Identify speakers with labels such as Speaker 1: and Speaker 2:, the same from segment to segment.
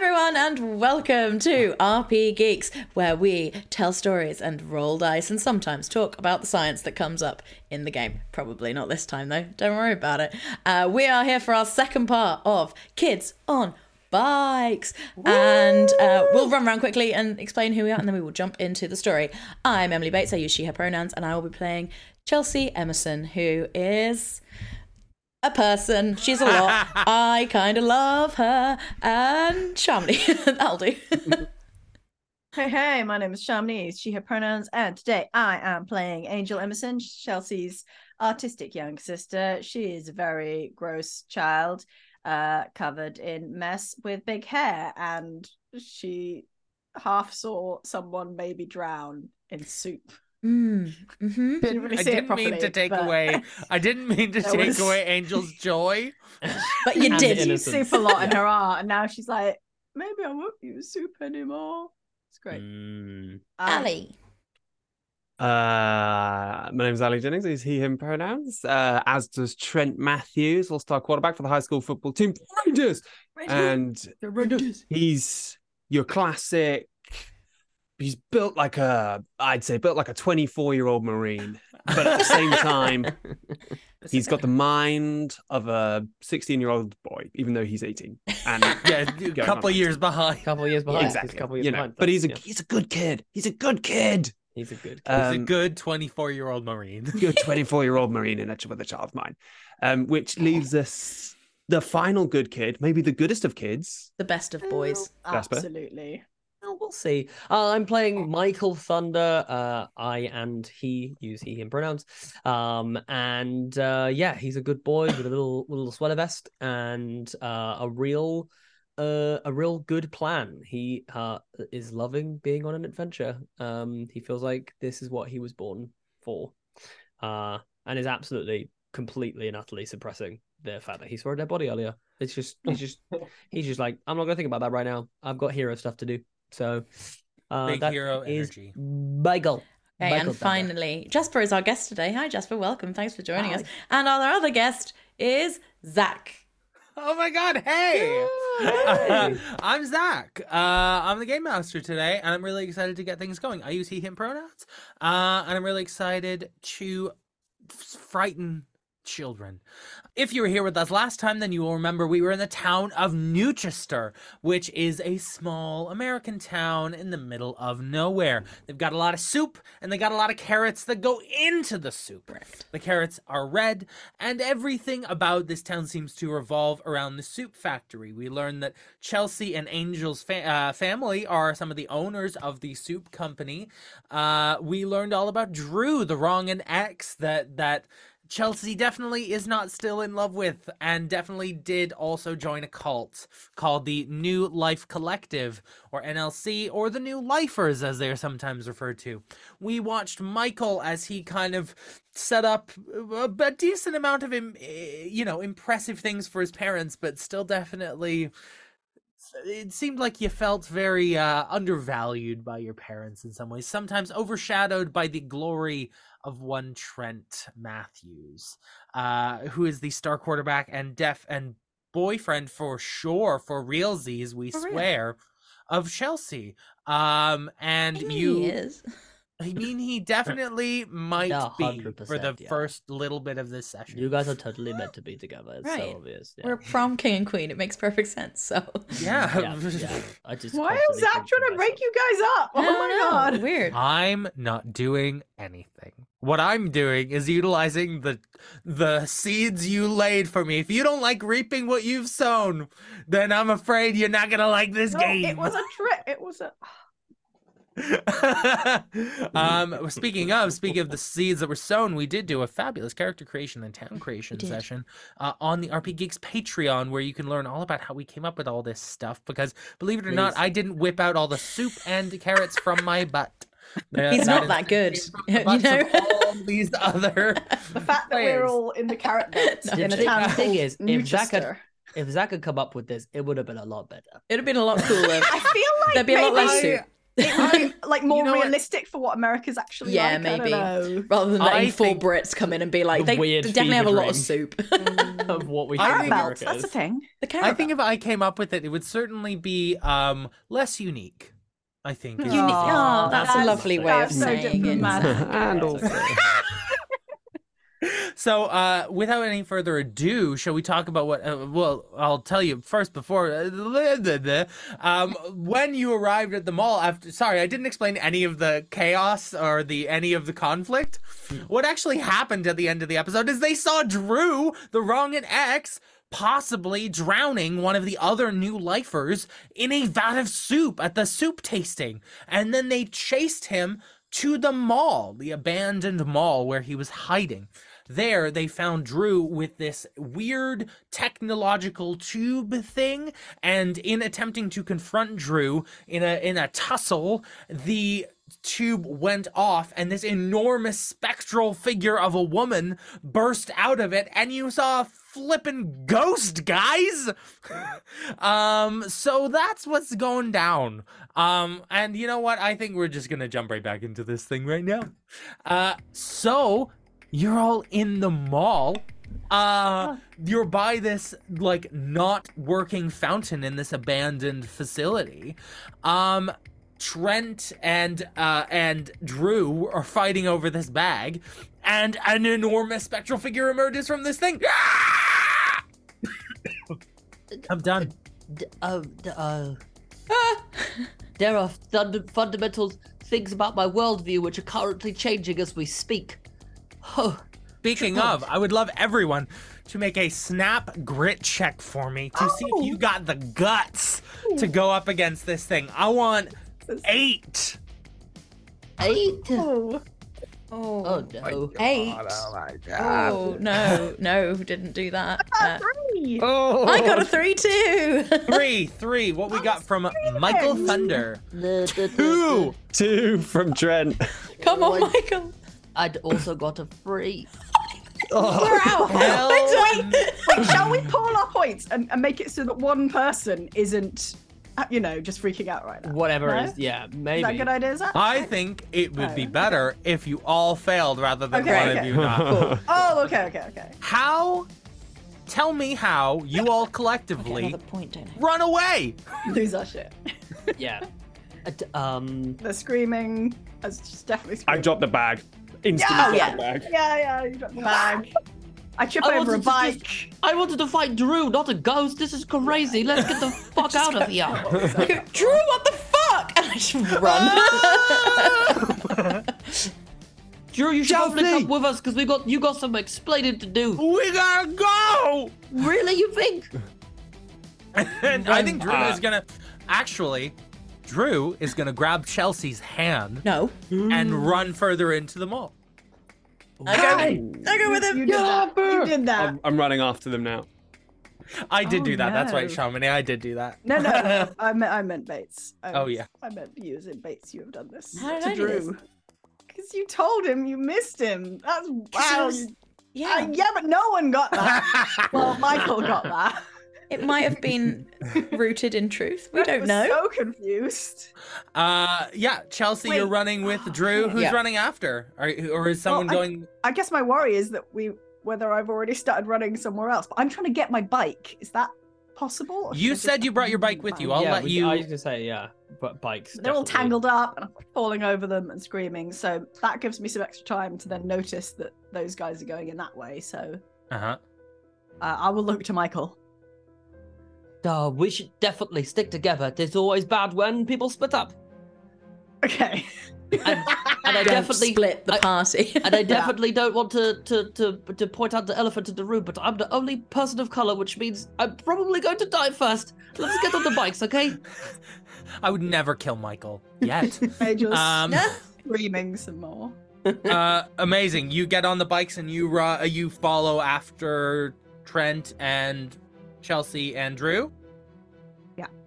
Speaker 1: and welcome to RP Geeks, where we tell stories and roll dice and sometimes talk about the science that comes up in the game. Probably not this time, though. Don't worry about it. Uh, we are here for our second part of Kids on Bikes. And uh, we'll run around quickly and explain who we are, and then we will jump into the story. I'm Emily Bates. I use she, her pronouns, and I will be playing Chelsea Emerson, who is a person. She's a lot. I kind of love her. And Shamley. That'll do.
Speaker 2: Hey, hey, my name is Shamni, she, her pronouns, and today I am playing Angel Emerson, Chelsea's artistic young sister. She is a very gross child, uh, covered in mess with big hair, and she half saw someone maybe drown in soup.
Speaker 1: Mm, hmm
Speaker 2: Didn't really
Speaker 3: I
Speaker 2: see it
Speaker 3: didn't mean
Speaker 2: properly,
Speaker 3: to take
Speaker 2: but-
Speaker 3: away. I didn't mean to
Speaker 2: That
Speaker 3: take
Speaker 2: was-
Speaker 3: away Angel's joy.
Speaker 1: But you
Speaker 4: And
Speaker 1: did.
Speaker 4: in
Speaker 2: She
Speaker 4: a-
Speaker 2: used
Speaker 4: Innocence.
Speaker 2: soup a lot in her art, and now she's like, maybe I won't use soup anymore. It's great.
Speaker 4: Mm.
Speaker 2: Um,
Speaker 1: Ali.
Speaker 4: Uh, my name's Ali Jennings. Is he, him pronouns? Uh, as does Trent Matthews, all star quarterback for the high school football team, Rangers. And
Speaker 2: The Rangers.
Speaker 4: he's your classic. He's built like a, I'd say, built like a 24 year old Marine. But at the same time, he's got the mind of a 16 year old boy, even though he's 18. And
Speaker 3: Yeah, a
Speaker 4: Going
Speaker 3: couple
Speaker 4: on.
Speaker 3: years behind.
Speaker 4: Couple
Speaker 5: years behind. He's a
Speaker 4: exactly.
Speaker 5: couple years
Speaker 4: you know,
Speaker 5: behind,
Speaker 4: but
Speaker 5: but,
Speaker 4: he's a
Speaker 5: yeah.
Speaker 4: he's a good kid. He's a good kid.
Speaker 5: He's a good kid.
Speaker 3: He's a
Speaker 4: Um,
Speaker 3: good 24 year old Marine.
Speaker 4: your 24 year old marine in a, with a child mind um, which leaves us the final good kid maybe the goodest of kids
Speaker 1: The best of boys.
Speaker 4: Jasper?
Speaker 2: Absolutely.
Speaker 5: Oh, we'll see. Uh, I'm playing Michael Thunder. Uh, I and he use he him pronouns. Um, and uh, yeah, he's a good boy with a little little sweater vest and uh, a real uh, a real good plan. He uh, is loving being on an adventure. Um, he feels like this is what he was born for, uh, and is absolutely completely and utterly suppressing the fact that he saw a dead body earlier. It's just he's just he's just like I'm not gonna think about that right now. I've got hero stuff to do. So uh,
Speaker 3: Big
Speaker 5: that
Speaker 3: hero
Speaker 5: is
Speaker 3: energy.
Speaker 5: Michael.
Speaker 1: Okay,
Speaker 5: Michael Thunder.
Speaker 1: and finally, Jasper is our guest today. Hi, Jasper. Welcome. Thanks for joining us.
Speaker 5: Hi.
Speaker 1: And our other guest is Zach.
Speaker 3: Oh my God, hey!
Speaker 5: Yeah, hey.
Speaker 3: I'm Zach. Uh, I'm the game master today, and I'm really excited to get things going. I use he, him pronouns, uh, and I'm really excited to f- frighten children. If you were here with us last time, then you will remember we were in the town of Newchester, which is a small American town in the middle of nowhere. They've got a lot of soup, and they got a lot of carrots that go into the soup. The carrots are red, and everything about this town seems to revolve around the soup factory. We learn that Chelsea and Angel's fa- uh, family are some of the owners of the soup company. Uh, we learned all about Drew, the wrong and ex that that Chelsea definitely is not still in love with, and definitely did also join a cult called the New Life Collective, or NLC, or the New Lifers, as they are sometimes referred to. We watched Michael as he kind of set up a, a decent amount of, im- eh, you know, impressive things for his parents, but still definitely. It seemed like you felt very uh, undervalued by your parents in some ways, sometimes overshadowed by the glory of one Trent Matthews, uh, who is the star quarterback and deaf and boyfriend for sure, for realsies, we
Speaker 1: For real.
Speaker 3: swear, of Chelsea. Um, and
Speaker 1: I mean,
Speaker 3: you,
Speaker 1: he is.
Speaker 3: I mean, he definitely might
Speaker 5: Yeah,
Speaker 3: be for the
Speaker 5: 100%, yeah.
Speaker 3: first little bit of this session.
Speaker 5: You guys are totally meant to be together. It's
Speaker 1: Right.
Speaker 5: so obvious. Yeah.
Speaker 1: We're prom king and queen. It makes perfect sense. So
Speaker 6: Oh
Speaker 3: yeah.
Speaker 5: yeah, yeah. I just
Speaker 2: Why is
Speaker 5: constantly
Speaker 2: Zach
Speaker 5: think to
Speaker 2: trying to break
Speaker 5: myself,
Speaker 2: you guys up? Oh
Speaker 1: I don't know.
Speaker 2: my god.
Speaker 1: Weird.
Speaker 3: Ah, I'm not doing anything. What I'm doing is utilizing the the seeds you laid for me. If you don't like reaping what you've sown, then I'm afraid you're not gonna like this
Speaker 2: No,
Speaker 3: game.
Speaker 2: it was a trick. It was a.
Speaker 3: um, speaking of, speaking of the seeds that were sown, we did do a fabulous character creation and town creation
Speaker 1: did.
Speaker 3: session uh, on the RP Geeks Patreon, where you can learn all about how we came up with all this stuff. Because believe it or not,
Speaker 5: Please.
Speaker 3: I didn't whip out all the soup and carrots from my butt. They're-
Speaker 1: He's not
Speaker 3: is
Speaker 1: that good.
Speaker 3: from the
Speaker 1: You
Speaker 3: butts of
Speaker 1: know?
Speaker 3: all these other
Speaker 2: The fact that we're
Speaker 3: players.
Speaker 2: all in the carrot belt
Speaker 1: No,
Speaker 2: in a
Speaker 1: the
Speaker 2: town
Speaker 5: thing
Speaker 2: called
Speaker 5: is, if Zach had-
Speaker 2: Newchester.
Speaker 5: If Zach had come up with this, it would have been a lot better.
Speaker 1: It'd have been a lot cooler.
Speaker 2: I feel like
Speaker 1: There'd be a lot
Speaker 2: maybe-
Speaker 1: less soup.
Speaker 2: It would be like more
Speaker 3: know what?
Speaker 2: realistic for what America's actually
Speaker 1: Yeah,
Speaker 2: like. I
Speaker 1: maybe.
Speaker 2: don't know.
Speaker 1: Rather than letting
Speaker 3: I
Speaker 1: four
Speaker 3: think
Speaker 1: Brits come in and be like,
Speaker 5: the
Speaker 1: they,
Speaker 5: weird
Speaker 1: they definitely have a
Speaker 5: fever
Speaker 1: lot of
Speaker 5: dream.
Speaker 1: soup.
Speaker 5: of what we
Speaker 3: I
Speaker 5: think
Speaker 3: think-
Speaker 2: Caravels,
Speaker 5: America
Speaker 2: that's the
Speaker 5: is.
Speaker 2: thing.
Speaker 1: the
Speaker 3: I
Speaker 1: caravan.
Speaker 3: think if I came up with it, it would certainly be um less unique. I think. is
Speaker 1: Unique-
Speaker 2: Aw,
Speaker 1: oh, that's a
Speaker 2: that's-
Speaker 1: lovely way of
Speaker 2: that's so
Speaker 1: saying it.
Speaker 2: diplomatic.
Speaker 4: and also,
Speaker 3: So, uh, without any further ado, shall we talk about what? Uh, well, I'll tell you first before. Um, when you arrived at the mall after, sorry, I didn't explain any of the chaos or the any of the conflict. What actually happened at the end of the episode is they saw Drew, the wrong and X, possibly drowning one of the other new lifers in a vat of soup at the soup tasting, and then they chased him. To the mall, the abandoned mall where he was hiding. There, they found Drew with this weird technological tube thing, and in attempting to confront Drew in a in a tussle, the tube went off and this enormous spectral figure of a woman burst out of it and you saw a flippin' ghost guys um so that's what's going down um and you know what i think we're just gonna jump right back into this thing right now uh so you're all in the mall. Uh, you're by this like not working fountain in this abandoned facility. Um, Trent and uh and Drew are fighting over this bag, and an enormous spectral figure emerges from this thing. Ah! I'm done.
Speaker 5: D- oh, d- oh. there are thund- fundamental things about my worldview which are currently changing as we speak. Oh,
Speaker 3: Speaking of, I would love everyone to make a snap grit check for me to see if
Speaker 2: Oh.
Speaker 3: you got the guts to go up against this thing. I want eight.
Speaker 5: eight. Oh,
Speaker 2: Oh,
Speaker 1: Oh,
Speaker 5: no.
Speaker 1: eight. Oh, no, no, didn't do that. Uh,
Speaker 2: three.
Speaker 4: oh,
Speaker 1: I got a three too.
Speaker 3: Three, three. What we got from Michael Thunder?
Speaker 5: The- the- the-
Speaker 3: Two.
Speaker 4: two from Trent.
Speaker 1: Come on,
Speaker 5: One.
Speaker 1: Michael.
Speaker 5: I'd also got a three.
Speaker 4: Oh,
Speaker 2: We're out.
Speaker 3: Hell
Speaker 2: Wait, wait, shall we pool our points and, and make it so that one person isn't, uh, you know, just freaking out right now?
Speaker 5: Whatever
Speaker 2: No?
Speaker 5: it is, yeah, maybe.
Speaker 2: Is that a good idea, Zach?
Speaker 3: I think it would be better if you all failed rather than
Speaker 2: Okay,
Speaker 3: one of
Speaker 2: okay.
Speaker 3: you not.
Speaker 2: Oh, okay, okay, okay.
Speaker 3: How? Tell me how you all collectively
Speaker 1: Another point, don't I?
Speaker 3: run away.
Speaker 2: Lose our shit.
Speaker 5: Yeah. A d- um,
Speaker 2: They're screaming. That's just
Speaker 4: I
Speaker 2: definitely screaming.
Speaker 4: dropped the bag. Instantly
Speaker 1: yeah.
Speaker 4: dropped
Speaker 2: Yeah,
Speaker 4: the bag.
Speaker 2: Yeah, yeah, you dropped the bag. I trip
Speaker 5: I
Speaker 2: over a
Speaker 5: wanted to
Speaker 2: bike.
Speaker 5: just- I wanted to fight Drew, not a ghost. This is crazy. Let's get the fuck out of here.
Speaker 1: I go, Drew, what the fuck? And I just run.
Speaker 5: Drew, you should probably
Speaker 4: Daphne!
Speaker 5: come with us because we got you got some explaining to do.
Speaker 3: We gotta go.
Speaker 5: Really, you think?
Speaker 3: and I think Drew
Speaker 4: Uh,
Speaker 3: is gonna actually. Drew is gonna grab Chelsea's hand
Speaker 1: no.
Speaker 2: Mm.
Speaker 3: and run further into the mall.
Speaker 1: I go, I go with
Speaker 2: You
Speaker 1: him.
Speaker 2: did that. You did that.
Speaker 3: Um,
Speaker 4: I'm, I'm running after them now.
Speaker 3: I did
Speaker 2: Oh,
Speaker 3: do that. That's right,
Speaker 2: no.
Speaker 3: Chamonix. I did do that.
Speaker 2: No, no, no. I meant, I meant Bates. I
Speaker 3: Oh,
Speaker 2: was-
Speaker 3: yeah.
Speaker 2: I meant you as in Bates. You have done this
Speaker 1: How did
Speaker 2: to
Speaker 1: I do this?
Speaker 2: Drew. Because you told him you missed him. That's
Speaker 1: I
Speaker 2: wow.
Speaker 1: was-
Speaker 2: you-
Speaker 1: Yeah.
Speaker 2: uh, yeah, but no one got that. well, Michael got that.
Speaker 1: It might have been rooted in truth. We
Speaker 2: Brett
Speaker 1: don't
Speaker 2: was
Speaker 1: know.
Speaker 2: So confused.
Speaker 3: Uh, yeah, Chelsea, you're
Speaker 2: Wait. Oh,
Speaker 3: running with Drew. Who's
Speaker 1: Yeah.
Speaker 3: running after? Are, or is someone
Speaker 2: I-
Speaker 3: going?
Speaker 2: I guess my worry is that we whether I've already started running somewhere else. But I'm trying to get my bike. Is that possible? Or should I
Speaker 3: You
Speaker 2: just
Speaker 3: said you brought your
Speaker 2: run
Speaker 3: bike with
Speaker 2: my
Speaker 3: you.
Speaker 2: bike?
Speaker 3: I'll let you.
Speaker 5: I was gonna say yeah, but bikes.
Speaker 2: They're all tangled up and I'm falling over them and screaming. So that gives me some extra time to then notice that those guys are going in that way. So
Speaker 3: Uh huh.
Speaker 2: uh, I will look to Michael.
Speaker 5: Uh, we should definitely stick together. It's always bad when people split up,
Speaker 2: Okay.
Speaker 5: and, and I
Speaker 1: Don't
Speaker 5: definitely
Speaker 1: split the
Speaker 5: I-
Speaker 1: party.
Speaker 5: and I definitely don't want to, to to to point out the elephant in the room. But I'm the only person of color, which means I'm probably going to die first. Let's get on the bikes, okay?
Speaker 3: I would never kill Michael yet.
Speaker 2: Angel's
Speaker 3: um,
Speaker 2: screaming some more.
Speaker 3: uh, amazing. You get on the bikes and you ru- uh, you follow after Trent and Chelsea and Drew.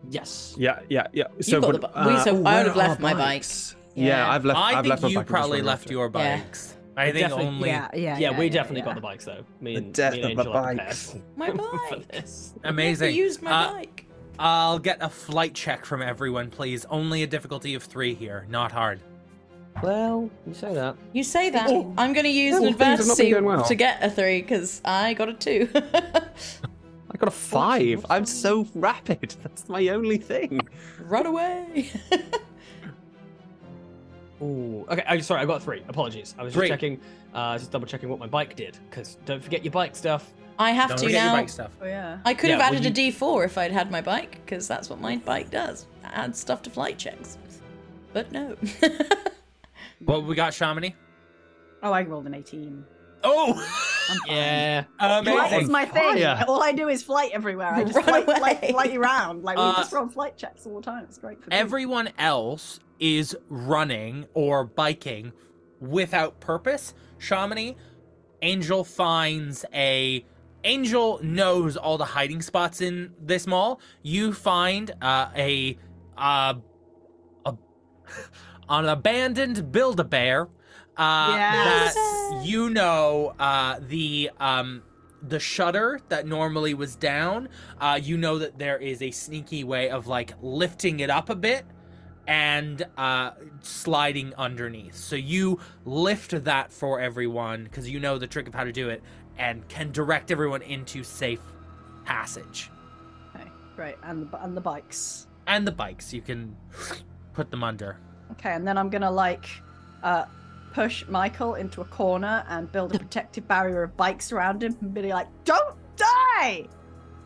Speaker 5: Yes.
Speaker 4: Yeah, yeah, yeah. So,
Speaker 1: got the
Speaker 4: but,
Speaker 1: bu- we- so I
Speaker 4: where
Speaker 1: would have
Speaker 4: are
Speaker 1: left
Speaker 4: our
Speaker 1: my bike.
Speaker 4: bikes? Yeah,
Speaker 1: Yeah.
Speaker 4: I've left.
Speaker 3: I
Speaker 4: have
Speaker 3: think
Speaker 4: left my
Speaker 3: you
Speaker 4: bike. I'm just
Speaker 3: probably
Speaker 4: running
Speaker 3: left
Speaker 4: after.
Speaker 3: your
Speaker 1: Yeah.
Speaker 3: bikes. I think
Speaker 5: Definitely-
Speaker 3: only.
Speaker 2: yeah.
Speaker 5: Yeah, we definitely got the bikes though. Me
Speaker 4: The
Speaker 5: and,
Speaker 4: death
Speaker 5: me
Speaker 4: of
Speaker 5: and
Speaker 4: the
Speaker 5: Angel are prepared
Speaker 4: bikes.
Speaker 1: my
Speaker 5: for
Speaker 1: bike.
Speaker 5: this.
Speaker 1: I
Speaker 3: Amazing.
Speaker 1: used my
Speaker 3: Uh,
Speaker 1: bike.
Speaker 3: I'll get a flight check from everyone, please. Only a difficulty of three here, not hard.
Speaker 5: Well, you say that.
Speaker 1: You say that.
Speaker 4: Oh.
Speaker 1: I'm going to use
Speaker 4: Oh,
Speaker 1: an
Speaker 4: things have not been
Speaker 1: adversity
Speaker 4: going well.
Speaker 1: to get a three because I got a two.
Speaker 4: I got a five. I'm so rapid. That's my only thing.
Speaker 1: Run away.
Speaker 5: Ooh. Okay. I'm sorry. I got three. Apologies. I was
Speaker 3: Three.
Speaker 5: just checking, uh, just double checking what my bike did. Because don't forget your bike stuff.
Speaker 1: I have
Speaker 3: Don't
Speaker 1: to
Speaker 3: forget your
Speaker 1: now.
Speaker 3: bike stuff.
Speaker 2: Oh yeah.
Speaker 1: I could
Speaker 5: Yeah,
Speaker 1: have
Speaker 5: well,
Speaker 1: added
Speaker 5: you-
Speaker 1: a D4 if I'd had my bike because that's what my bike does. Add stuff to flight checks. But no.
Speaker 3: Well, we got Chamonix.
Speaker 2: Oh, I rolled an 18.
Speaker 3: Oh,
Speaker 5: Yeah.
Speaker 2: Flight is
Speaker 3: amazing.
Speaker 2: my thing.
Speaker 4: Fire.
Speaker 2: All I do is flight everywhere. I just
Speaker 1: Run
Speaker 2: flight,
Speaker 1: away.
Speaker 2: flight, flight around. Like we
Speaker 3: Uh,
Speaker 2: just roll flight checks all the time. It's great for me.
Speaker 3: Everyone else is running or biking without purpose. Chamonix, Angel finds a. Angel knows all the hiding spots in this mall. You find uh, a, uh, a an abandoned Build-A-Bear uh,
Speaker 2: Yes.
Speaker 3: that you know uh, the um, the shutter that normally was down. Uh, you know that there is a sneaky way of like lifting it up a bit and uh, sliding underneath. So you lift that for everyone because you know the trick of how to do it and can direct everyone into safe passage.
Speaker 2: Okay, great. And the, and the bikes.
Speaker 3: And the bikes, you can put them under.
Speaker 2: Okay, and then I'm gonna like uh, push Michael into a corner and build a protective barrier of bikes around him and be like, "Don't die!"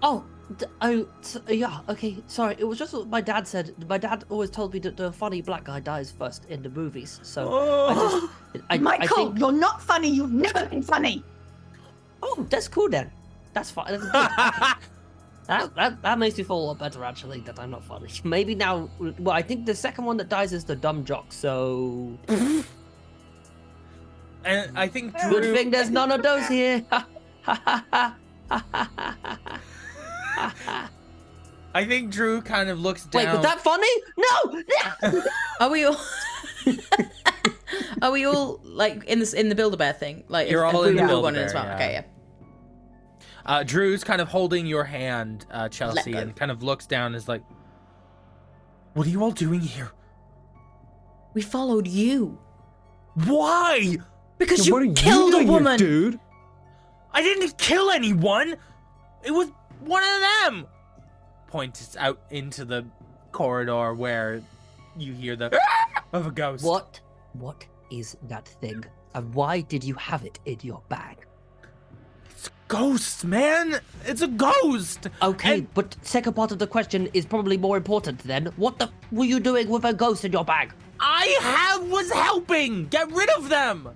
Speaker 6: Oh, d- oh, t- yeah, okay, sorry. It was just what my dad said. My dad always told me that the funny black guy dies first in the movies, so. I just, I, I
Speaker 2: Michael,
Speaker 6: think,
Speaker 2: you're not funny. You've never been funny.
Speaker 6: oh, that's cool then. That's fine. That's good. that, that, that makes me feel a lot better, actually, that I'm not funny. Maybe now. Well, I think the second one that dies is the dumb jock, so.
Speaker 3: and I think
Speaker 2: Good
Speaker 6: Good
Speaker 3: Drew
Speaker 6: thing there's none of those here.
Speaker 3: I think Drew kind of looks
Speaker 6: Wait,
Speaker 3: down.
Speaker 6: was that funny? No!
Speaker 1: Are we all? Are we all like in this in the Build a Bear thing? Like,
Speaker 3: You're
Speaker 1: if,
Speaker 3: all
Speaker 1: if
Speaker 3: in
Speaker 1: we
Speaker 3: the
Speaker 1: all one in as well.
Speaker 3: Build-A-Bear,
Speaker 1: Okay,
Speaker 3: yeah.
Speaker 1: yeah.
Speaker 3: Uh, Drew's kind of holding your hand, uh, Chelsea,
Speaker 1: go.
Speaker 3: and kind of looks down and is like, What are you all doing here?
Speaker 1: We followed you
Speaker 3: Why?
Speaker 1: because
Speaker 4: Yeah, what are
Speaker 1: you killed
Speaker 4: doing
Speaker 1: a
Speaker 4: here,
Speaker 1: woman.
Speaker 4: dude.
Speaker 3: I didn't kill anyone! It was one of them! Points out into the corridor where you hear the of a ghost.
Speaker 6: Ah! What? What is that thing? And why did you have it in your bag?
Speaker 3: Ghost, man! It's a ghost!
Speaker 6: Okay,
Speaker 3: And-
Speaker 6: but second part of the question is probably more important then. What the f- were you doing with a ghost in your bag?
Speaker 3: I have was helping! Get rid of them!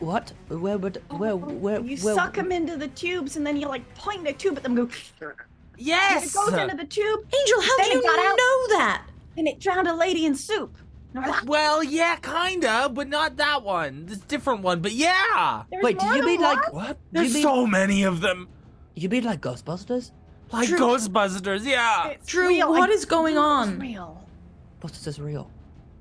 Speaker 6: What? Where would? Where? Where?
Speaker 2: Oh, you
Speaker 6: where,
Speaker 2: suck them into the tubes and then you like point the tube at them, and go. And
Speaker 3: Yes!
Speaker 2: it goes into the tube
Speaker 1: Angel, how
Speaker 2: Then
Speaker 1: do
Speaker 2: it
Speaker 1: you
Speaker 2: got out.
Speaker 1: know that?
Speaker 2: and it drowned a lady in soup. And I'm like,
Speaker 3: Well, yeah, kinda, but not that one. This different one, but yeah!
Speaker 2: "There's
Speaker 6: Wait, did
Speaker 2: more
Speaker 6: you
Speaker 2: than
Speaker 6: mean
Speaker 2: one?"
Speaker 6: like?
Speaker 4: What?
Speaker 6: You
Speaker 3: There's
Speaker 6: mean-
Speaker 3: so many of them.
Speaker 6: You mean like Ghostbusters?
Speaker 3: Like
Speaker 1: Drew-
Speaker 3: Ghostbusters, yeah.
Speaker 2: It's
Speaker 1: Drew,
Speaker 2: real.
Speaker 1: what
Speaker 2: I-
Speaker 1: is going
Speaker 2: Drew, it's
Speaker 1: on?
Speaker 2: Real.
Speaker 6: Ghostbusters is real.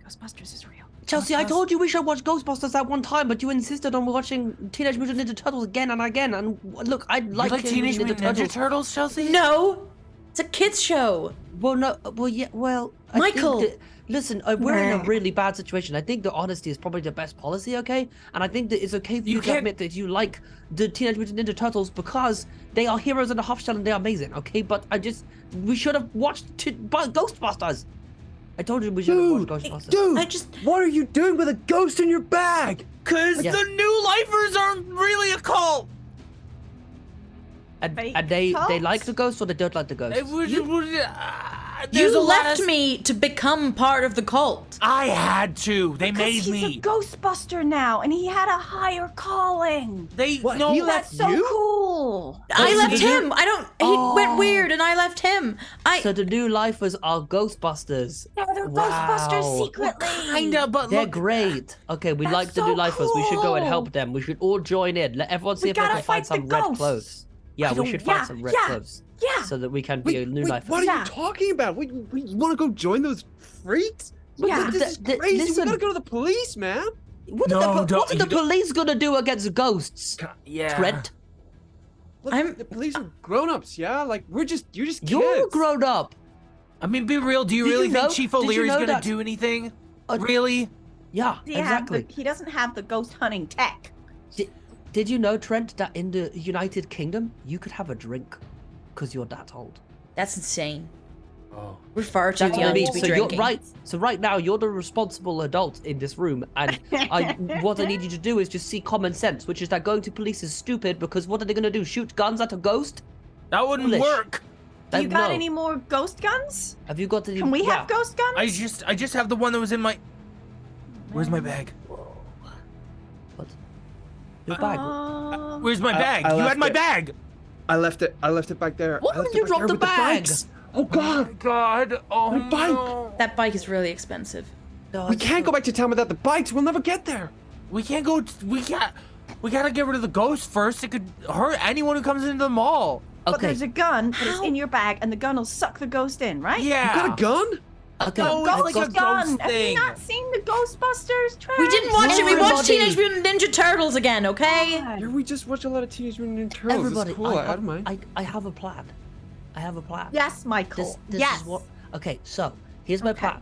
Speaker 2: Ghostbusters is real.
Speaker 6: Chelsea, I told you we should watch Ghostbusters that one time, but you insisted on watching Teenage Mutant Ninja Turtles again and again. And w- look, I like,
Speaker 3: Like, like Teenage Mutant Ninja Turtles. Chelsea?
Speaker 1: No, it's a kids show.
Speaker 6: Well, no. uh, Well, yeah. Well, I think
Speaker 1: Michael!
Speaker 6: that- listen, uh, we're in a really bad situation. I think the honesty is probably the best policy. Okay, and I think that it's okay for
Speaker 3: You
Speaker 6: you,
Speaker 3: can't-
Speaker 6: to admit that you like the Teenage Mutant Ninja Turtles because they are heroes in a half shell and they are amazing. Okay, but I just we should have watched t- bu- Ghostbusters. I told you we should have watched
Speaker 4: Dude,
Speaker 6: Ghostbusters.
Speaker 4: dude,
Speaker 1: I just
Speaker 4: what are you doing with a ghost in your bag?
Speaker 3: Because
Speaker 6: Yeah.
Speaker 3: the new lifers aren't really a cult.
Speaker 6: and,
Speaker 2: fake
Speaker 6: and they they
Speaker 2: cult?
Speaker 6: like the ghosts or they don't like the ghosts.
Speaker 3: It was, it was, uh, there's a
Speaker 1: you
Speaker 3: lot
Speaker 1: left
Speaker 3: of-
Speaker 1: me to become part of the cult.
Speaker 3: I had to. They
Speaker 2: Because
Speaker 3: made
Speaker 2: he's
Speaker 3: me.
Speaker 2: a Ghostbuster now, and he had a higher calling.
Speaker 3: they
Speaker 4: What,
Speaker 3: no.
Speaker 4: he left-
Speaker 2: That's so
Speaker 4: You?
Speaker 2: cool.
Speaker 1: I
Speaker 6: so
Speaker 1: left
Speaker 6: did you-
Speaker 1: him. I don't. He went weird, and I left him. I.
Speaker 6: So the new lifers are Ghostbusters.
Speaker 2: No, they're
Speaker 6: Wow.
Speaker 2: Ghostbusters secretly.
Speaker 3: kinda, but
Speaker 6: They're
Speaker 3: Oh, look.
Speaker 6: great. Okay, we
Speaker 2: That's
Speaker 6: like the
Speaker 2: so
Speaker 6: new lifers. We should go and help
Speaker 2: cool.
Speaker 6: them. We should all join in. Let everyone see
Speaker 2: We
Speaker 6: if they can
Speaker 2: gotta
Speaker 6: find
Speaker 2: fight the
Speaker 6: some red
Speaker 2: ghosts.
Speaker 6: clothes. Yeah, we
Speaker 2: don't-
Speaker 6: should find
Speaker 2: yeah,
Speaker 6: some red
Speaker 2: yeah,
Speaker 6: clothes
Speaker 2: Yeah.
Speaker 6: so that we can be a
Speaker 4: Wait,
Speaker 6: new
Speaker 4: wait,
Speaker 6: lifer.
Speaker 4: what are
Speaker 2: Yeah.
Speaker 4: you talking about? We, we, you want to go join those freaks? Look,
Speaker 2: Yeah.
Speaker 4: this is
Speaker 6: Th- th-
Speaker 4: crazy.
Speaker 6: listen.
Speaker 4: We gotta go to the police, man.
Speaker 6: What,
Speaker 3: No,
Speaker 6: are the, po-
Speaker 3: don't-
Speaker 6: what are
Speaker 3: you
Speaker 6: the
Speaker 3: don't-
Speaker 6: police gonna do against ghosts?
Speaker 3: Yeah.
Speaker 6: Trent,
Speaker 4: Look,
Speaker 1: I'm-
Speaker 4: the police are grown-ups, yeah? Like we're just you're just kids.
Speaker 6: You're grown up.
Speaker 3: I mean, be real. Do you
Speaker 6: Did
Speaker 3: really
Speaker 6: you
Speaker 3: think
Speaker 6: know-
Speaker 3: Chief
Speaker 6: did you
Speaker 3: O'Leary's
Speaker 6: know
Speaker 3: gonna
Speaker 6: that-
Speaker 3: do anything?
Speaker 6: Uh,
Speaker 3: really?
Speaker 6: Yeah,
Speaker 2: He, have
Speaker 6: exactly.
Speaker 2: the- he doesn't have the ghost hunting tech.
Speaker 6: Did you know, Trent, that in the United Kingdom you could have a drink because you're that old?
Speaker 1: That's insane.
Speaker 3: Oh.
Speaker 1: We're far too
Speaker 6: That's what I
Speaker 1: young
Speaker 6: mean.
Speaker 1: to be
Speaker 6: So you're
Speaker 1: drinking.
Speaker 6: right. So right now you're the responsible adult in this room, and I, what I need you to do is just see common sense, which is that going to police is stupid because what are they going to do? Shoot guns at a ghost?
Speaker 3: That wouldn't
Speaker 6: Foolish.
Speaker 3: work.
Speaker 2: Do you
Speaker 6: Like,
Speaker 2: got
Speaker 6: no.
Speaker 2: any more ghost guns?
Speaker 6: Have you got any?
Speaker 2: Can we
Speaker 6: yeah.
Speaker 2: have ghost guns?
Speaker 3: I just I just have the one that was in my Where's my bag?
Speaker 6: What? Your bag.
Speaker 2: Oh.
Speaker 3: Uh, Where's my
Speaker 4: I-
Speaker 3: bag?
Speaker 4: I
Speaker 3: you
Speaker 4: left
Speaker 3: had my
Speaker 4: it.
Speaker 3: bag.
Speaker 4: I left it I left it back there.
Speaker 6: What
Speaker 4: I left
Speaker 6: did you
Speaker 4: it back
Speaker 6: drop
Speaker 4: there
Speaker 6: the
Speaker 4: with
Speaker 6: bag?
Speaker 4: bikes. Oh god.
Speaker 3: God. Oh
Speaker 4: My bike.
Speaker 3: no.
Speaker 1: That bike is really expensive.
Speaker 6: No,
Speaker 4: We
Speaker 6: it's
Speaker 4: can't
Speaker 6: not-
Speaker 4: go back to town without the bikes. We'll never get there.
Speaker 3: We can't go t- we got we gotta get rid of the ghost first. It could hurt anyone who comes into the mall.
Speaker 2: But
Speaker 6: Okay.
Speaker 2: there's a gun that is
Speaker 1: How?
Speaker 2: in your bag, and the gun will suck the ghost in, right?
Speaker 3: Yeah.
Speaker 4: You got a gun?
Speaker 6: okay.
Speaker 3: No, it's
Speaker 2: Ghost
Speaker 3: like a
Speaker 2: gun.
Speaker 3: ghost
Speaker 2: Have you
Speaker 3: thing.
Speaker 2: not seen the Ghostbusters? Trent?
Speaker 1: We didn't watch it. We
Speaker 6: Everybody.
Speaker 1: watched Teenage Mutant Ninja Turtles again, okay?
Speaker 6: Oh.
Speaker 4: Yeah, we just watch a lot of Teenage Mutant Ninja Turtles.
Speaker 2: Oh,
Speaker 6: Everybody,
Speaker 4: it's cool.
Speaker 6: I,
Speaker 4: I,
Speaker 6: I,
Speaker 4: don't mind.
Speaker 6: I, I have a plan. I have a plan.
Speaker 2: Yes, Michael.
Speaker 6: This, this
Speaker 2: yes.
Speaker 6: is what. Okay, so here's my
Speaker 2: Okay.
Speaker 6: plan.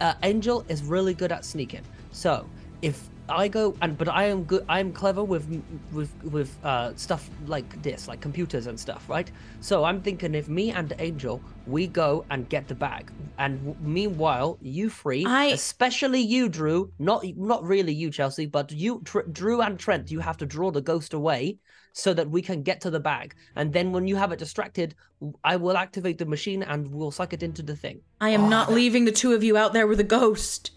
Speaker 6: Uh, Angel is really good at sneaking. So if I go and but I am good, I am clever with with with uh, stuff like this, like computers and stuff, right? So I'm thinking if me and Angel we go and get the bag, and w- meanwhile you three,
Speaker 1: I-
Speaker 6: especially you, Drew, not not really you, Chelsea, but you, Tr- Drew and Trent, you have to draw the ghost away so that we can get to the bag. And then when you have it distracted, I will activate the machine and we'll suck it into the thing.
Speaker 1: I am
Speaker 6: Oh.
Speaker 1: not leaving the two of you out there with a ghost.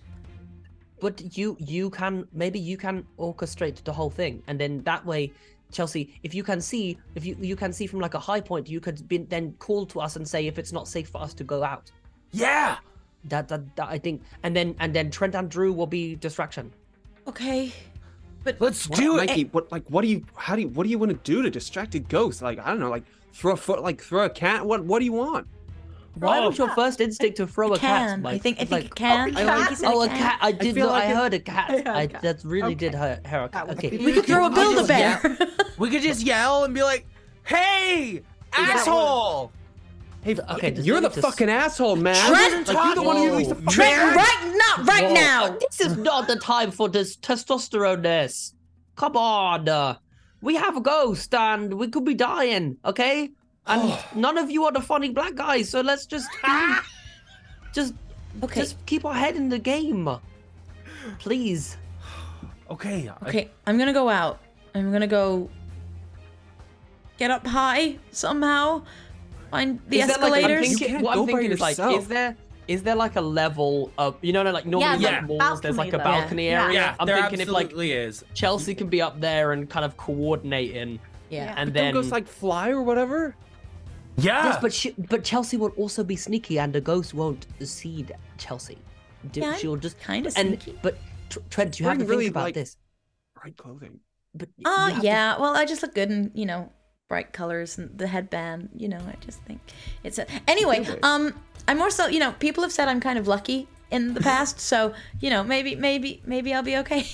Speaker 6: But you you can maybe you can orchestrate the whole thing, and then that way, Chelsea, if you can see if you you can see from like a high point, you could be, then call to us and say if it's not safe for us to go out.
Speaker 3: Yeah.
Speaker 6: That, that that I think, and then and then Trent and Drew will be distraction.
Speaker 1: Okay.
Speaker 3: Let's
Speaker 4: What-
Speaker 3: do it.
Speaker 4: Mikey, what like what do you how do you what do you want to do to distract a ghost? Like I don't know, like throw a foot like throw a cat? What what do you want?
Speaker 6: Why
Speaker 3: Oh.
Speaker 6: was your first instinct to throw a cat?
Speaker 1: Can.
Speaker 6: Mike?
Speaker 1: I think I think
Speaker 6: Like,
Speaker 1: it can.
Speaker 2: oh,
Speaker 1: I think he said
Speaker 6: Oh,
Speaker 1: it
Speaker 6: a
Speaker 1: can.
Speaker 6: cat! I did.
Speaker 4: feel
Speaker 6: not
Speaker 4: like
Speaker 6: I
Speaker 4: it-
Speaker 6: heard a cat.
Speaker 2: I heard a
Speaker 6: I,
Speaker 2: cat.
Speaker 6: that really did hurt. hurt a
Speaker 2: That
Speaker 6: cat.
Speaker 2: was
Speaker 6: Okay.
Speaker 2: a
Speaker 1: We could throw a
Speaker 3: I'll just-
Speaker 1: build a bear.
Speaker 3: We could just yell and be like, "Hey,
Speaker 2: that
Speaker 3: asshole!"
Speaker 4: Hey,
Speaker 6: okay,
Speaker 4: okay,
Speaker 6: does
Speaker 4: you're
Speaker 6: it
Speaker 4: the
Speaker 6: just-
Speaker 4: fucking asshole, man.
Speaker 1: Trent,
Speaker 4: like, you're the one who
Speaker 6: Whoa.
Speaker 4: leaves the fucking
Speaker 1: Trent,
Speaker 4: bag.
Speaker 1: right, not right
Speaker 6: Whoa.
Speaker 1: now.
Speaker 6: This is not the time for this testosterone ness. Come on. uh, we have a ghost and we could be dying, okay? And
Speaker 4: Oh.
Speaker 6: none of you are the funny black guys, so let's just just
Speaker 1: Okay.
Speaker 6: just keep our head in the game. Please.
Speaker 3: Okay. I-
Speaker 1: Okay, I'm gonna go out. I'm gonna go get up high somehow. Find the
Speaker 6: Is there like- I'm
Speaker 1: escalators.
Speaker 4: You
Speaker 6: thinking-
Speaker 4: can't
Speaker 6: what
Speaker 4: go
Speaker 6: I'm
Speaker 4: by
Speaker 6: thinking is like,
Speaker 4: yourself.
Speaker 6: is there is there like a level of you know, like normally
Speaker 3: Yeah,
Speaker 6: like
Speaker 2: like
Speaker 6: malls, there's
Speaker 2: balcony
Speaker 6: like a
Speaker 2: level.
Speaker 6: balcony
Speaker 2: Yeah.
Speaker 6: area.
Speaker 3: yeah,
Speaker 6: I'm
Speaker 3: there
Speaker 6: thinking if like
Speaker 3: absolutely is.
Speaker 6: Chelsea can be up there and kind of coordinating,
Speaker 1: yeah.
Speaker 6: and
Speaker 4: Don't
Speaker 6: then
Speaker 4: ghosts like fly or whatever?
Speaker 3: Yeah.
Speaker 6: Yes, but she, but Chelsea will also be sneaky, and the ghost won't see th- Chelsea. Do-
Speaker 1: Yeah, I'm
Speaker 6: she'll just
Speaker 1: kinda
Speaker 6: and,
Speaker 1: sneaky.
Speaker 6: But Tr- Trent, you have to
Speaker 4: Wearing
Speaker 6: think
Speaker 4: really,
Speaker 6: about
Speaker 4: like-
Speaker 6: this.
Speaker 4: Bright clothing.
Speaker 6: But you
Speaker 1: Oh
Speaker 6: have to-
Speaker 1: yeah. Well, I just look good in you know bright colors and the headband. You know, I just think it's a... anyway. Um, I'm more so you know people have said I'm kind of lucky in the past, so you know maybe maybe maybe I'll be okay.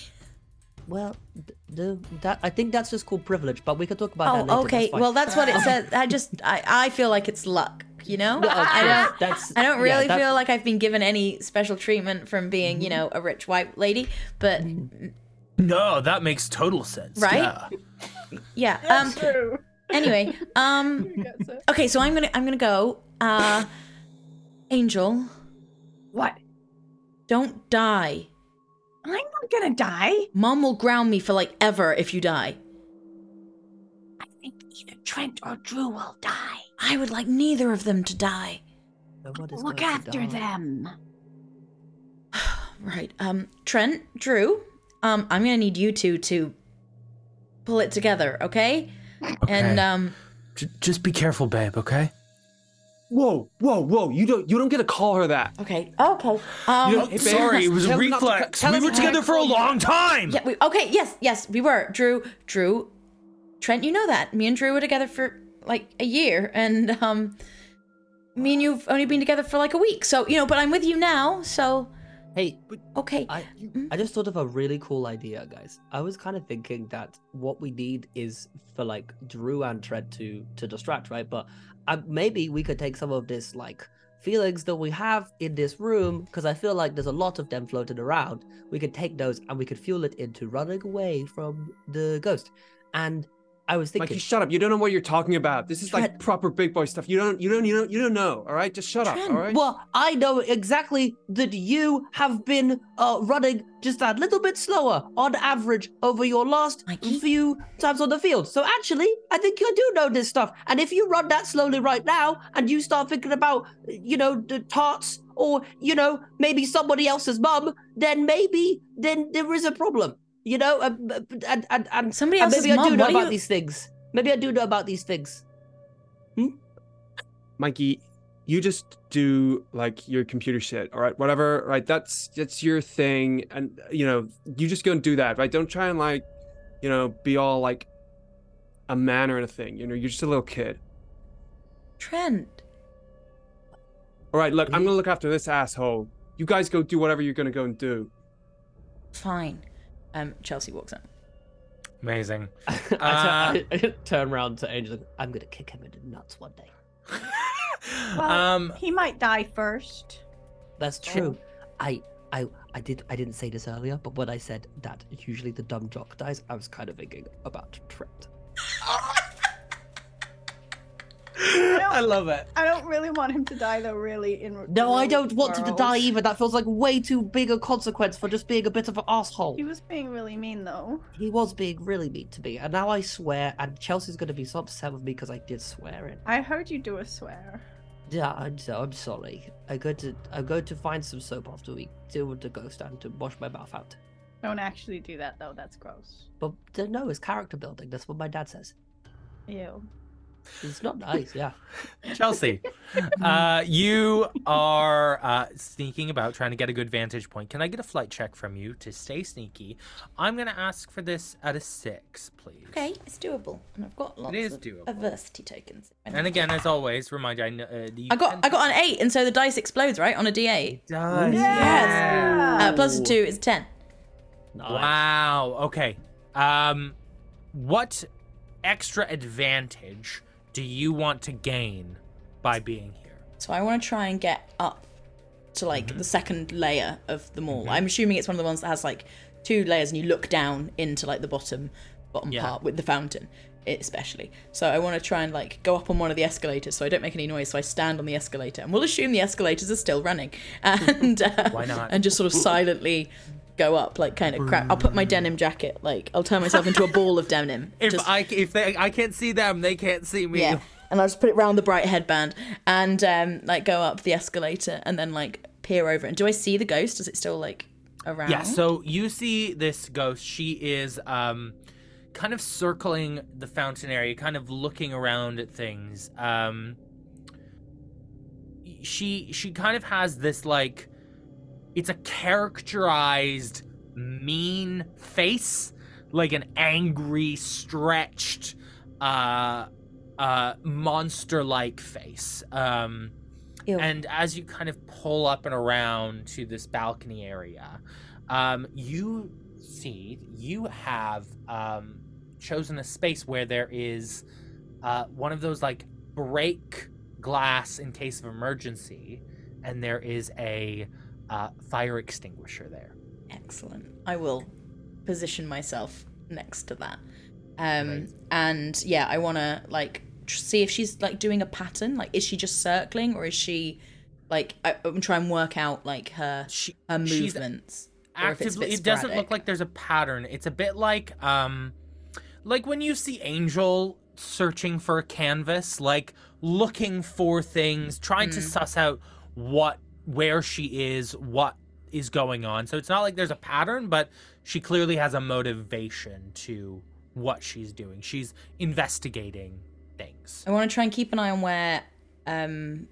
Speaker 6: well, th- the, that I think that's just called privilege, but we could talk about that later.
Speaker 1: oh, okay.
Speaker 6: that's fine.
Speaker 1: Well, that's what it says. I just I I feel like it's luck. You know,
Speaker 6: No, of
Speaker 1: I
Speaker 6: course,
Speaker 1: don't.
Speaker 6: that's-
Speaker 1: I don't
Speaker 6: Oh, yeah,
Speaker 1: really
Speaker 6: that's-
Speaker 1: feel like I've been given any special treatment from being, you know, a rich white lady. But
Speaker 3: no, that makes total sense.
Speaker 1: Right?
Speaker 3: Yeah.
Speaker 1: yeah. Um.
Speaker 2: True.
Speaker 1: Anyway. Um. Okay. So I'm gonna I'm gonna go. Uh, Angel,
Speaker 2: What?
Speaker 1: don't die.
Speaker 2: I'm not gonna die.
Speaker 1: Mom will ground me for like ever if you die.
Speaker 2: I think either Trent or Drew will die.
Speaker 1: I would like neither of them to die.
Speaker 6: Nobody's
Speaker 2: Look
Speaker 6: going to
Speaker 2: after
Speaker 6: die.
Speaker 2: them.
Speaker 1: Right. Um. Trent, Drew. Um. I'm gonna need you two to pull it together. Okay. And
Speaker 3: Okay.
Speaker 1: um.
Speaker 3: J- just be careful, babe. Okay.
Speaker 4: Whoa, whoa, whoa! You don't you don't get to call her that.
Speaker 1: Okay. Okay. Um.
Speaker 4: You know, Hey, babe.
Speaker 3: Sorry, it was a
Speaker 4: Tell him not to cut-
Speaker 3: reflex.
Speaker 4: tell
Speaker 3: We
Speaker 4: him
Speaker 3: were
Speaker 4: not to
Speaker 3: together
Speaker 4: cut
Speaker 3: for a
Speaker 4: corners.
Speaker 3: long time.
Speaker 1: yeah. We, okay. Yes. Yes. We were. Drew. Drew. Trent. You know that me and Drew were together for like a year, and um, me and you've only been together for like a week. So you know, but I'm with you now. So
Speaker 6: Hey,
Speaker 1: Okay.
Speaker 6: I
Speaker 1: Mm.
Speaker 6: I just thought of a really cool idea, guys. I was kind of thinking that what we need is for like Drew and Tread to to distract, right? But uh, maybe we could take some of this like feelings that we have in this room, because I feel like there's a lot of them floating around. We could take those and we could fuel it into running away from the ghost. And I was thinking,
Speaker 4: Mikey, shut up. You don't know what you're talking about. This is like
Speaker 6: Trent.
Speaker 4: proper big boy stuff. You don't you don't you don't you don't know. All right? Just shut up.
Speaker 1: Trent,
Speaker 4: All right?
Speaker 6: Well, I know exactly that you have been uh, running just a little bit slower on average over your last
Speaker 1: Mikey?
Speaker 6: few times on the field. So actually, I think you do know this stuff. And if you run that slowly right now and you start thinking about, you know, the tarts or, you know, maybe somebody else's mum, then maybe then there is a problem, you know? And, and, and, and
Speaker 1: Somebody
Speaker 6: and
Speaker 1: else's
Speaker 6: maybe I
Speaker 1: mom.
Speaker 6: do know
Speaker 1: What
Speaker 6: about
Speaker 1: are you?
Speaker 6: these things. Maybe I do know about these things.
Speaker 4: Mikey, you just do like your computer shit, all right? Whatever, right? That's that's your thing, and you know, you just go and do that, right? Don't try and like, you know, be all like a man or anything. You know, you're just a little kid.
Speaker 1: Trent.
Speaker 4: All right, look, I'm gonna look after this asshole. You guys go do whatever you're gonna go and do.
Speaker 1: Fine. Um, Chelsea walks out.
Speaker 3: Amazing.
Speaker 6: I
Speaker 2: Uh,
Speaker 6: turn- I, I turn around to Angel. and- I'm gonna kick him in the nuts one day.
Speaker 3: um,
Speaker 2: He might die first.
Speaker 6: That's true. I, I, I did. I didn't say this earlier, but when I said that usually the dumb jock dies, I was kind of thinking about Trent.
Speaker 3: I love it.
Speaker 2: I don't really want him to die though. Really, in
Speaker 6: No, I
Speaker 2: real
Speaker 6: don't want him to
Speaker 2: world.
Speaker 6: die either. That feels like way too big a consequence for just being a bit of an asshole.
Speaker 2: He was being really mean though.
Speaker 6: He was being really mean to me, and now I swear. And Chelsea's gonna be so upset with me because I did swear it.
Speaker 2: I heard you do a swear.
Speaker 6: Yeah, I'm, so- I'm sorry. I'm going to I'm going to find some soap after we deal with the ghost and to wash my mouth out.
Speaker 2: Don't actually do that though. That's gross.
Speaker 6: But th- no, it's character building. That's what my dad says.
Speaker 2: Ew.
Speaker 6: It's not nice. Yeah.
Speaker 3: Chelsea, uh, you are uh, sneaking about trying to get a good vantage point. Can I get a flight check from you to stay sneaky? I'm going to ask for this at a six, please.
Speaker 1: Okay, it's doable, and I've got lots
Speaker 3: is
Speaker 1: of
Speaker 3: doable.
Speaker 1: adversity tokens.
Speaker 3: And again, as always, remind you, I, kn- uh, you
Speaker 1: I got I got an eight, and so the dice explodes right on a D eight.
Speaker 3: Does.
Speaker 1: Uh, plus a two is ten.
Speaker 3: Wow. Okay. Um, what extra advantage do you want to gain by being here?
Speaker 1: So I want to try and get up to like
Speaker 3: Mm-hmm.
Speaker 1: the second layer of the mall. I'm assuming it's one of the ones that has like two layers, and you look down into like the bottom bottom
Speaker 3: Yeah.
Speaker 1: part with the fountain, especially. So I want to try and like go up on one of the escalators, so I don't make any noise. So I stand on the escalator, and we'll assume the escalators are still running, and uh,
Speaker 3: Why not?
Speaker 1: And just sort of silently. Go up, like kind of crap. I'll put my denim jacket, like I'll turn myself into a ball of denim.
Speaker 3: If
Speaker 1: just-
Speaker 3: I if they I can't see them, they can't see me.
Speaker 1: yeah. And I just put it round the bright headband and um, like go up the escalator and then like peer over. And do I see the ghost? Is it still like around?
Speaker 3: Yeah, so you see this ghost. She is um, kind of circling the fountain area, kind of looking around at things. Um, she she kind of has this like it's a characterized mean face, like an angry, stretched, uh, uh, monster-like face. Um,
Speaker 1: Ew.
Speaker 3: and as you kind of pull up and around to this balcony area, um, you see you have um, chosen a space where there is uh, one of those like break glass in case of emergency, and there is a uh, fire extinguisher there.
Speaker 1: Excellent. I will position myself next to that. Um,
Speaker 3: Amazing.
Speaker 1: And yeah, I want to like tr- see if she's like doing a pattern. Like, is she just circling or is she like, I, I'm trying to work out like her,
Speaker 3: She
Speaker 1: her
Speaker 3: she's
Speaker 1: movements. or if it's a
Speaker 3: actively
Speaker 1: bit
Speaker 3: it doesn't look
Speaker 1: sporadic.
Speaker 3: like there's a pattern it's a bit like um like when you see angel searching for a canvas like looking for things trying to
Speaker 1: Mm.
Speaker 3: suss out what where she is what is going on so it's not like there's a pattern but she clearly has a motivation to what she's doing she's investigating things
Speaker 1: I want to try and keep an eye on where, um,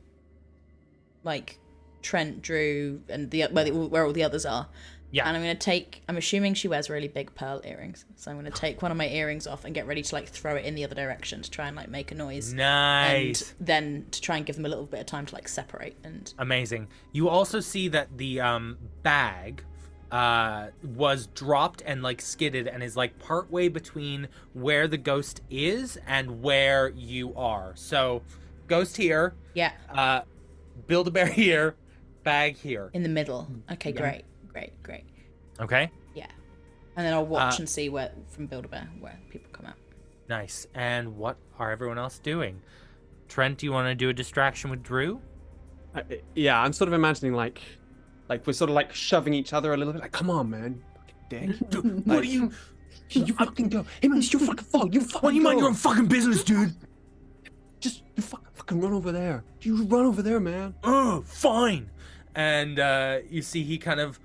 Speaker 1: like Trent, Drew, and the where, the, where all the others are,
Speaker 3: Yeah.
Speaker 1: And I'm gonna take. I'm assuming she wears really big pearl earrings, so I'm gonna take one of my earrings off and get ready to like throw it in the other direction to try and like make a noise.
Speaker 3: Nice.
Speaker 1: And then to try and give them a little bit of time to like separate and
Speaker 3: Amazing. You also see that the um, bag uh, was dropped and like skidded and is like partway between where the ghost is and where you are. So, ghost here,
Speaker 1: yeah,
Speaker 3: uh, build a bear here, bag here.
Speaker 1: in the middle. Okay, great, great, great.
Speaker 3: Okay.
Speaker 1: Yeah. And then I'll watch
Speaker 3: Uh,
Speaker 1: and see where from Build a Bear where people come out.
Speaker 3: Nice. And what are everyone else doing? Trent, do you want to do a distraction with Drew?
Speaker 4: I, I- yeah, I'm sort of imagining like, like we're sort of like shoving each other a little bit. Like, come on, man, fucking dick.
Speaker 3: Dude,
Speaker 4: Like- You fucking go. Hey man, it's your fucking fault. You fucking. go.
Speaker 3: fucking business, dude?
Speaker 4: Just you fucking, fucking run over there. You run over there, man.
Speaker 3: Oh, fine. And uh, you see he kind of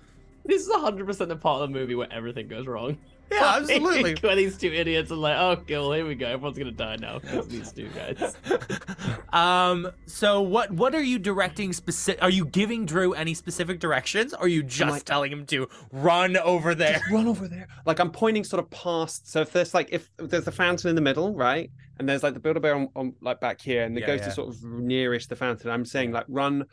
Speaker 5: This is 100% the part of the movie where everything goes wrong.
Speaker 3: Yeah, absolutely.
Speaker 5: where these two idiots are like, oh, cool, here we go. Everyone's going to die now. 'cause of These two guys.
Speaker 3: um so what what are you directing specific are you giving Drew any specific directions? Or are you just
Speaker 4: like-
Speaker 3: telling him to run over there?
Speaker 4: Run over there. Like I'm pointing sort of past. So if there's like if there's the fountain in the middle, right, and there's like the builder bear on, on like back here, and the
Speaker 3: Yeah,
Speaker 4: ghost
Speaker 3: yeah.
Speaker 4: is sort of nearish the fountain. I'm saying like run,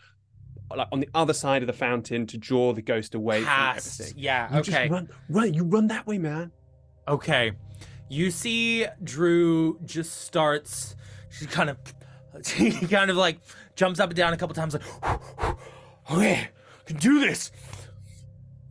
Speaker 4: like on the other side of the fountain to draw the ghost away
Speaker 3: Past.
Speaker 4: from everything.
Speaker 3: Yeah,
Speaker 4: You
Speaker 3: okay.
Speaker 4: Just run, run. You run that way, man.
Speaker 3: Okay. You see Drew just starts she kind of she kind of like jumps up and down a couple times like okay, I can do this.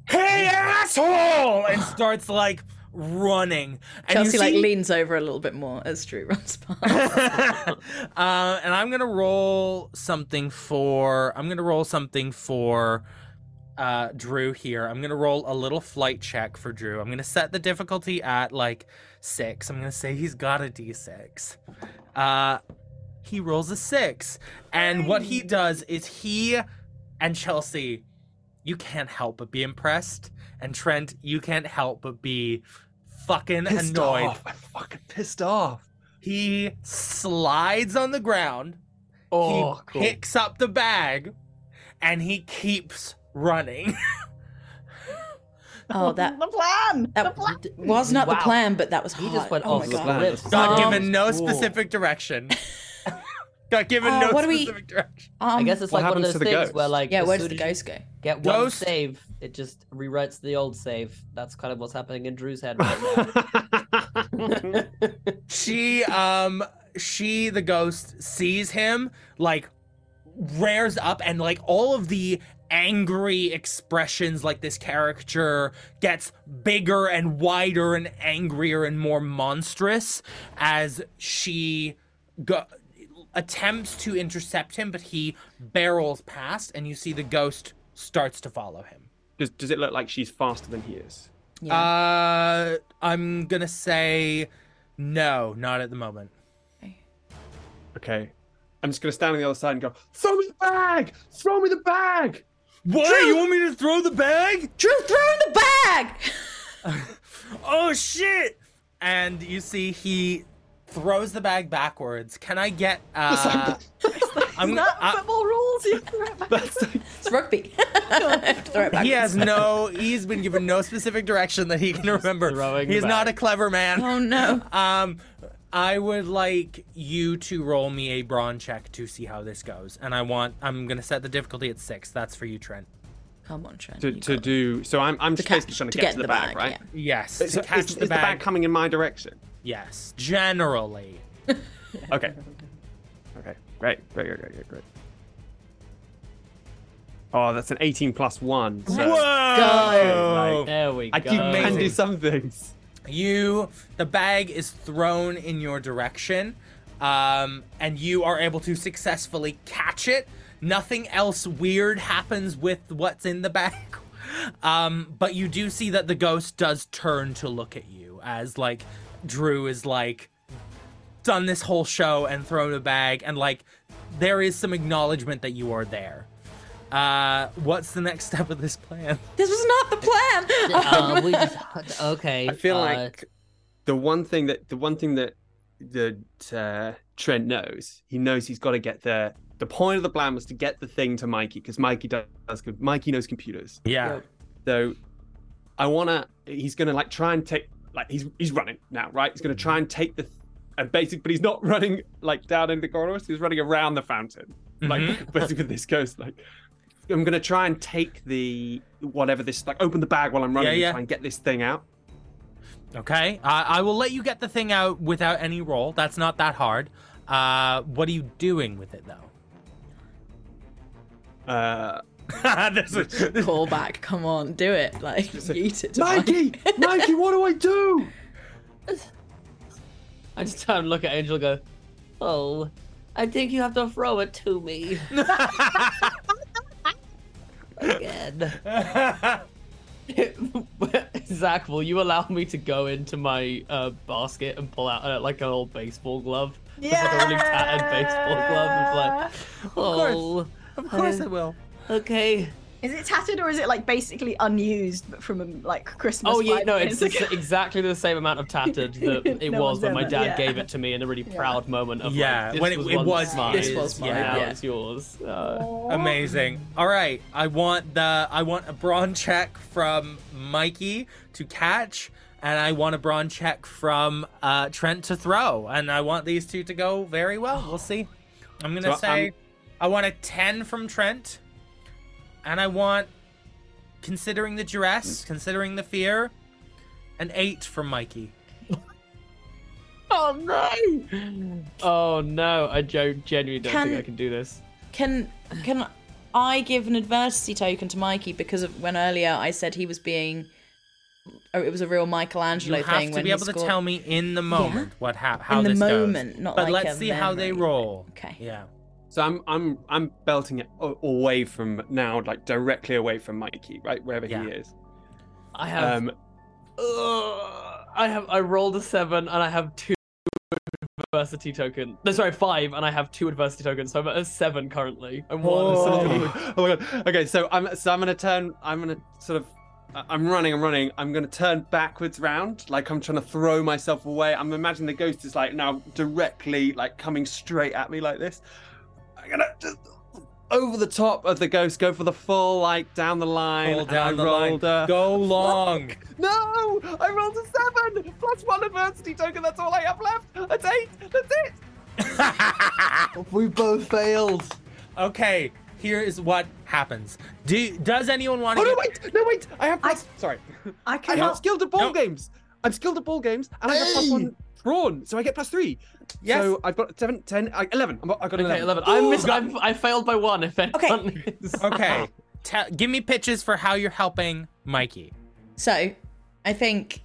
Speaker 3: Hey asshole and starts like running. And you
Speaker 1: Chelsea like
Speaker 3: see-
Speaker 1: leans over a little bit more as Drew runs past.
Speaker 3: uh, and I'm gonna roll something for I'm gonna roll something for uh, Drew here. I'm gonna roll a little flight check for Drew. I'm gonna set the difficulty at like six. I'm gonna say he's got a d6. Uh, he rolls a six, and what he does is he and Chelsea, you can't help but be impressed, and Trent, you can't help but be fucking
Speaker 4: Pissed
Speaker 3: annoyed.
Speaker 4: off. I'm fucking pissed off.
Speaker 3: He slides on the ground.
Speaker 5: Oh,
Speaker 3: he
Speaker 5: cool.
Speaker 3: picks up the bag, and he keeps running.
Speaker 1: Oh, that
Speaker 2: the plan. the
Speaker 1: that
Speaker 2: plan.
Speaker 1: d- was not the
Speaker 5: Wow.
Speaker 1: plan, but that was
Speaker 5: He
Speaker 1: hard.
Speaker 5: just went
Speaker 1: oh
Speaker 5: off
Speaker 1: my
Speaker 5: the
Speaker 1: god.
Speaker 4: plan.
Speaker 5: cliff.
Speaker 3: Got
Speaker 1: Um,
Speaker 3: given no
Speaker 5: cool.
Speaker 3: specific direction. Got given
Speaker 1: Uh,
Speaker 3: no
Speaker 1: what do we-
Speaker 3: specific direction.
Speaker 1: Um,
Speaker 5: I guess it's
Speaker 4: What
Speaker 5: like one of
Speaker 4: happens
Speaker 5: those
Speaker 4: to
Speaker 5: things
Speaker 4: the ghost?
Speaker 5: where, like,
Speaker 1: yeah.
Speaker 5: as
Speaker 1: Where
Speaker 5: soon
Speaker 1: did the
Speaker 5: as you
Speaker 1: ghost go?
Speaker 5: Get one
Speaker 3: Ghost?
Speaker 5: save, it just rewrites the old save. That's kind of what's happening in Drew's head right now.
Speaker 3: She, um, she, the ghost, sees him, like, rears up, and like all of the angry expressions, like this caricature, gets bigger and wider and angrier and more monstrous as she go- attempts to intercept him, but he barrels past, and you see the ghost starts to follow him.
Speaker 4: does, does it look like she's faster than he is?
Speaker 1: Yeah.
Speaker 3: Uh, I'm gonna say no, not at the moment.
Speaker 4: Okay. I'm just gonna stand on the other side and go, throw me the bag! Throw me the bag!
Speaker 3: What? You want me to throw the bag?
Speaker 1: Drew threw in the bag.
Speaker 3: Oh shit! And you see he throws the bag backwards. Can I get? Uh, I'm uh,
Speaker 2: Not
Speaker 3: I-
Speaker 2: football rules. You threw it back.
Speaker 4: That's
Speaker 1: It's rugby. Throw it back.
Speaker 3: he has no. He's been given no specific direction that he can remember.
Speaker 5: throwing the
Speaker 3: He's not a
Speaker 5: bag.
Speaker 3: clever man.
Speaker 1: Oh no.
Speaker 3: Um, I would like you to roll me a brawn check to see how this goes, and I want. I'm gonna set the difficulty at six. That's for you, Trent.
Speaker 1: Come on, Trent.
Speaker 4: to,
Speaker 1: you
Speaker 4: to
Speaker 1: got it.
Speaker 4: do so I'm I'm just
Speaker 1: catch-
Speaker 4: basically trying to, get, to the, bag, right?
Speaker 1: yeah.
Speaker 3: Yes. To
Speaker 4: So is-
Speaker 3: catch
Speaker 4: is,
Speaker 3: the,
Speaker 4: the
Speaker 3: bag.
Speaker 4: bag coming in my direction?
Speaker 3: Yes, generally.
Speaker 4: Okay. Okay. Great. Great, great, great, great, great. Oh, that's an 18 plus one. So
Speaker 3: Whoa!
Speaker 5: there we
Speaker 4: Oh. I
Speaker 5: go.
Speaker 4: keep can do some things.
Speaker 3: You, the bag is thrown in your direction, um, and you are able to successfully catch it. Nothing else weird happens with what's in the bag, um, but you do see that the ghost does turn to look at you as like Drew is like done this whole show and thrown a bag, and like there is some acknowledgement that you are there. Uh, what's the next step of this plan?
Speaker 1: This was not the plan.
Speaker 5: Um,
Speaker 6: Uh, we just, okay.
Speaker 4: I feel
Speaker 6: uh,
Speaker 4: like the one thing that the one thing that that uh, Trent knows, he knows he's got to get the the point of the plan was to get the thing to Mikey because Mikey does, does Mikey knows computers.
Speaker 3: Yeah.
Speaker 4: So I wanna. He's gonna like try and take. Like he's he's running now, right? He's gonna try and take the. And basic, but he's not running like down in the corridors. He's running around the fountain. Like
Speaker 3: Mhm.
Speaker 4: basically, this goes like. I'm gonna try and take the whatever this like. Open the bag while I'm running
Speaker 3: Yeah,
Speaker 4: and
Speaker 3: yeah.
Speaker 4: try and get this thing out.
Speaker 3: Okay, I I will let you get the thing out without any roll. That's not that hard. Uh, what are you doing with it though?
Speaker 4: Uh,
Speaker 3: this is, this-
Speaker 1: Call back. Come on, do it. Like, eat it. to
Speaker 4: Mikey, Mikey, what do I do?
Speaker 7: I just turn and look at Angel and go, Oh, I think you have to throw it to me. Again.
Speaker 6: Zach, will you allow me to go into my uh, basket and pull out uh, like an old baseball glove? It's like a really tattered baseball glove. It's like,
Speaker 7: Oh,
Speaker 3: of course I will.
Speaker 7: okay.
Speaker 2: Is it tattered or is it like basically unused but from um, like Christmas?
Speaker 6: oh yeah,
Speaker 2: five
Speaker 6: no,
Speaker 2: years
Speaker 6: it's the
Speaker 2: ago?
Speaker 6: s- exactly the same amount of tattered that it
Speaker 2: No
Speaker 6: was
Speaker 2: one's
Speaker 6: when my
Speaker 2: ever-
Speaker 6: dad
Speaker 2: yeah.
Speaker 6: gave it to me in a really proud moment of like,
Speaker 3: Yeah,
Speaker 6: this
Speaker 3: when it-
Speaker 6: was,
Speaker 3: it
Speaker 6: once
Speaker 3: was
Speaker 6: mine.
Speaker 1: This was mine,
Speaker 6: now
Speaker 1: yeah.
Speaker 6: it's yours. Uh,
Speaker 3: Amazing. All right, I want the I want a brawn check from Mikey to catch, and I want a brawn check from uh, Trent to throw, and I want these two to go very well. We'll see. I'm gonna
Speaker 4: So
Speaker 3: say
Speaker 4: I'm-
Speaker 3: i want a ten from Trent, and I want, considering the duress, considering the fear, an eight from Mikey.
Speaker 7: Oh no!
Speaker 6: oh no, I jo- genuinely don't
Speaker 1: Can-
Speaker 6: think I can do this.
Speaker 1: Can can I give an adversity token to Mikey because of when earlier I said he was being, or it was a real Michelangelo
Speaker 3: You
Speaker 1: thing
Speaker 3: have to
Speaker 1: when
Speaker 3: be
Speaker 1: he
Speaker 3: able to
Speaker 1: scored-
Speaker 3: tell me in the moment what hap how
Speaker 1: in the
Speaker 3: this goes.
Speaker 1: moment, not
Speaker 3: But
Speaker 1: like
Speaker 3: let's
Speaker 1: a
Speaker 3: see how they
Speaker 1: memory.
Speaker 3: roll.
Speaker 1: Okay.
Speaker 3: Yeah.
Speaker 4: So I'm I'm I'm belting it a- away from now, like directly away from Mikey, right wherever
Speaker 3: Yeah.
Speaker 4: he is.
Speaker 6: I have
Speaker 4: Um,
Speaker 6: Ugh, I have I rolled a seven and I have two adversity token. No, sorry, five and I have two adversity tokens, so I'm at a seven currently. And one is sort of-
Speaker 4: oh my god. Okay, so I'm so I'm gonna turn. I'm gonna sort of. I- I'm running. I'm running. I'm gonna turn backwards round, like I'm trying to throw myself away. I'm imagining the ghost is like now directly, like coming straight at me like this. I'm gonna just over the top of the ghost, go for the full, like down the line.
Speaker 3: Roll
Speaker 4: and
Speaker 3: down
Speaker 4: I
Speaker 3: the
Speaker 4: rolled uh,
Speaker 3: line.
Speaker 4: a-
Speaker 3: Go long.
Speaker 4: No! I rolled a seven! Plus one adversity token, that's all I have left! That's eight! That's it!
Speaker 6: we both failed.
Speaker 3: okay, here is what happens. Do does anyone want
Speaker 4: Oh
Speaker 3: to?
Speaker 4: no, wait! No, wait! I have
Speaker 2: I-
Speaker 4: plus. Sorry.
Speaker 2: I
Speaker 4: I'm
Speaker 2: cannot.
Speaker 4: skilled at ball
Speaker 3: No.
Speaker 4: games! I'm skilled at ball games, and I got plus
Speaker 6: Hey!
Speaker 4: one drawn, so I get plus three.
Speaker 3: Yes.
Speaker 4: So I've got seven, ten, I, eleven. I've got, I've got
Speaker 6: Okay,
Speaker 4: eleven.
Speaker 6: eleven. I missed. I, I failed by one. If anyone is-
Speaker 3: Okay, tell, give me pitches for how you're helping Mikey.
Speaker 1: So, I think,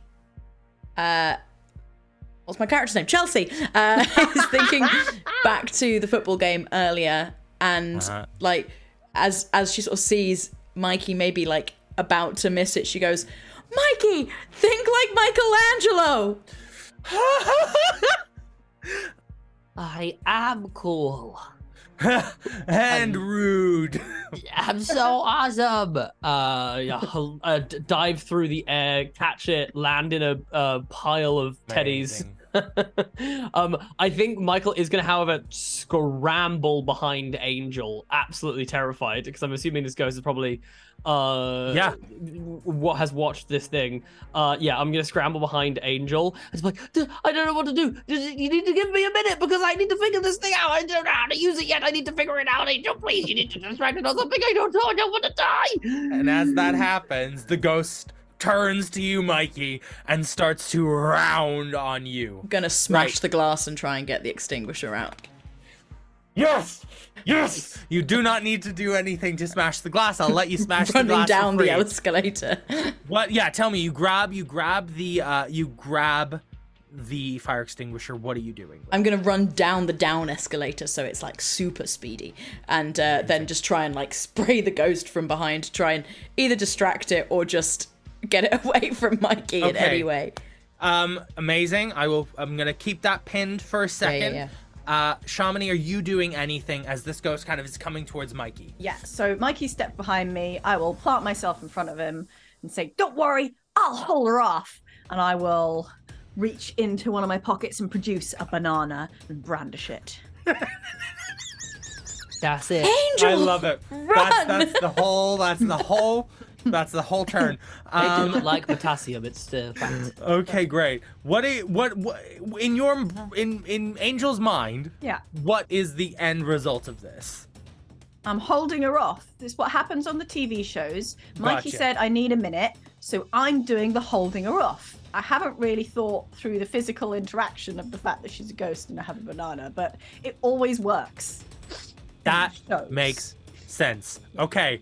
Speaker 1: uh, what's my character's name? Chelsea uh, is thinking back to the football game earlier, and
Speaker 3: Uh-huh.
Speaker 1: like as as she sort of sees Mikey maybe like about to miss it, she goes, "Mikey, think like Michelangelo."
Speaker 7: I am cool.
Speaker 3: and rude.
Speaker 7: I'm so awesome.
Speaker 6: Uh, yeah, hel- uh, d- dive through the air, catch it, land in a, a pile of teddies.
Speaker 3: Amazing.
Speaker 6: um, I think Michael is going to, however, scramble behind Angel, absolutely terrified, because I'm assuming this ghost is probably, uh,
Speaker 3: Yeah.
Speaker 6: what has watched this thing. Uh, yeah, I'm going to scramble behind Angel. It's like, "D- I don't know what to do. D- You need to give me a minute because I need to figure this thing out. I don't know how to use it yet. I need to figure it out. Angel, please, you need to distract it on something I don't know. I don't want to die.
Speaker 3: And as that happens, the ghost turns to you, Mikey, and starts to round on you.
Speaker 1: I'm gonna smash
Speaker 3: Right.
Speaker 1: the glass and try and get the extinguisher out.
Speaker 3: Yes. Yes. You do not need to do anything to smash the glass. I'll let you smash the
Speaker 1: Running
Speaker 3: glass for
Speaker 1: down the
Speaker 3: free.
Speaker 1: escalator.
Speaker 3: What? Yeah, tell me. You grab. You grab the. Uh, you grab the fire extinguisher. What are you doing?
Speaker 1: I'm gonna run down the down escalator so it's like super speedy, and uh, then just try and like spray the ghost from behind, to try and either distract it or just get it away from Mikey in
Speaker 3: Okay.
Speaker 1: any way.
Speaker 3: Um, amazing. I will. I'm gonna keep that pinned for a second.
Speaker 1: yeah.
Speaker 3: Uh, Shamini, are you doing anything as this ghost kind of is coming towards Mikey?
Speaker 2: Yeah. So Mikey stepped behind me. I will plant myself in front of him and say, "Don't worry, I'll hold her off." And I will reach into one of my pockets and produce a banana and brandish it.
Speaker 7: That's it.
Speaker 1: Angel,
Speaker 3: I love it. That's, that's the whole. That's the whole. That's the whole turn. Um,
Speaker 6: They do not like potassium. It's uh, fact.
Speaker 3: Okay, great. What, i- what what in your in in Angel's mind?
Speaker 2: Yeah.
Speaker 3: What is the end result of this?
Speaker 2: I'm holding her off. This is what happens on the TV shows. Mikey
Speaker 3: Gotcha.
Speaker 2: said I need a minute, so I'm doing the holding her off. I haven't really thought through the physical interaction of the fact that she's a ghost and I have a banana, but it always works.
Speaker 3: That
Speaker 2: Shows.
Speaker 3: makes sense. Okay.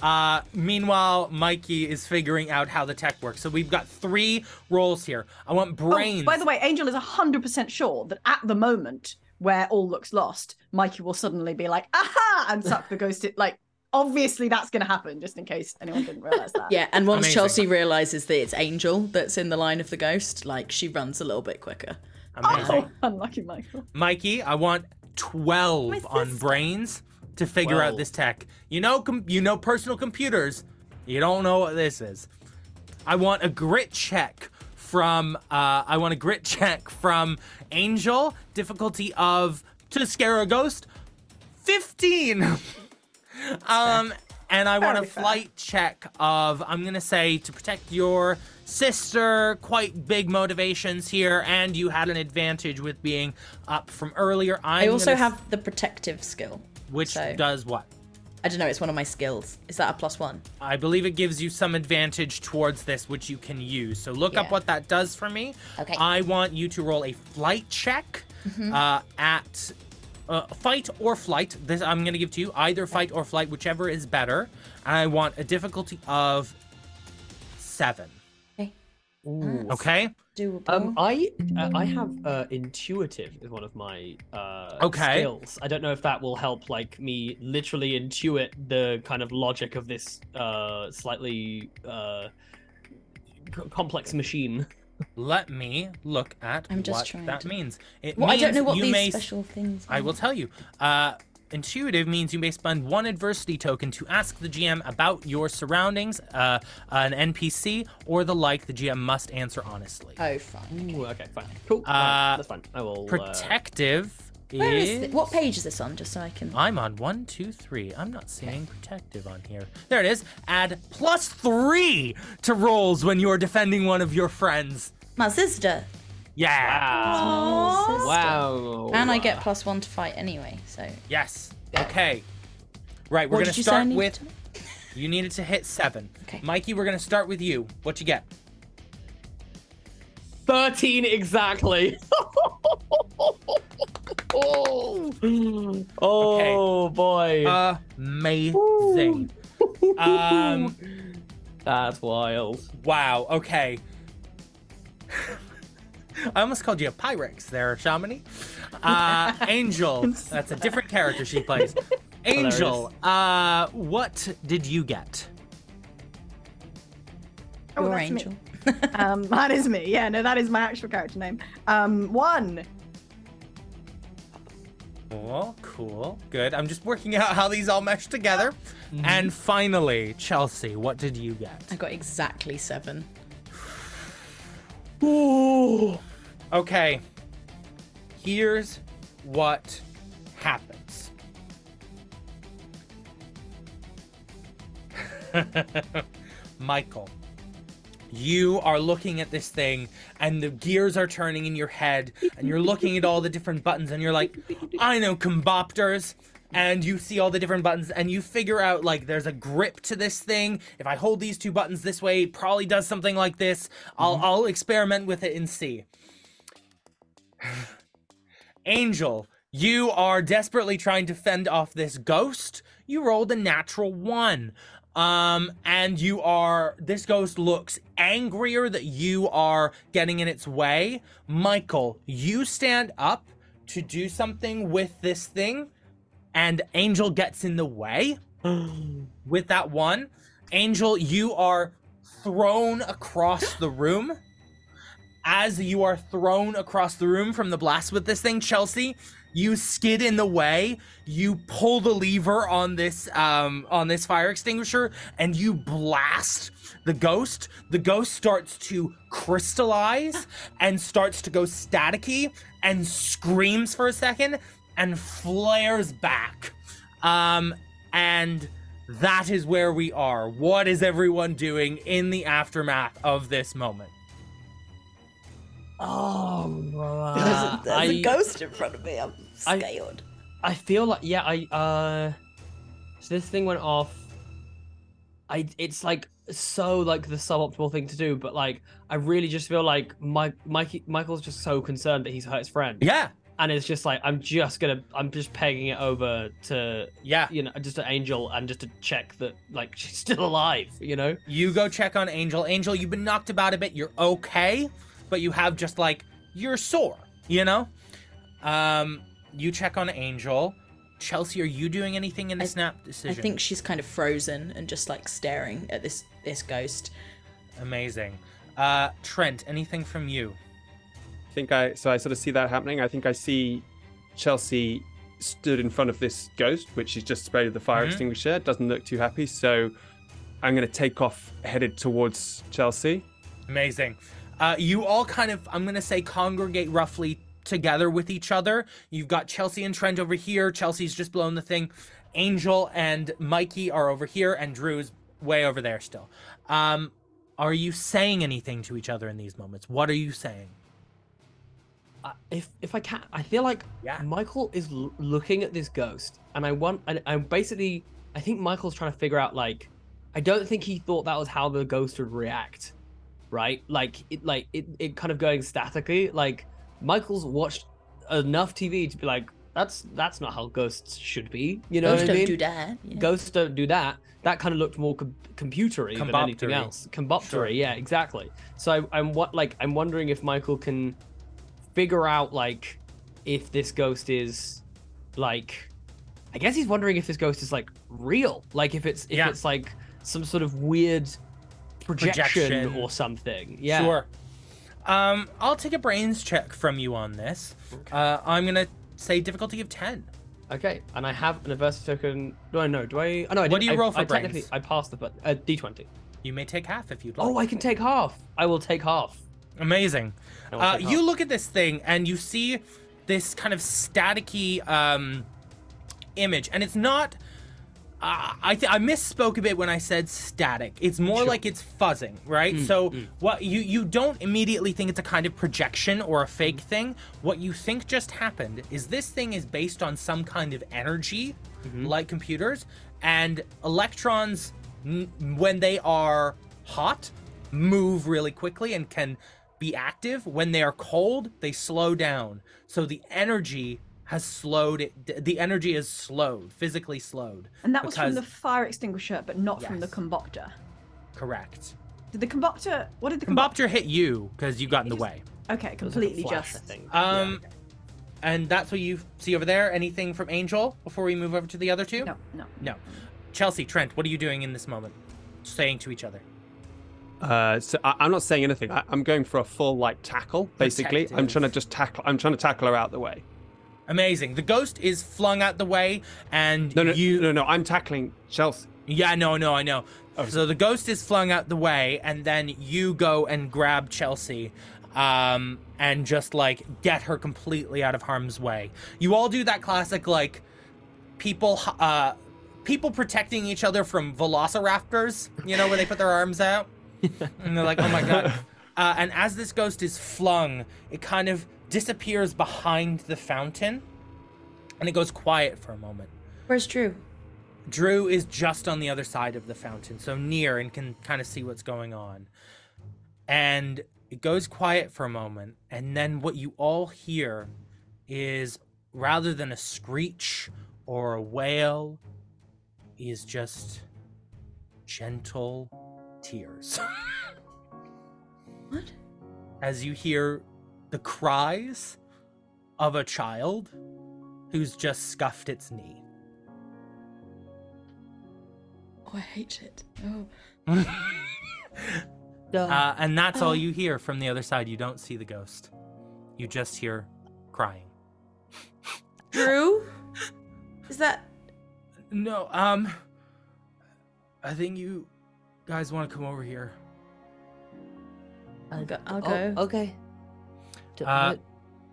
Speaker 3: Uh, meanwhile, Mikey is figuring out how the tech works. So we've got three roles here. I want
Speaker 2: Oh,
Speaker 3: brains.
Speaker 2: by the way, Angel is 100% sure that at the moment where all looks lost, Mikey will suddenly be like, aha, and suck the ghost. In. Like, obviously that's going to happen, just in case anyone didn't realize that.
Speaker 1: Yeah, and once
Speaker 3: Amazing.
Speaker 1: Chelsea realizes that it's Angel that's in the line of the ghost, like she runs a little bit quicker.
Speaker 3: Amazing.
Speaker 2: Oh, unlucky Michael.
Speaker 3: Mikey, I want 12 on brains to figure out
Speaker 5: 12.
Speaker 3: this tech. You know com- you know personal computers. You don't know what this is. I want a grit check from uh I want a grit check from Angel, difficulty of to scare a ghost 15. um and I want a
Speaker 2: Very fair.
Speaker 3: flight check of I'm going to say to protect your sister, quite big motivations here and you had an advantage with being up from earlier. i
Speaker 1: i also have the protective skill.
Speaker 3: which
Speaker 1: so-
Speaker 3: does what?
Speaker 1: I don't know, it's one of my skills. Is that a plus one?
Speaker 3: I believe it gives you some advantage towards this, which you can use. So look up
Speaker 1: Yeah.
Speaker 3: what that does for me.
Speaker 1: Okay. Mm-hmm.
Speaker 3: I want you to roll a flight check uh, at uh, fight or flight. This I'm going to give to you either fight or flight, whichever is better. And I want a difficulty of seven.
Speaker 1: Okay.
Speaker 5: Ooh.
Speaker 3: Okay.
Speaker 1: Doable.
Speaker 5: Um, I uh, I have uh, intuitive is one of my uh,
Speaker 3: Okay.
Speaker 5: skills. I don't know if that will help, like me literally intuit the kind of logic of this uh, slightly uh, c- complex machine.
Speaker 3: Let me look at
Speaker 1: I'm just
Speaker 3: what
Speaker 1: trying
Speaker 3: that
Speaker 1: to-
Speaker 3: means. It
Speaker 1: well, I don't
Speaker 3: means
Speaker 1: know what
Speaker 3: you
Speaker 1: these
Speaker 3: may
Speaker 1: special things are.
Speaker 3: I will tell you. Uh, intuitive means you may spend one adversity token to ask the GM about your surroundings, uh, an NPC, or the like. The GM must answer honestly.
Speaker 1: Oh, fine.
Speaker 5: Ooh, okay, fine, cool.
Speaker 3: Uh,
Speaker 5: that's fine. I will. Uh,
Speaker 3: Protective
Speaker 1: Where is
Speaker 3: is.
Speaker 1: thi- what page is this on? Just so I can.
Speaker 3: I'm on one, two, three. I'm not seeing protective on here. There it is. Add plus three to rolls when you're defending one of your friends.
Speaker 1: My sister.
Speaker 3: Yeah.
Speaker 5: wow.
Speaker 1: Sister.
Speaker 5: Wow.
Speaker 1: And I get plus one to fight anyway, so.
Speaker 3: Yes. Okay. Right. We're
Speaker 1: what
Speaker 3: gonna
Speaker 1: did you say I
Speaker 3: start
Speaker 1: needed
Speaker 3: with.
Speaker 1: to-
Speaker 3: You needed to hit seven.
Speaker 1: Okay.
Speaker 3: Mikey, we're gonna start with you. What you get?
Speaker 5: Thirteen exactly. oh boy.
Speaker 3: Amazing. um,
Speaker 5: That's wild.
Speaker 3: wow. Okay. I almost called you a Pyrex there, Chamonix. Uh, Angel. That's a different character she plays. Angel, uh, what did you get?
Speaker 2: Oh,
Speaker 1: Your
Speaker 2: that's me.
Speaker 1: angel.
Speaker 2: um, that is me. Yeah, no, that is my actual character name. Um, one.
Speaker 3: Cool, cool, good. I'm just working out how these all mesh together.
Speaker 1: Mm-hmm.
Speaker 3: And finally, Chelsea, what did you get?
Speaker 1: I got exactly seven.
Speaker 3: Okay. Here's what happens. Michael, you are looking at this thing and the gears are turning in your head and you're looking at all the different buttons and you're like, I know combopters. And you see all the different buttons and you figure out like there's a grip to this thing. If I hold these two buttons this way, it probably does something like this. I'll I'll experiment with it and see. Angel, you are desperately trying to fend off this ghost. You rolled a natural one. Um, and you are, this ghost looks angrier that you are getting in its way. Michael, you stand up to do something with this thing, and Angel gets in the way with that one. Angel, you are thrown across the room as you are thrown across the room from the blast with this thing, Chelsea, you skid in the way, you pull the lever on this um on this fire extinguisher, and you blast the ghost. The ghost starts to crystallize and starts to go staticky and screams for a second and flares back. Um and that is where we are. What is everyone doing in the aftermath of this moment?
Speaker 8: Oh,
Speaker 1: There's,
Speaker 8: right.
Speaker 1: a, there's a
Speaker 6: I-
Speaker 1: ghost in front of me. I'm
Speaker 6: I-
Speaker 1: scared.
Speaker 6: I feel like yeah, I uh so this thing went off. I it's like so like the suboptimal thing to do, but like I really just feel like Mike Mikey Michael's just so concerned that he's hurt his friend.
Speaker 3: Yeah,
Speaker 6: And it's just like I'm just gonna I'm just pegging it over to
Speaker 3: yeah.
Speaker 6: you know, just to Angel and just to check that like she's still alive, you know?
Speaker 3: You go check on Angel. Angel, you've been knocked about a bit. You're okay, but you have just like you're sore. You know. Um, you check on Angel. Chelsea, are you doing anything in the
Speaker 1: I-
Speaker 3: snap decision?
Speaker 1: I think she's kind of frozen and just like staring at this this ghost.
Speaker 3: amazing. Uh, Trent, anything from you?
Speaker 4: I think I so I sort of see that happening. I think I see Chelsea stood in front of this ghost, which is just sprayed with the fire
Speaker 3: Mhm.
Speaker 4: extinguisher. Doesn't look too happy, so I'm gonna take off headed towards Chelsea.
Speaker 3: Amazing. Uh, you all kind of, I'm going to say, congregate roughly together with each other. You've got Chelsea and Trent over here. Chelsea's just blown the thing. Angel and Mikey are over here, and Drew's way over there still. Um, are you saying anything to each other in these moments? What are you saying?
Speaker 6: I- if if I can, I feel like
Speaker 3: Yeah.
Speaker 6: Michael is l- looking at this ghost, and I want, and I'm basically, I think Michael's trying to figure out like, I don't think he thought that was how the ghost would react, right? Like it, like it, it kind of going statically. Like Michael's watched enough TV to be like, that's that's not how ghosts should be. You know
Speaker 1: Ghosts
Speaker 6: what I
Speaker 1: don't
Speaker 6: mean?
Speaker 1: do that. you know?
Speaker 6: Ghosts don't do that. That kind of looked more com- computery than anything
Speaker 3: Comboptery.
Speaker 6: else. Comboptery, yeah, exactly. So I, I'm what like I'm wondering if Michael can figure out like if this ghost is like I guess he's wondering if this ghost is like real, like if it's if
Speaker 3: Yeah.
Speaker 6: it's like some sort of weird projection,
Speaker 3: Projection.
Speaker 6: or something. Yeah.
Speaker 3: Sure. Um, I'll take a brains check from you on this. Uh, I'm going to say difficulty of 10.
Speaker 6: Okay. And I have an adversity token. Do I know? Do I? Oh no, I didn't.
Speaker 3: What do you
Speaker 6: I-
Speaker 3: roll for
Speaker 6: I technically
Speaker 3: brains?
Speaker 6: I passed the but uh, d20.
Speaker 3: You may take half if you'd like.
Speaker 6: Oh, I can take half. I will take half.
Speaker 3: Amazing.
Speaker 6: I will
Speaker 3: Uh,
Speaker 6: take half.
Speaker 3: you look at this thing and you see this kind of staticky um, image, and it's not. Uh, I th- I misspoke a bit when I said static. It's more like it's fuzzing, right? so what you you don't immediately think it's a kind of projection or a fake thing. What you think just happened is this thing is based on some kind of energy, like computers, and electrons n- when they are hot move really quickly and can be active. When they are cold, they slow down. So the energy has slowed. It, th- the energy is slowed, physically slowed.
Speaker 2: And that was from the
Speaker 3: because-
Speaker 2: fire extinguisher, but not from the
Speaker 3: Yes.
Speaker 2: combopter.
Speaker 3: correct.
Speaker 2: Did the combopter? What did the combopter?
Speaker 3: Combopter hit you because you got in the way.
Speaker 2: Okay,
Speaker 6: It was like a
Speaker 2: completely
Speaker 6: flash, I
Speaker 2: just.
Speaker 6: think.
Speaker 3: Um, and that's what you see over there. Anything from Angel before we move over to the other two?
Speaker 2: No, no.
Speaker 3: No. Chelsea, Trent, what are you doing in this moment? Saying to each other.
Speaker 4: Uh, so I, I'm not saying anything. I, I'm going for a full like tackle. Basically, I'm
Speaker 3: Protective.
Speaker 4: trying to just tackle. I'm trying to tackle her out the way.
Speaker 3: Amazing. The ghost is flung out the way, and
Speaker 4: No, no,
Speaker 3: you.
Speaker 4: no, no. I'm tackling Chelsea.
Speaker 3: Yeah, no, no, I know. So the ghost is flung out the way, and then you go and grab Chelsea, um, and just like get her completely out of harm's way. You all do that classic like people, uh, people protecting each other from velociraptors. You know where they put their arms out, and they're like, "Oh my god!" Uh, and as this ghost is flung, it kind of disappears behind the fountain, and it goes quiet for a moment.
Speaker 1: Where's Drew?
Speaker 3: Drew is just on the other side of the fountain, so near and can kind of see what's going on. And it goes quiet for a moment, and then what you all hear is rather than a screech or a wail, is just gentle tears.
Speaker 1: What?
Speaker 3: As you hear the cries of a child who's just scuffed its knee.
Speaker 1: Oh, I hate it. Oh.
Speaker 3: Uh, and that's all you hear from the other side. You don't see the ghost. You just hear crying.
Speaker 1: Drew? Is that.
Speaker 3: No, um. I think you guys want to come over here.
Speaker 1: I'll go. I'll
Speaker 8: Oh,
Speaker 1: go.
Speaker 8: okay. D-
Speaker 3: Uh,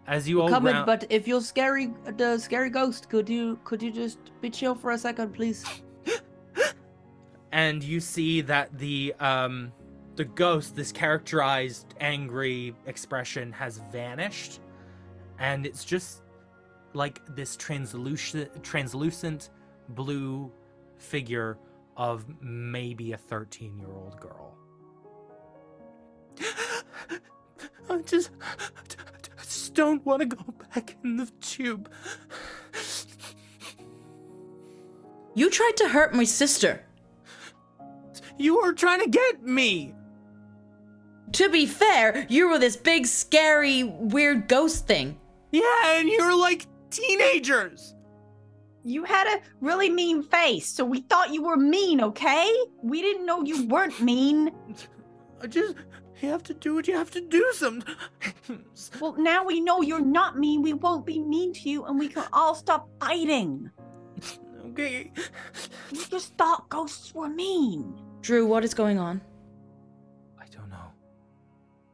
Speaker 3: As you all
Speaker 8: Come in,
Speaker 3: round-
Speaker 8: but if you're scary, the scary ghost, could you could you just be chill for a second, please?
Speaker 3: and you see that the um, the ghost, this characterized angry expression, has vanished, and it's just like this translucent, translucent blue figure of maybe a thirteen-year-old girl. I just, just don't want to go back in the tube.
Speaker 1: You tried to hurt my sister.
Speaker 3: You are trying to get me.
Speaker 1: To be fair, you were this big, scary, weird ghost thing.
Speaker 3: Yeah, and you're like teenagers.
Speaker 2: You had a really mean face, so we thought you were mean, okay? We didn't know you weren't mean.
Speaker 3: I just you have to do what you have to do sometimes.
Speaker 2: Well, now we know you're not mean. We won't be mean to you, and we can all stop fighting.
Speaker 3: okay.
Speaker 2: You just thought ghosts were mean.
Speaker 1: Drew, what is going on?
Speaker 3: I don't know.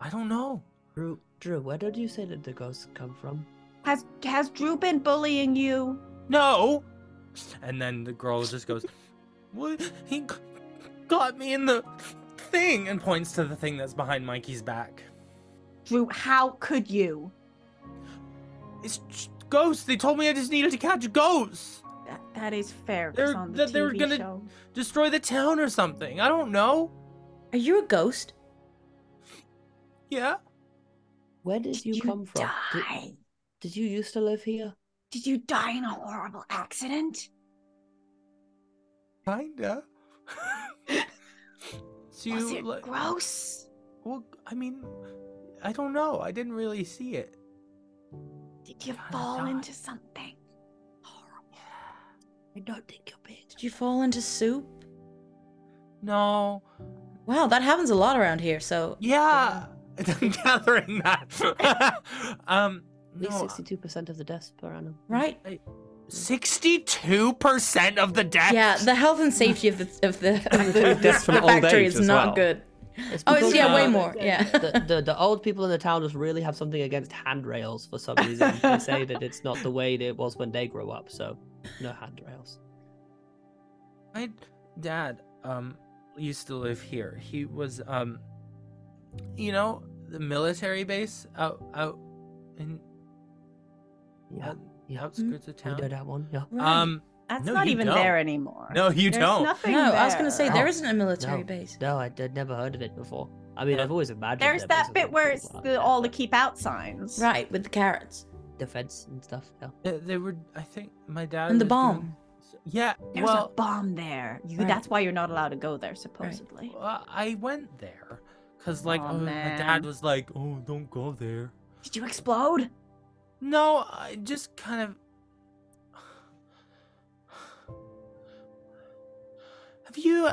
Speaker 3: I don't know.
Speaker 6: Drew, Drew, where did you say that the ghosts come from?
Speaker 2: Has has Drew been bullying you?
Speaker 3: No. And then the girl just goes, "What? He g- got me in the thing," and points to the thing that's behind Mikey's back.
Speaker 2: Drew, how could you?
Speaker 3: It's j- ghosts. They told me I just needed to catch ghosts,
Speaker 2: That, that is fair.
Speaker 3: They're-
Speaker 2: It's on the
Speaker 3: that they were
Speaker 2: TV
Speaker 3: gonna-
Speaker 2: show.
Speaker 3: destroy the town or something. I don't know.
Speaker 1: Are you a ghost?
Speaker 3: Yeah.
Speaker 6: Where did you, come from? Did,
Speaker 2: Die? Did...
Speaker 6: did you used to live here?
Speaker 2: you die in a horrible accident?
Speaker 3: Kinda. so you
Speaker 2: Was it
Speaker 3: like-
Speaker 2: gross?
Speaker 3: Well, I mean, I don't know. I didn't really see it.
Speaker 2: Did you
Speaker 3: Kinda
Speaker 2: fall
Speaker 3: died.
Speaker 2: into something?
Speaker 6: I don't think you're big.
Speaker 1: Did you fall into soup?
Speaker 3: No.
Speaker 1: Wow, that happens a lot around here, so
Speaker 3: Yeah. I'm gathering that. um,
Speaker 6: At least
Speaker 3: no,
Speaker 6: sixty-two percent of the deaths per annum.
Speaker 1: right?
Speaker 3: 62% of the deaths.
Speaker 1: Yeah, the health and safety of the of the, of the,
Speaker 4: Deaths from
Speaker 1: the
Speaker 4: old
Speaker 1: factory
Speaker 4: age
Speaker 1: is
Speaker 4: as
Speaker 1: not
Speaker 4: well.
Speaker 1: good. Oh, it's
Speaker 6: because,
Speaker 1: yeah,
Speaker 3: uh,
Speaker 1: way more. Yeah.
Speaker 6: the, the the old people in the town just really have something against handrails for some reason. they say that it's not the way that it was when they grew up, so no handrails.
Speaker 3: My dad um used to live here. He was um you know, the military base out out in
Speaker 6: Yeah,
Speaker 3: out,
Speaker 6: yeah. Mm-hmm.
Speaker 3: outskirts of
Speaker 6: we know
Speaker 3: town.
Speaker 6: that one. Yeah.
Speaker 1: Right.
Speaker 3: Um
Speaker 2: That's
Speaker 3: No,
Speaker 2: not
Speaker 3: you
Speaker 2: even
Speaker 3: don't.
Speaker 2: there anymore.
Speaker 3: no, you
Speaker 2: There's
Speaker 3: don't.
Speaker 2: nothing
Speaker 1: no, I was gonna
Speaker 2: there.
Speaker 1: say there isn't a military
Speaker 6: No.
Speaker 1: base.
Speaker 6: No, I'd, I'd never heard of it before. I mean,
Speaker 3: Yeah.
Speaker 6: I've always imagined.
Speaker 2: There's
Speaker 6: there was
Speaker 2: that
Speaker 6: a
Speaker 2: bit
Speaker 6: thing
Speaker 2: where
Speaker 6: like
Speaker 2: it's
Speaker 6: that,
Speaker 2: the,
Speaker 6: yeah,
Speaker 2: all the
Speaker 6: but
Speaker 2: keep out signs.
Speaker 1: Right, with the carrots.
Speaker 6: the fence and stuff. Yeah.
Speaker 3: They, they were I think my dad
Speaker 1: And the
Speaker 3: was doing-
Speaker 1: bomb.
Speaker 3: yeah,
Speaker 2: There's
Speaker 3: well,
Speaker 2: a bomb there. You,
Speaker 1: Right.
Speaker 2: That's why you're not allowed to go there, supposedly.
Speaker 3: well, I went there cuz like
Speaker 2: Aw,
Speaker 3: oh, my
Speaker 2: man.
Speaker 3: dad was like, "Oh, don't go there."
Speaker 2: Did you explode?
Speaker 3: No, I just kind of. Have you?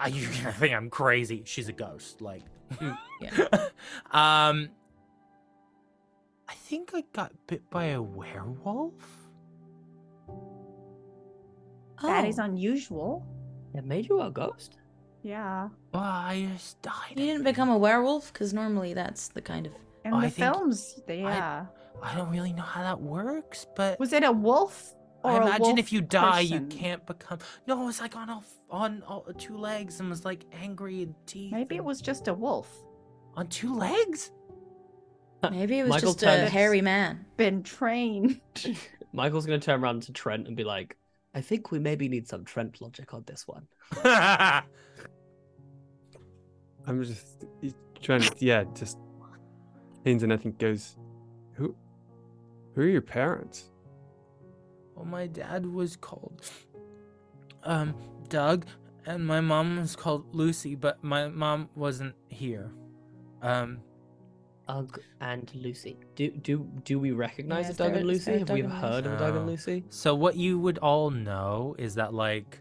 Speaker 3: Are you gonna think I'm crazy? She's a ghost, like.
Speaker 1: Mm, yeah.
Speaker 3: um. I think I got bit by a werewolf.
Speaker 1: Oh.
Speaker 2: That is unusual.
Speaker 6: It made you a ghost.
Speaker 2: Yeah.
Speaker 3: Well, I just died.
Speaker 1: You didn't
Speaker 3: I
Speaker 1: become a werewolf because normally that's the kind of
Speaker 2: And
Speaker 3: Oh, I
Speaker 2: the
Speaker 3: think
Speaker 2: films, they- yeah.
Speaker 3: think. I don't really know how that works, but
Speaker 2: Was it a wolf? Or
Speaker 3: I
Speaker 2: a
Speaker 3: imagine
Speaker 2: wolf
Speaker 3: if you die, you
Speaker 2: person?
Speaker 3: can't become. No, it was like on all, on all two legs and was like angry and teeth.
Speaker 2: Maybe it
Speaker 3: and-
Speaker 2: was just a wolf.
Speaker 3: on two legs.
Speaker 1: maybe it was
Speaker 6: Michael
Speaker 1: just a
Speaker 6: Turner.
Speaker 1: hairy man.
Speaker 2: Been trained.
Speaker 6: Michael's gonna turn around to Trent and be like, "I think we maybe need some Trent logic on this one."
Speaker 4: I'm just trying to, yeah, just means and I think goes, who, who are your parents?
Speaker 3: Well, Oh, my dad was called um Doug, and my mom was called Lucy, but my mom wasn't here. Um,
Speaker 6: Doug and Lucy. Do do do we recognize
Speaker 1: Yes,
Speaker 6: a Doug
Speaker 1: there
Speaker 6: and
Speaker 1: is-
Speaker 6: Lucy?
Speaker 1: there are
Speaker 6: Have
Speaker 1: Doug
Speaker 6: we
Speaker 1: and
Speaker 6: ever heard of a Doug and
Speaker 3: Oh.
Speaker 6: Lucy?
Speaker 3: so what you would all know is that like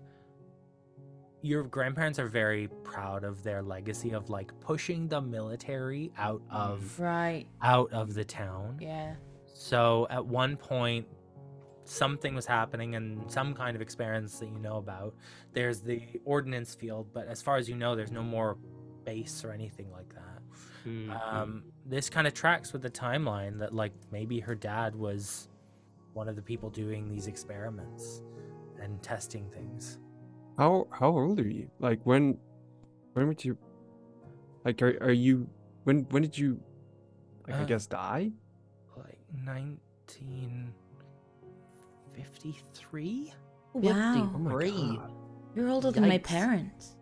Speaker 3: your grandparents are very proud of their legacy of like pushing the military out of
Speaker 1: Right.
Speaker 3: out of the town.
Speaker 1: Yeah.
Speaker 3: So at one point, something was happening and some kind of experience that you know about. There's the ordnance field, but as far as you know, there's no more base or anything like that.
Speaker 6: Mm-hmm.
Speaker 3: Um, this kind of tracks with the timeline that, like, maybe her dad was one of the people doing these experiments and testing things.
Speaker 9: how how old are you? Like when when would you like are are you when when did you like I
Speaker 3: Uh,
Speaker 9: guess die?
Speaker 3: Like 1953?
Speaker 1: Wow.
Speaker 9: Oh my
Speaker 6: Three.
Speaker 9: god.
Speaker 1: You're older than my
Speaker 6: Yikes.
Speaker 1: parents.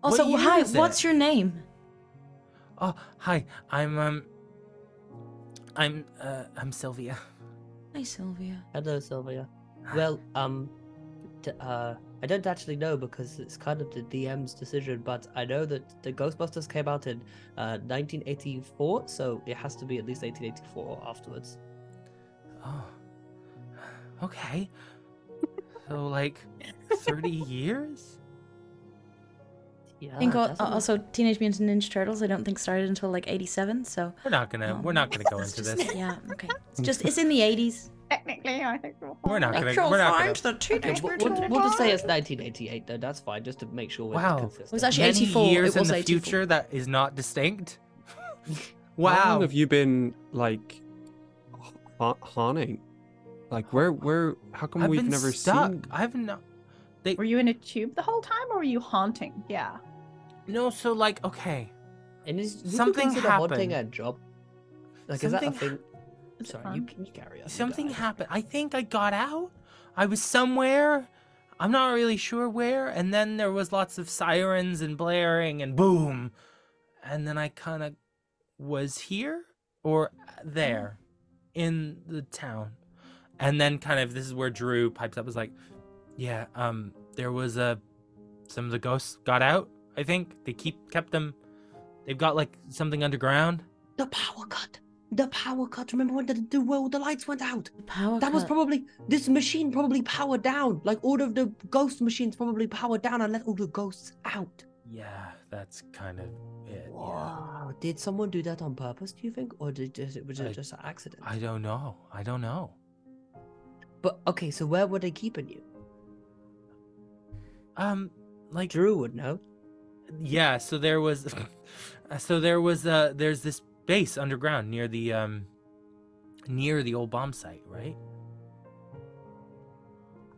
Speaker 3: What
Speaker 1: Also,
Speaker 3: year
Speaker 1: hi,
Speaker 3: is it?
Speaker 1: what's your name?
Speaker 3: Oh, hi. I'm um I'm uh I'm Sylvia.
Speaker 1: Hi, Sylvia.
Speaker 6: Hello, Sylvia. Well, um, t- uh, I don't actually know because it's kind of the DM's decision, but I know that the Ghostbusters came out in uh, 1984, so it has to be at least 1984 afterwards.
Speaker 3: Oh. Okay. So like 30 years?
Speaker 6: Yeah.
Speaker 1: I think al-
Speaker 6: that's a-
Speaker 1: uh, also Teenage Mutant Ninja Turtles. I don't think started until like '87. So
Speaker 3: We're not going to
Speaker 1: Um,
Speaker 3: we're not going to go
Speaker 1: it's
Speaker 3: into
Speaker 1: just-
Speaker 3: this.
Speaker 1: Yeah. Okay. It's just it's in the '80s.
Speaker 2: Technically, I think we'll
Speaker 3: We're not
Speaker 2: find
Speaker 3: going to we're not going to
Speaker 1: the
Speaker 6: Okay, we'll, we'll, we'll just say it's 1988, though. That's fine, just to make sure we're
Speaker 3: Wow.
Speaker 6: consistent.
Speaker 1: It was actually
Speaker 3: Many
Speaker 1: 84, it
Speaker 3: years in
Speaker 1: was
Speaker 3: the
Speaker 1: 84.
Speaker 3: future that is not distinct.
Speaker 9: How
Speaker 3: wow.
Speaker 9: long have you been like ha- haunting? Like where where how come
Speaker 3: I've
Speaker 9: we've
Speaker 3: been
Speaker 9: never
Speaker 3: stuck.
Speaker 9: seen
Speaker 3: I've not
Speaker 2: Were you in a tube the whole time, or were you haunting? Yeah.
Speaker 3: No, so like okay.
Speaker 6: And is would you
Speaker 3: something
Speaker 6: consider Haunting a
Speaker 3: happened.
Speaker 6: job. Like, is that a
Speaker 3: Something
Speaker 6: thing?
Speaker 2: Is it
Speaker 6: Sorry,
Speaker 2: fun?
Speaker 6: you, can- you carry on. you
Speaker 3: Something
Speaker 6: guys.
Speaker 3: happened. I think I got out. I was somewhere. I'm not really sure where. And then there was lots of sirens and blaring and boom. And then I kind of was here or there in the town. And then kind of this is where Drew pipes up was like, yeah, um there was a some of the ghosts got out, I think. They keep kept them. They've got like something underground.
Speaker 6: The power cut. The power cut. Remember when the, the world the lights went out?
Speaker 1: Power
Speaker 6: That was
Speaker 1: cut.
Speaker 6: probably this machine probably powered down. Like all of the ghost machines probably powered down and let all the ghosts out.
Speaker 3: Yeah, that's kind of it. yeah.
Speaker 6: Wow. Oh, Did someone do that on purpose, do you think? Or did just, was it
Speaker 3: I-
Speaker 6: just an accident?
Speaker 3: I don't know. I don't know.
Speaker 6: But okay, so where were they keeping you?
Speaker 3: Um, like
Speaker 6: Drew would know.
Speaker 3: yeah. So there was, so there was uh, there's this base underground near the um, near the old bomb site, right?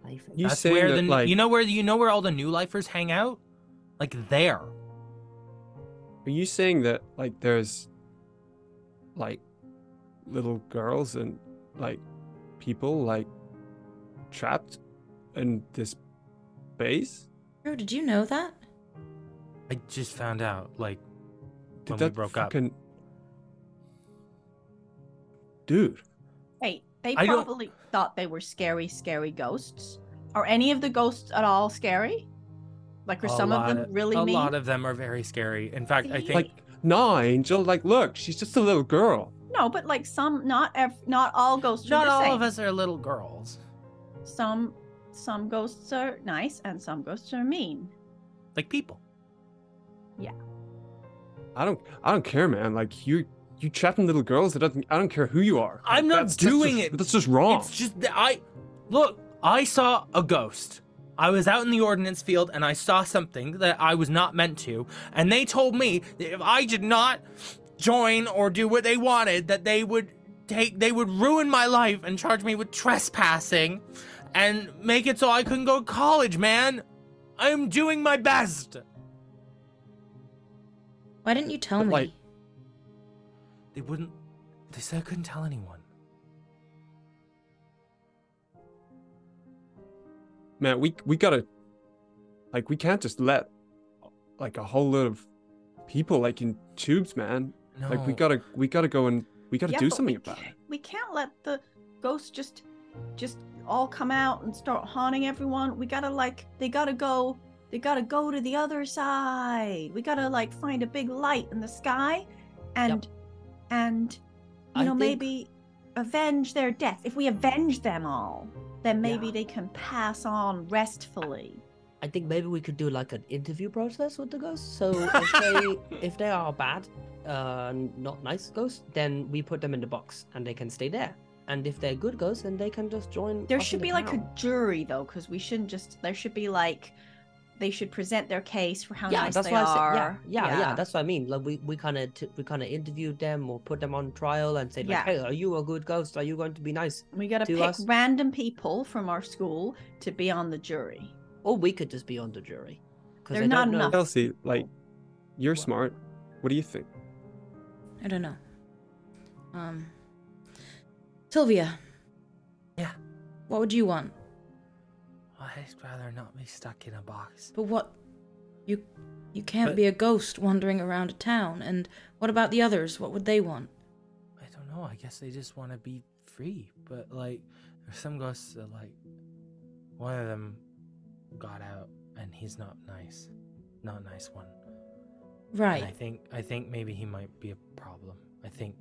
Speaker 6: I think.
Speaker 9: You
Speaker 3: That's
Speaker 9: saying
Speaker 3: where
Speaker 9: that,
Speaker 3: the n-
Speaker 9: like-
Speaker 3: you know where you know where all the new lifers hang out, like there.
Speaker 9: Are you saying that like there's like little girls and like people like trapped in this base?
Speaker 1: Drew, did you know that?
Speaker 3: I just found out like
Speaker 9: Dude,
Speaker 3: when we
Speaker 9: that
Speaker 3: broke up.
Speaker 9: fucking... Dude,
Speaker 2: Hey, they
Speaker 3: I don't-
Speaker 2: probably thought they were scary, scary ghosts. Are any of the ghosts at all scary? Like, are
Speaker 3: A
Speaker 2: some
Speaker 3: lot
Speaker 2: of them really
Speaker 3: a
Speaker 2: mean?
Speaker 3: lot of them are very scary. In fact, I
Speaker 2: See?
Speaker 3: think
Speaker 9: like nah, Angel, like look, she's just a little girl.
Speaker 2: No, but like some, not ev- not all ghosts.
Speaker 3: not
Speaker 2: are the
Speaker 3: all
Speaker 2: same.
Speaker 3: of us are little girls.
Speaker 2: Some some ghosts are nice, and some ghosts are mean.
Speaker 3: Like people.
Speaker 9: I don't I don't care, man. Like you you trapping little girls, I don't I don't care who you are.
Speaker 3: I'm
Speaker 9: Like,
Speaker 3: not
Speaker 9: that's- that's
Speaker 3: doing
Speaker 9: just-
Speaker 3: it.
Speaker 9: That's just wrong.
Speaker 3: It's just that I look. I saw a ghost. I was out in the ordnance field and I saw something that I was not meant to, and they told me that if I did not join or do what they wanted, that they would take they would ruin my life and charge me with trespassing, and make it so I couldn't go to college. Man, I am doing my best.
Speaker 1: Why didn't you tell
Speaker 9: But,
Speaker 1: me?
Speaker 9: like-
Speaker 3: They wouldn't. They said I couldn't tell anyone.
Speaker 9: man we we gotta like we can't just let like a whole lot of people like in tubes man
Speaker 3: No.
Speaker 9: like we gotta we gotta go and we gotta
Speaker 2: Yeah,
Speaker 9: do
Speaker 2: but
Speaker 9: something
Speaker 2: we
Speaker 9: about it
Speaker 2: can't- We can't let the ghosts just just all come out and start haunting everyone. We gotta like they gotta go they gotta go to the other side. We gotta like find a big light in the sky and and you
Speaker 6: I
Speaker 2: know
Speaker 6: think-
Speaker 2: maybe avenge their death. If we avenge them all, then maybe
Speaker 6: Yeah.
Speaker 2: they can pass on restfully.
Speaker 6: I think maybe we could do like an interview process with the ghosts. So if they if they are bad, uh, not nice ghosts, then we put them in the box and they can stay there. And if they're good ghosts, then they can just join.
Speaker 2: There
Speaker 6: us in
Speaker 2: should
Speaker 6: the
Speaker 2: be like a
Speaker 6: town.
Speaker 2: jury though, because we shouldn't just. There should be like they should present their case for how
Speaker 6: yeah,
Speaker 2: nice
Speaker 6: that's
Speaker 2: they
Speaker 6: why I said,
Speaker 2: are.
Speaker 6: yeah, yeah, yeah, that's what I mean. Like we we kind of t- we kind of interviewed them or put them on trial and said like,
Speaker 2: Yeah.
Speaker 6: hey, are you a good ghost? Are you going to be nice?
Speaker 2: we got to
Speaker 6: do
Speaker 2: pick
Speaker 6: us-
Speaker 2: random people from our school to be on the jury.
Speaker 6: Or we could just be on the jury because
Speaker 2: They're
Speaker 6: I
Speaker 2: not
Speaker 6: don't know.
Speaker 2: enough.
Speaker 9: Kelsey, like, you're smart. What do you think?
Speaker 1: I don't know. Um, Sylvia.
Speaker 3: Yeah.
Speaker 1: What would you want?
Speaker 3: I'd rather not be stuck in a box.
Speaker 1: But what? You, you can't
Speaker 3: But-
Speaker 1: be a ghost wandering around a town. And what about the others? What would they want?
Speaker 3: I don't know. I guess they just want to be free. But like, there's some ghosts that like, one of them got out, and he's not nice. Not a nice one. And I
Speaker 1: Right.
Speaker 3: think I think maybe he might be a problem. I think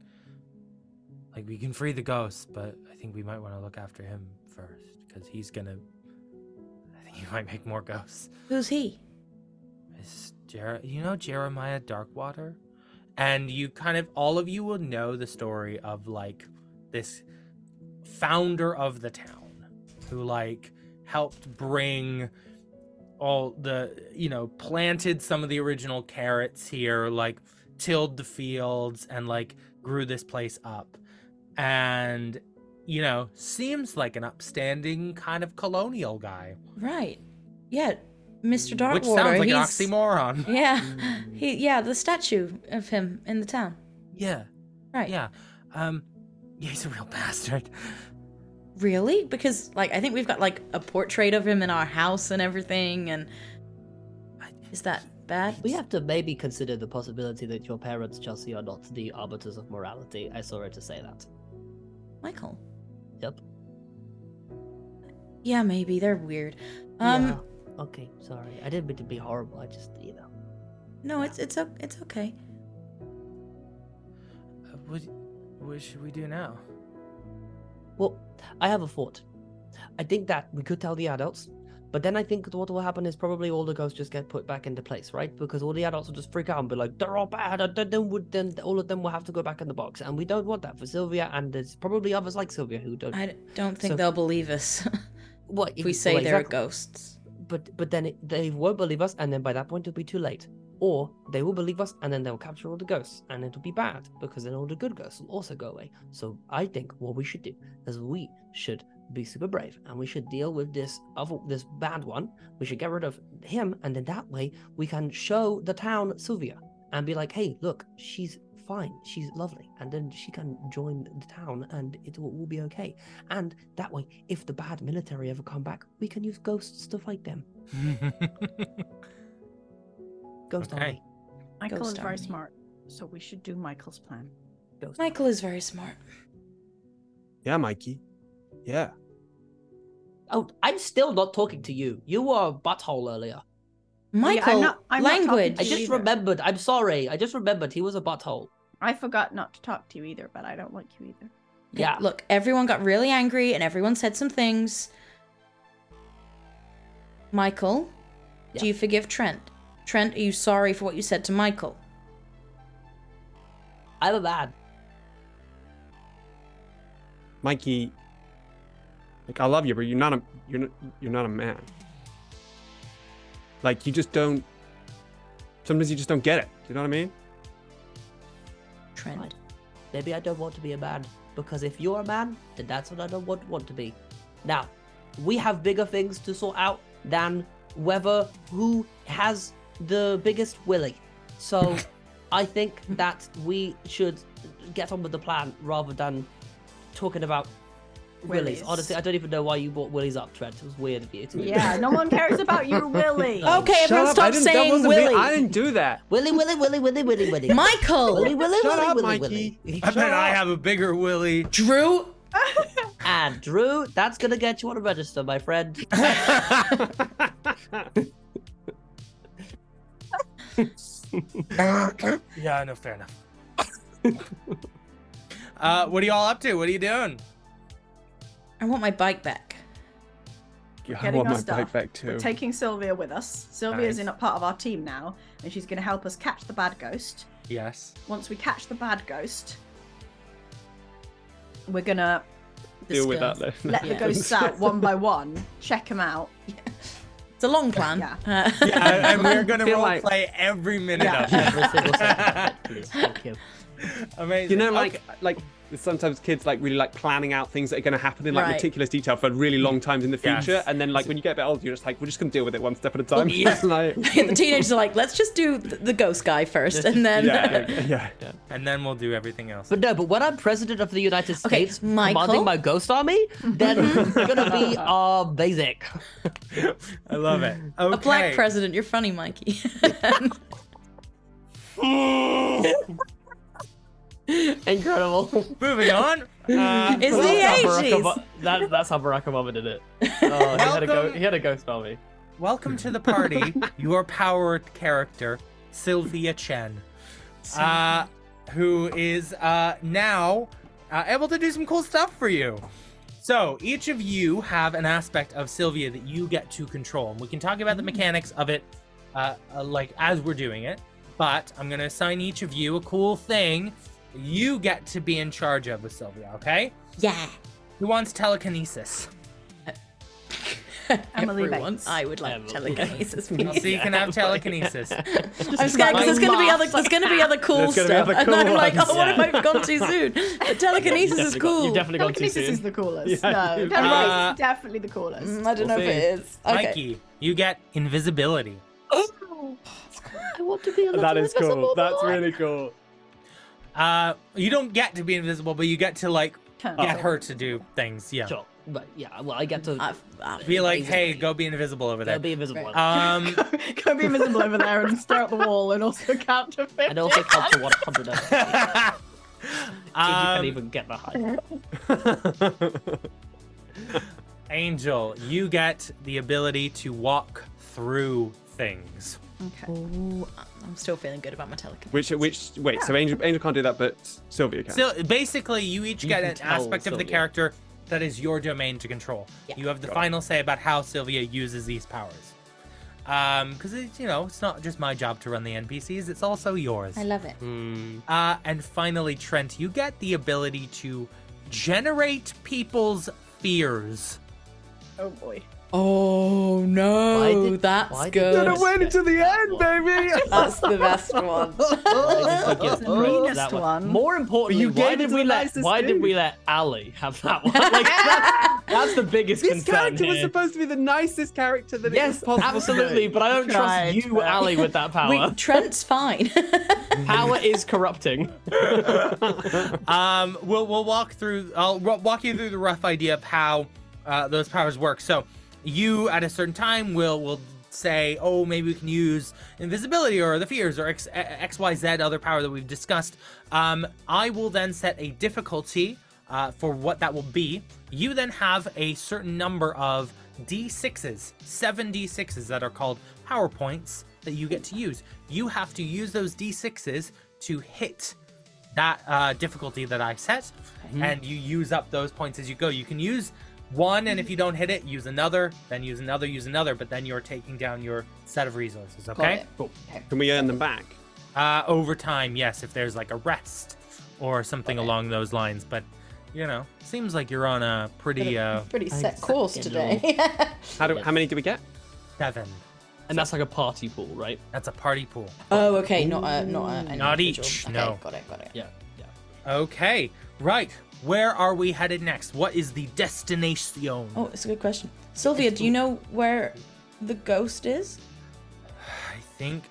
Speaker 3: like we can free the ghost, but I think we might want to look after him first because he's gonna. I think he might make more ghosts.
Speaker 1: Who's he?
Speaker 3: Is Jer- you know Jeremiah Darkwater? And you kind of all of you will know the story of like this founder of the town who like helped bring all the you know planted some of the original carrots here like tilled the fields and like grew this place up and you know seems like an upstanding kind of colonial guy
Speaker 1: Right. Yeah, Mr. Darkwater.
Speaker 3: which sounds like an
Speaker 1: he's-
Speaker 3: oxymoron
Speaker 1: Yeah, he. Yeah, the statue of him in the town.
Speaker 3: yeah
Speaker 1: Right.
Speaker 3: Yeah. Um yeah, he's a real bastard.
Speaker 1: Really? Because like I think we've got like a portrait of him in our house and everything. And is that bad?
Speaker 6: We have to maybe consider the possibility that your parents, Chelsea, are not the arbiters of morality. I saw her to say that.
Speaker 1: Michael.
Speaker 6: Yep.
Speaker 1: Yeah, maybe they're weird. Um,
Speaker 6: Yeah. Okay, sorry. I didn't mean to be horrible. I just, you know.
Speaker 1: no, it's it's o- it's okay.
Speaker 3: Uh, What what should we do now?
Speaker 6: Well, I have a thought. I think that we could tell the adults, but then I think what will happen is probably all the ghosts just get put back into place, right? Because all the adults will just freak out and be like, "They're all bad," and then- then would then all of them will have to go back in the box, and we don't want that for Sylvia, and there's probably others like Sylvia who don't.
Speaker 1: I d- don't think
Speaker 6: So-
Speaker 1: they'll believe us
Speaker 6: what
Speaker 1: if we
Speaker 6: ex-
Speaker 1: say
Speaker 6: well,
Speaker 1: there are
Speaker 6: exactly.
Speaker 1: ghosts.
Speaker 6: But but then it, they won't believe us, and then by that point it'll be too late. Or they will believe us, and then they'll capture all the ghosts, and it'll be bad because then all the good ghosts will also go away. So I think what we should do is we should be super brave, and we should deal with this other this bad one. We should get rid of him, and then that way we can show the town Sylvia and be like, hey, look, she's fine, she's lovely, and then she can join the town, and it will, will be okay. And that way, if the bad military ever come back, we can use ghosts to fight them. Ghost
Speaker 3: Okay.
Speaker 6: army.
Speaker 2: Michael
Speaker 1: Ghost
Speaker 2: is very
Speaker 1: army.
Speaker 2: smart, so we should do Michael's plan.
Speaker 6: Ghost.
Speaker 1: Michael is very smart.
Speaker 9: Yeah, Mikey. Yeah.
Speaker 6: Oh, I'm still not talking to you. You were a butthole earlier.
Speaker 2: I'm
Speaker 1: Michael,
Speaker 2: not- I'm not talking
Speaker 1: language.
Speaker 6: I
Speaker 2: Me
Speaker 6: just
Speaker 2: either.
Speaker 6: remembered. I'm sorry. I just remembered he was a butthole.
Speaker 2: I forgot not to talk to you either, but I don't like you either.
Speaker 6: Yeah.
Speaker 1: Look, everyone got really angry and everyone said some things. Michael,
Speaker 6: Yeah.
Speaker 1: do you forgive Trent? Trent, are you sorry for what you said to Michael?
Speaker 6: I'm a man.
Speaker 9: Mikey, like I love you, but you're not a you're not, you're not a man. Like you just don't. Sometimes you just don't get it. You know what I mean?
Speaker 1: Trent.
Speaker 6: Right. Maybe I don't want to be a man because if you're a man, then that's what I don't want, want to be. Now, we have bigger things to sort out than whether who has the biggest willy. So, I think that we should get on with the plan rather than talking about willies.
Speaker 2: Willies.
Speaker 6: Honestly, I don't even know why you brought willies up, Trent. It was weird of you. It's weird.
Speaker 2: Yeah, no one cares about your Willy.
Speaker 6: Oh.
Speaker 1: Okay, everyone
Speaker 9: I
Speaker 1: stop
Speaker 9: didn't, that
Speaker 1: saying
Speaker 9: wasn't me. I
Speaker 1: Willie.
Speaker 9: didn't do that.
Speaker 6: Willy, willy, willy, willy, willy, willy. Willy,
Speaker 1: Michael,
Speaker 6: willy,
Speaker 9: Shut
Speaker 6: willy,
Speaker 9: up,
Speaker 6: willy,
Speaker 9: Mikey.
Speaker 6: willy.
Speaker 3: I bet I have a bigger willy.
Speaker 1: Drew,
Speaker 6: And Drew, that's gonna get you on a register, my friend.
Speaker 3: Yeah, no, fair enough. uh, what are y'all up to? What are you doing?
Speaker 1: I want my bike back.
Speaker 9: I
Speaker 2: Getting
Speaker 9: want
Speaker 2: our
Speaker 9: my
Speaker 2: stuff.
Speaker 9: bike back too.
Speaker 2: We're taking Sylvia with us. Sylvia is
Speaker 9: Nice.
Speaker 2: in a part of our team now, and she's going to help us catch the bad ghost.
Speaker 3: Yes.
Speaker 2: Once we catch the bad ghost, we're going to
Speaker 1: This
Speaker 9: Deal with
Speaker 1: girl.
Speaker 9: that then.
Speaker 2: let the
Speaker 1: Yeah.
Speaker 2: ghosts out one by one, check them out,
Speaker 1: It's a long plan.
Speaker 2: Yeah.
Speaker 1: Uh,
Speaker 3: Yeah, and and we're gonna
Speaker 4: Feel
Speaker 3: role
Speaker 4: like-
Speaker 3: play every minute
Speaker 2: Yeah.
Speaker 5: Every
Speaker 3: of
Speaker 5: single
Speaker 3: it.
Speaker 5: second. Please, thank you.
Speaker 3: Amazing.
Speaker 4: You know, like
Speaker 3: Okay.
Speaker 4: like sometimes kids like really like planning out things that are going to happen in like
Speaker 1: Right.
Speaker 4: meticulous detail for really long times in the
Speaker 3: Yes.
Speaker 4: future, and then like when you get a bit older, you're just like, we're just going to deal with it one step at a time.
Speaker 5: yeah.
Speaker 4: Like-
Speaker 1: the teenagers are like, let's just do th- the ghost guy first, and then
Speaker 4: yeah, yeah.
Speaker 3: and then we'll do everything else.
Speaker 6: But no, but when I'm president of the United
Speaker 1: Okay,
Speaker 6: States,
Speaker 1: Michael? Mm-hmm.
Speaker 6: commanding my ghost army, then it's gonna be uh, basic.
Speaker 3: I love it. Okay.
Speaker 1: a black president. You're funny, Mikey.
Speaker 6: Incredible.
Speaker 3: Moving on. Uh,
Speaker 1: It's
Speaker 3: well,
Speaker 1: the
Speaker 5: That's how Barack
Speaker 6: E.
Speaker 1: 80s.
Speaker 5: Obama- that- that's how Barack Obama did it. Oh, he, had a go-
Speaker 3: Welcome.
Speaker 5: he had a ghost army.
Speaker 3: Welcome to the party. Your power character, Sylvia Chen, uh, who is uh, now uh, able to do some cool stuff for you. So each of you have an aspect of Sylvia that you get to control, and we can talk about the mechanics of it, uh, uh, like as we're doing it. But I'm gonna assign each of you a cool thing you get to be in charge of with Sylvia. Okay?
Speaker 1: yeah.
Speaker 3: Who wants telekinesis?
Speaker 2: Emily
Speaker 1: Everyone,
Speaker 2: Bates.
Speaker 1: I would like
Speaker 5: Emily.
Speaker 1: telekinesis.
Speaker 3: So
Speaker 1: Please.
Speaker 3: you can have telekinesis.
Speaker 1: I'm scared because there's going to be other there's going to be other cool
Speaker 4: There's gonna
Speaker 1: stuff,
Speaker 4: be other
Speaker 1: and I'm
Speaker 4: cool
Speaker 1: like, oh,
Speaker 4: ones,
Speaker 1: what if
Speaker 5: yeah.
Speaker 1: I've gone too soon? But telekinesis is
Speaker 5: Definitely got-
Speaker 1: cool.
Speaker 5: You've definitely gone too
Speaker 2: Telekinesis is
Speaker 5: soon.
Speaker 2: the coolest.
Speaker 4: Yeah,
Speaker 2: no,
Speaker 4: you-
Speaker 2: Emily
Speaker 3: Uh,
Speaker 2: Bates is definitely the coolest.
Speaker 1: Mm, I don't know
Speaker 4: We'll
Speaker 1: if
Speaker 4: see.
Speaker 1: it is. Okay.
Speaker 3: Mikey, you get invisibility.
Speaker 6: I want to be a little
Speaker 4: That is cool.
Speaker 6: invisible
Speaker 4: That's
Speaker 6: boy.
Speaker 4: really cool.
Speaker 3: Uh, you don't get to be invisible, but you get to like
Speaker 2: Turn
Speaker 3: get
Speaker 2: off.
Speaker 3: her to do things. Yeah,
Speaker 6: Oh. Sure, but yeah, well, I get to
Speaker 1: I've, I've,
Speaker 3: be like,
Speaker 6: Invisible.
Speaker 3: hey, go be invisible over
Speaker 6: they'll
Speaker 3: there.
Speaker 6: be invisible.
Speaker 3: Um,
Speaker 2: Go be invisible over there and stare at the wall and also count to 50.
Speaker 6: and also count to 100 if you can
Speaker 3: um,
Speaker 6: even get that high.
Speaker 3: Angel, you get the ability to walk through things.
Speaker 2: Okay.
Speaker 1: Ooh, I'm still feeling good about my telekinesis.
Speaker 4: Which which wait, so Angel Angel can't do that, but Sylvia can.
Speaker 3: So basically, you each get
Speaker 6: can
Speaker 3: an
Speaker 6: tell
Speaker 3: aspect of the
Speaker 6: Sylvia.
Speaker 3: character that is your domain to control.
Speaker 1: Yeah.
Speaker 3: You have the final say about how Sylvia uses these powers. Um, because it's you know, it's not just my job to run the NPCs; it's also yours.
Speaker 1: love it.
Speaker 3: Uh, and finally, Trent, you get the ability to generate people's fears.
Speaker 2: Oh boy.
Speaker 1: Oh no,
Speaker 6: Why did- why
Speaker 1: that's
Speaker 6: did-
Speaker 1: good.
Speaker 4: Gotta wait until the end, baby.
Speaker 1: That's the best one.
Speaker 6: Why did we give
Speaker 2: the
Speaker 6: Brett
Speaker 2: meanest
Speaker 6: that
Speaker 2: one.
Speaker 6: More importantly,
Speaker 4: you
Speaker 6: why
Speaker 4: gave it
Speaker 6: did
Speaker 4: to
Speaker 6: we
Speaker 4: the
Speaker 6: let
Speaker 4: nicest
Speaker 6: why did we
Speaker 4: dude.
Speaker 6: let Ali have that one? Like that's, that's the biggest
Speaker 4: This
Speaker 6: concern
Speaker 4: character was
Speaker 6: here.
Speaker 4: supposed to be the nicest character that it was
Speaker 6: Yes,
Speaker 4: possible.
Speaker 6: absolutely, but I don't
Speaker 2: Right,
Speaker 6: trust you,
Speaker 2: Brett.
Speaker 6: Ali, with that
Speaker 1: We,
Speaker 6: power.
Speaker 1: Trent's fine.
Speaker 6: power is corrupting.
Speaker 3: Um, we'll we'll walk through. I'll wa- walk you through the rough idea of how uh, those powers work. So, you at a certain time will will say, "Oh, maybe we can use invisibility or the fears or X X Y Z other power that we've discussed." Um, I will then set a difficulty uh, for what that will be. You then have a certain number of D6s, seven D6s that are called power points that you get to use. You have to use those D6s to hit that uh, difficulty that I set, and you use up those points as you go. You can use one, and if you don't hit it, use another, then use another, use another, but then you're taking down your set of resources, okay?
Speaker 4: Can we earn them back?
Speaker 3: Uh, over time, yes, if there's like a rest or something along those lines, but you know, seems like you're on a pretty uh,
Speaker 1: Pretty set course today.
Speaker 4: How do how many do we get?
Speaker 3: seven.
Speaker 6: And that's like a party pool, right?
Speaker 3: That's a party pool.
Speaker 1: oh, okay, not a, not a, an
Speaker 3: Not
Speaker 1: individual.
Speaker 3: each,
Speaker 1: Okay,
Speaker 3: no.
Speaker 1: Got it, got it.
Speaker 6: Yeah. Yeah.
Speaker 3: Okay, right. Where are we headed next? What is the destination?
Speaker 1: Oh, it's a good question. Sylvia, do you know where the ghost is?
Speaker 3: I think,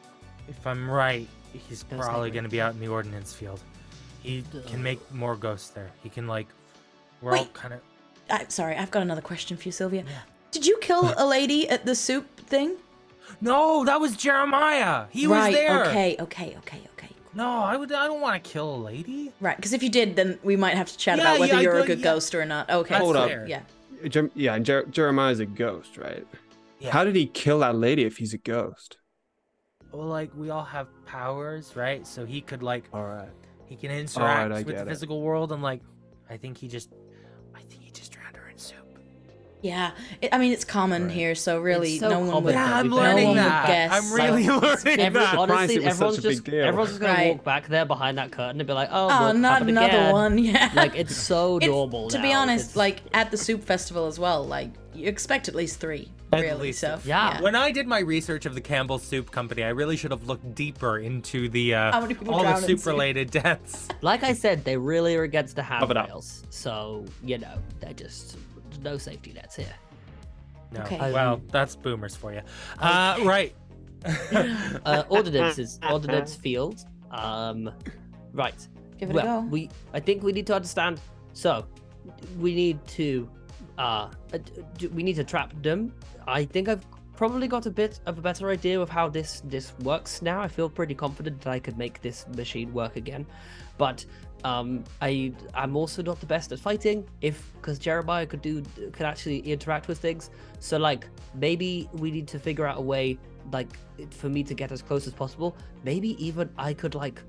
Speaker 3: if I'm right, he's
Speaker 6: was
Speaker 3: probably
Speaker 6: like-
Speaker 3: going to be out in the ordnance field. He can make more ghosts there. He can like, we're all
Speaker 1: Wait.
Speaker 3: kind of.
Speaker 1: I, sorry, I've got another question for you, Sylvia. Did you kill a lady at the soup thing?
Speaker 3: No, that was Jeremiah. He
Speaker 1: right.
Speaker 3: was there.
Speaker 1: Okay. Okay. Okay. Okay.
Speaker 3: No, I would. I don't want to kill a lady.
Speaker 1: Right. Because if you did, then we might have to chat
Speaker 3: Yeah,
Speaker 1: about whether
Speaker 3: yeah, I
Speaker 1: you're a
Speaker 3: don't-
Speaker 1: good
Speaker 3: yeah.
Speaker 1: ghost or not. Okay.
Speaker 3: That's
Speaker 4: Hold up.
Speaker 3: fair.
Speaker 1: Yeah.
Speaker 4: Jer- yeah, and Jer- Jeremiah's a ghost, right?
Speaker 3: Yeah.
Speaker 4: How did he kill that lady if he's a ghost?
Speaker 3: Well, like we all have powers, right? So he could like,
Speaker 4: All right.
Speaker 3: he can interact
Speaker 4: I
Speaker 3: with the
Speaker 4: get it.
Speaker 3: physical world, and like, I think he just, I think he just drowned her in soup.
Speaker 1: Yeah. It, I mean, it's common
Speaker 4: Right.
Speaker 1: here, so really,
Speaker 6: It's so
Speaker 1: no one would.
Speaker 6: common.
Speaker 3: Yeah,
Speaker 6: that
Speaker 3: I'm
Speaker 6: we-
Speaker 3: learning
Speaker 1: No one would
Speaker 3: that.
Speaker 1: guess.
Speaker 3: I'm really learning
Speaker 6: Every,
Speaker 3: that.
Speaker 4: Surprised it
Speaker 6: honestly,
Speaker 4: was
Speaker 6: everyone's
Speaker 4: such a big
Speaker 6: just
Speaker 4: deal.
Speaker 6: everyone's just gonna
Speaker 1: Right.
Speaker 6: walk back there behind that curtain and be like, "Oh,
Speaker 1: Oh,
Speaker 6: look,
Speaker 1: not
Speaker 6: happened
Speaker 1: another
Speaker 6: again.
Speaker 1: one. Yeah.
Speaker 6: Like it's so
Speaker 1: It's-
Speaker 6: normal.
Speaker 1: To be
Speaker 6: now.
Speaker 1: honest,
Speaker 6: It's-
Speaker 1: like at the soup festival as well, like you expect at least three. really
Speaker 3: least
Speaker 1: tough.
Speaker 6: Yeah.
Speaker 3: When I did my research of the Campbell Soup Company, I really should have looked deeper into the uh,
Speaker 1: How many people
Speaker 3: all the
Speaker 1: drown in soup?
Speaker 3: soup-related deaths.
Speaker 6: Like I said, they really are against the
Speaker 4: Cover it up.
Speaker 6: handrails. So, you know, they're just no safety nets here.
Speaker 3: No,
Speaker 1: Okay.
Speaker 3: well, that's boomers for you. Uh, right.
Speaker 6: Uh, ordinance is ordinance field. Um, right.
Speaker 1: Give it
Speaker 6: well,
Speaker 1: a go.
Speaker 6: we I think we need to understand. So, we need to, uh, uh, d- we need to trap them. I think I've probably got a bit of a better idea of how this this works now. I feel pretty confident that I could make this machine work again, but um, I I'm also not the best at fighting. If because Jeremiah could do could actually interact with things, so like maybe we need to figure out a way like for me to get as close as possible. Maybe even I could like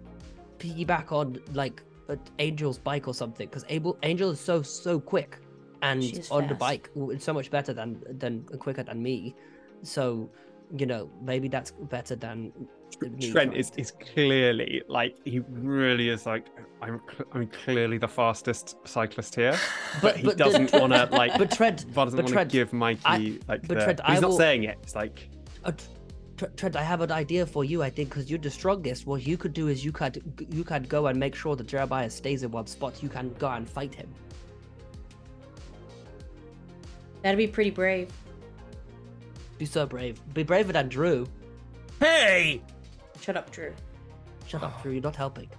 Speaker 6: piggyback on like uh, Angel's bike or something because Abel Angel is so so quick and
Speaker 1: She's
Speaker 6: on the
Speaker 1: fast.
Speaker 6: bike w- it's so much better than than quicker than me. So you know maybe that's better than me
Speaker 4: Trent
Speaker 6: trying
Speaker 4: is,
Speaker 6: to-
Speaker 4: is clearly like he really is like I'm cl- I'm clearly the fastest cyclist here, but,
Speaker 6: But-
Speaker 4: he
Speaker 6: but the-
Speaker 4: doesn't want to like
Speaker 6: But Trent,
Speaker 4: but doesn't
Speaker 6: but
Speaker 4: want to
Speaker 6: Trent,
Speaker 4: give Mikey
Speaker 6: I-
Speaker 4: like
Speaker 6: but
Speaker 4: the-
Speaker 6: Trent,
Speaker 4: he's
Speaker 6: I
Speaker 4: not
Speaker 6: will-
Speaker 4: saying it. It's like
Speaker 6: Uh, Tr- Trent, I have an idea for you. I think because you're the strongest, what you could do is you could you could go and make sure that Jeremiah stays in one spot. You can go and fight him.
Speaker 1: That'd be pretty brave.
Speaker 6: Be so brave. Be braver than Drew.
Speaker 3: Hey!
Speaker 1: Shut up, Drew.
Speaker 6: Shut up, Drew. You're not helping.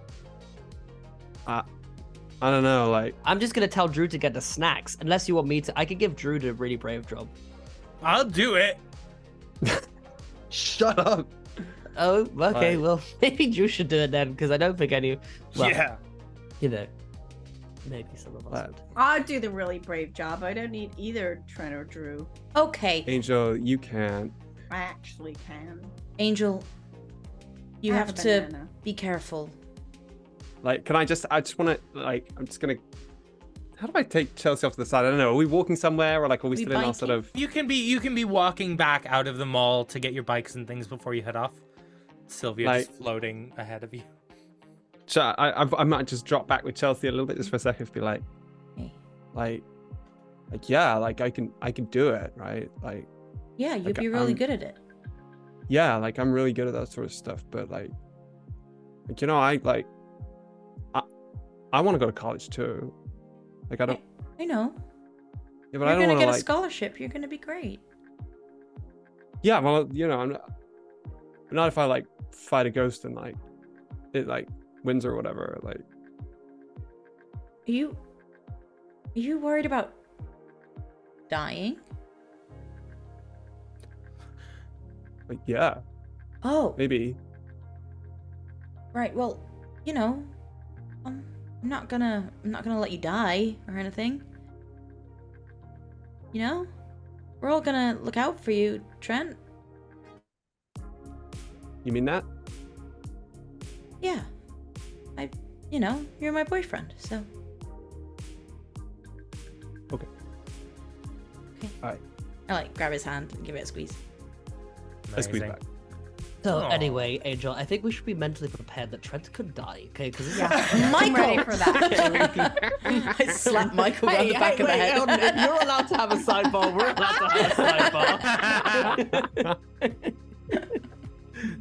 Speaker 4: I don't know, like
Speaker 6: I'm just gonna tell Drew to get the snacks, unless you want me to. I could give Drew the really brave job.
Speaker 3: I'll do it.
Speaker 4: shut up.
Speaker 6: Oh, okay.
Speaker 4: Right.
Speaker 6: Well, maybe Drew should do it then, because I don't think any. Well,
Speaker 3: yeah.
Speaker 6: You know, maybe some of us.
Speaker 4: Right.
Speaker 6: would.
Speaker 2: I do the really brave job. I don't need either Trent or Drew.
Speaker 1: Okay,
Speaker 4: Angel, you can't.
Speaker 2: I actually can.
Speaker 1: Angel, you
Speaker 2: I
Speaker 1: have,
Speaker 2: a
Speaker 1: to
Speaker 2: banana.
Speaker 1: be careful.
Speaker 4: Like, can I just? I just want to. Like, I'm just gonna. How do I take Chelsea off to the side? I don't know. Are we walking somewhere, or like, are we
Speaker 1: We
Speaker 4: still in our sort
Speaker 1: biking.
Speaker 4: of?
Speaker 3: You can be you can be walking back out of the mall to get your bikes and things before you head off. Sylvia's
Speaker 4: Like-
Speaker 3: floating ahead of you.
Speaker 4: Ch- I, I I might just drop back with Chelsea a little bit just for a second, be like,
Speaker 1: Hey.
Speaker 4: like, like yeah, like I can I can do it, right? Like
Speaker 1: Yeah, you'd
Speaker 4: Okay, um,
Speaker 1: be really
Speaker 4: I'm-
Speaker 1: good at it.
Speaker 4: yeah, like I'm really good at that sort of stuff, but like, like you know, I like, I I want to go to college too. Like I don't,
Speaker 1: I know.
Speaker 4: yeah, but I
Speaker 1: You're
Speaker 4: don't
Speaker 1: gonna
Speaker 4: want
Speaker 1: get
Speaker 4: to
Speaker 1: a
Speaker 4: like.
Speaker 1: scholarship. You're gonna be great.
Speaker 4: Yeah, well, you know, I'm not, but not if I like fight a ghost and like it like wins or whatever. Like,
Speaker 1: Are you? Are you worried about dying?
Speaker 4: like yeah,
Speaker 1: Oh,
Speaker 4: maybe.
Speaker 1: right. Well, you know, um, I'm not gonna. I'm not gonna let you die or anything. You know, we're all gonna look out for you, Trent.
Speaker 4: You mean that?
Speaker 1: Yeah. I, you know, you're my boyfriend, so.
Speaker 4: Okay.
Speaker 1: Okay.
Speaker 4: Alright.
Speaker 1: I like grab his hand and give it a squeeze.
Speaker 4: Let's squeeze
Speaker 3: Amazing.
Speaker 4: back.
Speaker 6: So
Speaker 3: Aw.
Speaker 6: anyway, Angel, I think we should be mentally prepared that Trent could die. Okay, because
Speaker 2: I'm ready
Speaker 1: Michael!
Speaker 2: for that.
Speaker 1: I slapped Michael around the back of the head.
Speaker 6: You're allowed to have a sidebar. We're allowed to have a sidebar.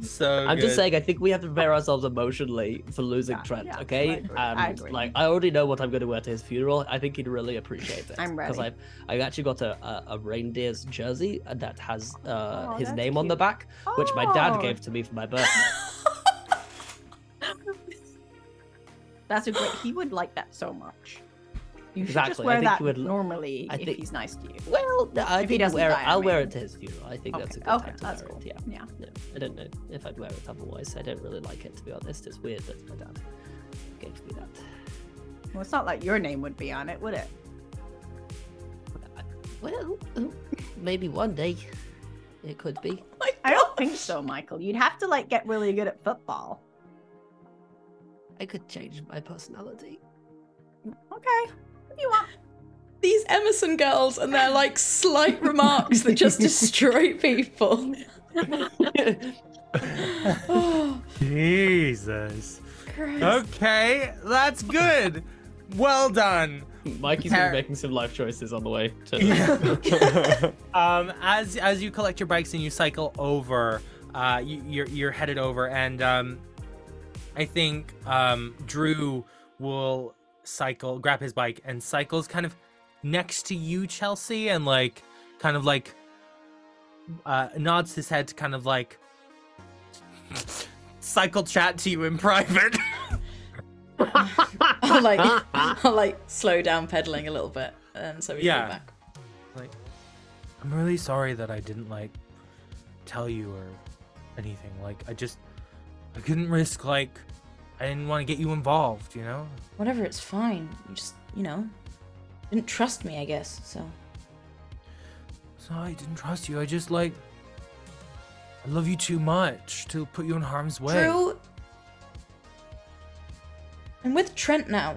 Speaker 3: So
Speaker 6: I'm just
Speaker 3: good.
Speaker 6: saying, I think we have to prepare ourselves emotionally for losing
Speaker 2: Yeah,
Speaker 6: Trent.
Speaker 2: yeah,
Speaker 6: okay,
Speaker 2: I agree,
Speaker 6: and
Speaker 2: I agree.
Speaker 6: like I already know what I'm going to wear to his funeral. I think he'd really appreciate it.
Speaker 2: I'm
Speaker 6: because
Speaker 2: ready.
Speaker 6: I've I've actually got a, a, a reindeer's jersey that has uh,
Speaker 2: Aw,
Speaker 6: his
Speaker 2: that's
Speaker 6: name on the
Speaker 2: cute.
Speaker 6: back, which my dad
Speaker 2: Oh,
Speaker 6: gave to me for my birthday.
Speaker 2: That's a great. He would like that so much. You should just
Speaker 6: Exactly, I
Speaker 2: wear
Speaker 6: think
Speaker 2: that
Speaker 6: he would l-
Speaker 2: normally
Speaker 6: I
Speaker 2: if
Speaker 6: think-
Speaker 2: he's nice to you.
Speaker 6: well, no, I
Speaker 2: If he
Speaker 6: think
Speaker 2: doesn't
Speaker 6: wear,
Speaker 2: die, I
Speaker 6: I'll wear
Speaker 2: mean.
Speaker 6: it to his funeral. I think
Speaker 2: Okay,
Speaker 6: that's a good
Speaker 2: okay,
Speaker 6: time to
Speaker 2: that's
Speaker 6: wear
Speaker 2: cool.
Speaker 6: it. Yeah.
Speaker 2: Yeah.
Speaker 6: No, I don't know if I'd wear it otherwise. I don't really like it to be honest. It's weird that my dad gave me that.
Speaker 2: Well, it's not like your name would be on it, would it?
Speaker 6: Well, oh, maybe one day it could be.
Speaker 2: I don't think so, Michael. You'd have to like get really good at football.
Speaker 6: I could change my personality.
Speaker 2: Okay. What do you want?
Speaker 1: These Emerson girls and their like slight remarks that just destroy people. oh,
Speaker 3: Jesus.
Speaker 1: Christ.
Speaker 3: Okay, that's good. Well done.
Speaker 5: Mikey's gonna
Speaker 3: Par-
Speaker 5: be making some life choices on the way to.
Speaker 3: um, as as you collect your bikes and you cycle over, uh, you, you're you're headed over, and um, I think um, Drew will cycle, grab his bike, and cycles kind of next to you, Chelsea, and like kind of like uh, nods his head to kind of like cycle chat to you in private.
Speaker 1: I'll like, I'll like slow down pedaling a little bit, and so we go
Speaker 3: Yeah.
Speaker 1: back.
Speaker 3: like i'm really sorry that i didn't like tell you or anything like i just i couldn't risk like i didn't want to get you involved you know
Speaker 1: Whatever, it's fine. You just, you know, didn't trust me, I guess. So
Speaker 3: so i didn't trust you i just like i love you too much to put you in harm's way
Speaker 1: Drew, I'm with Trent now.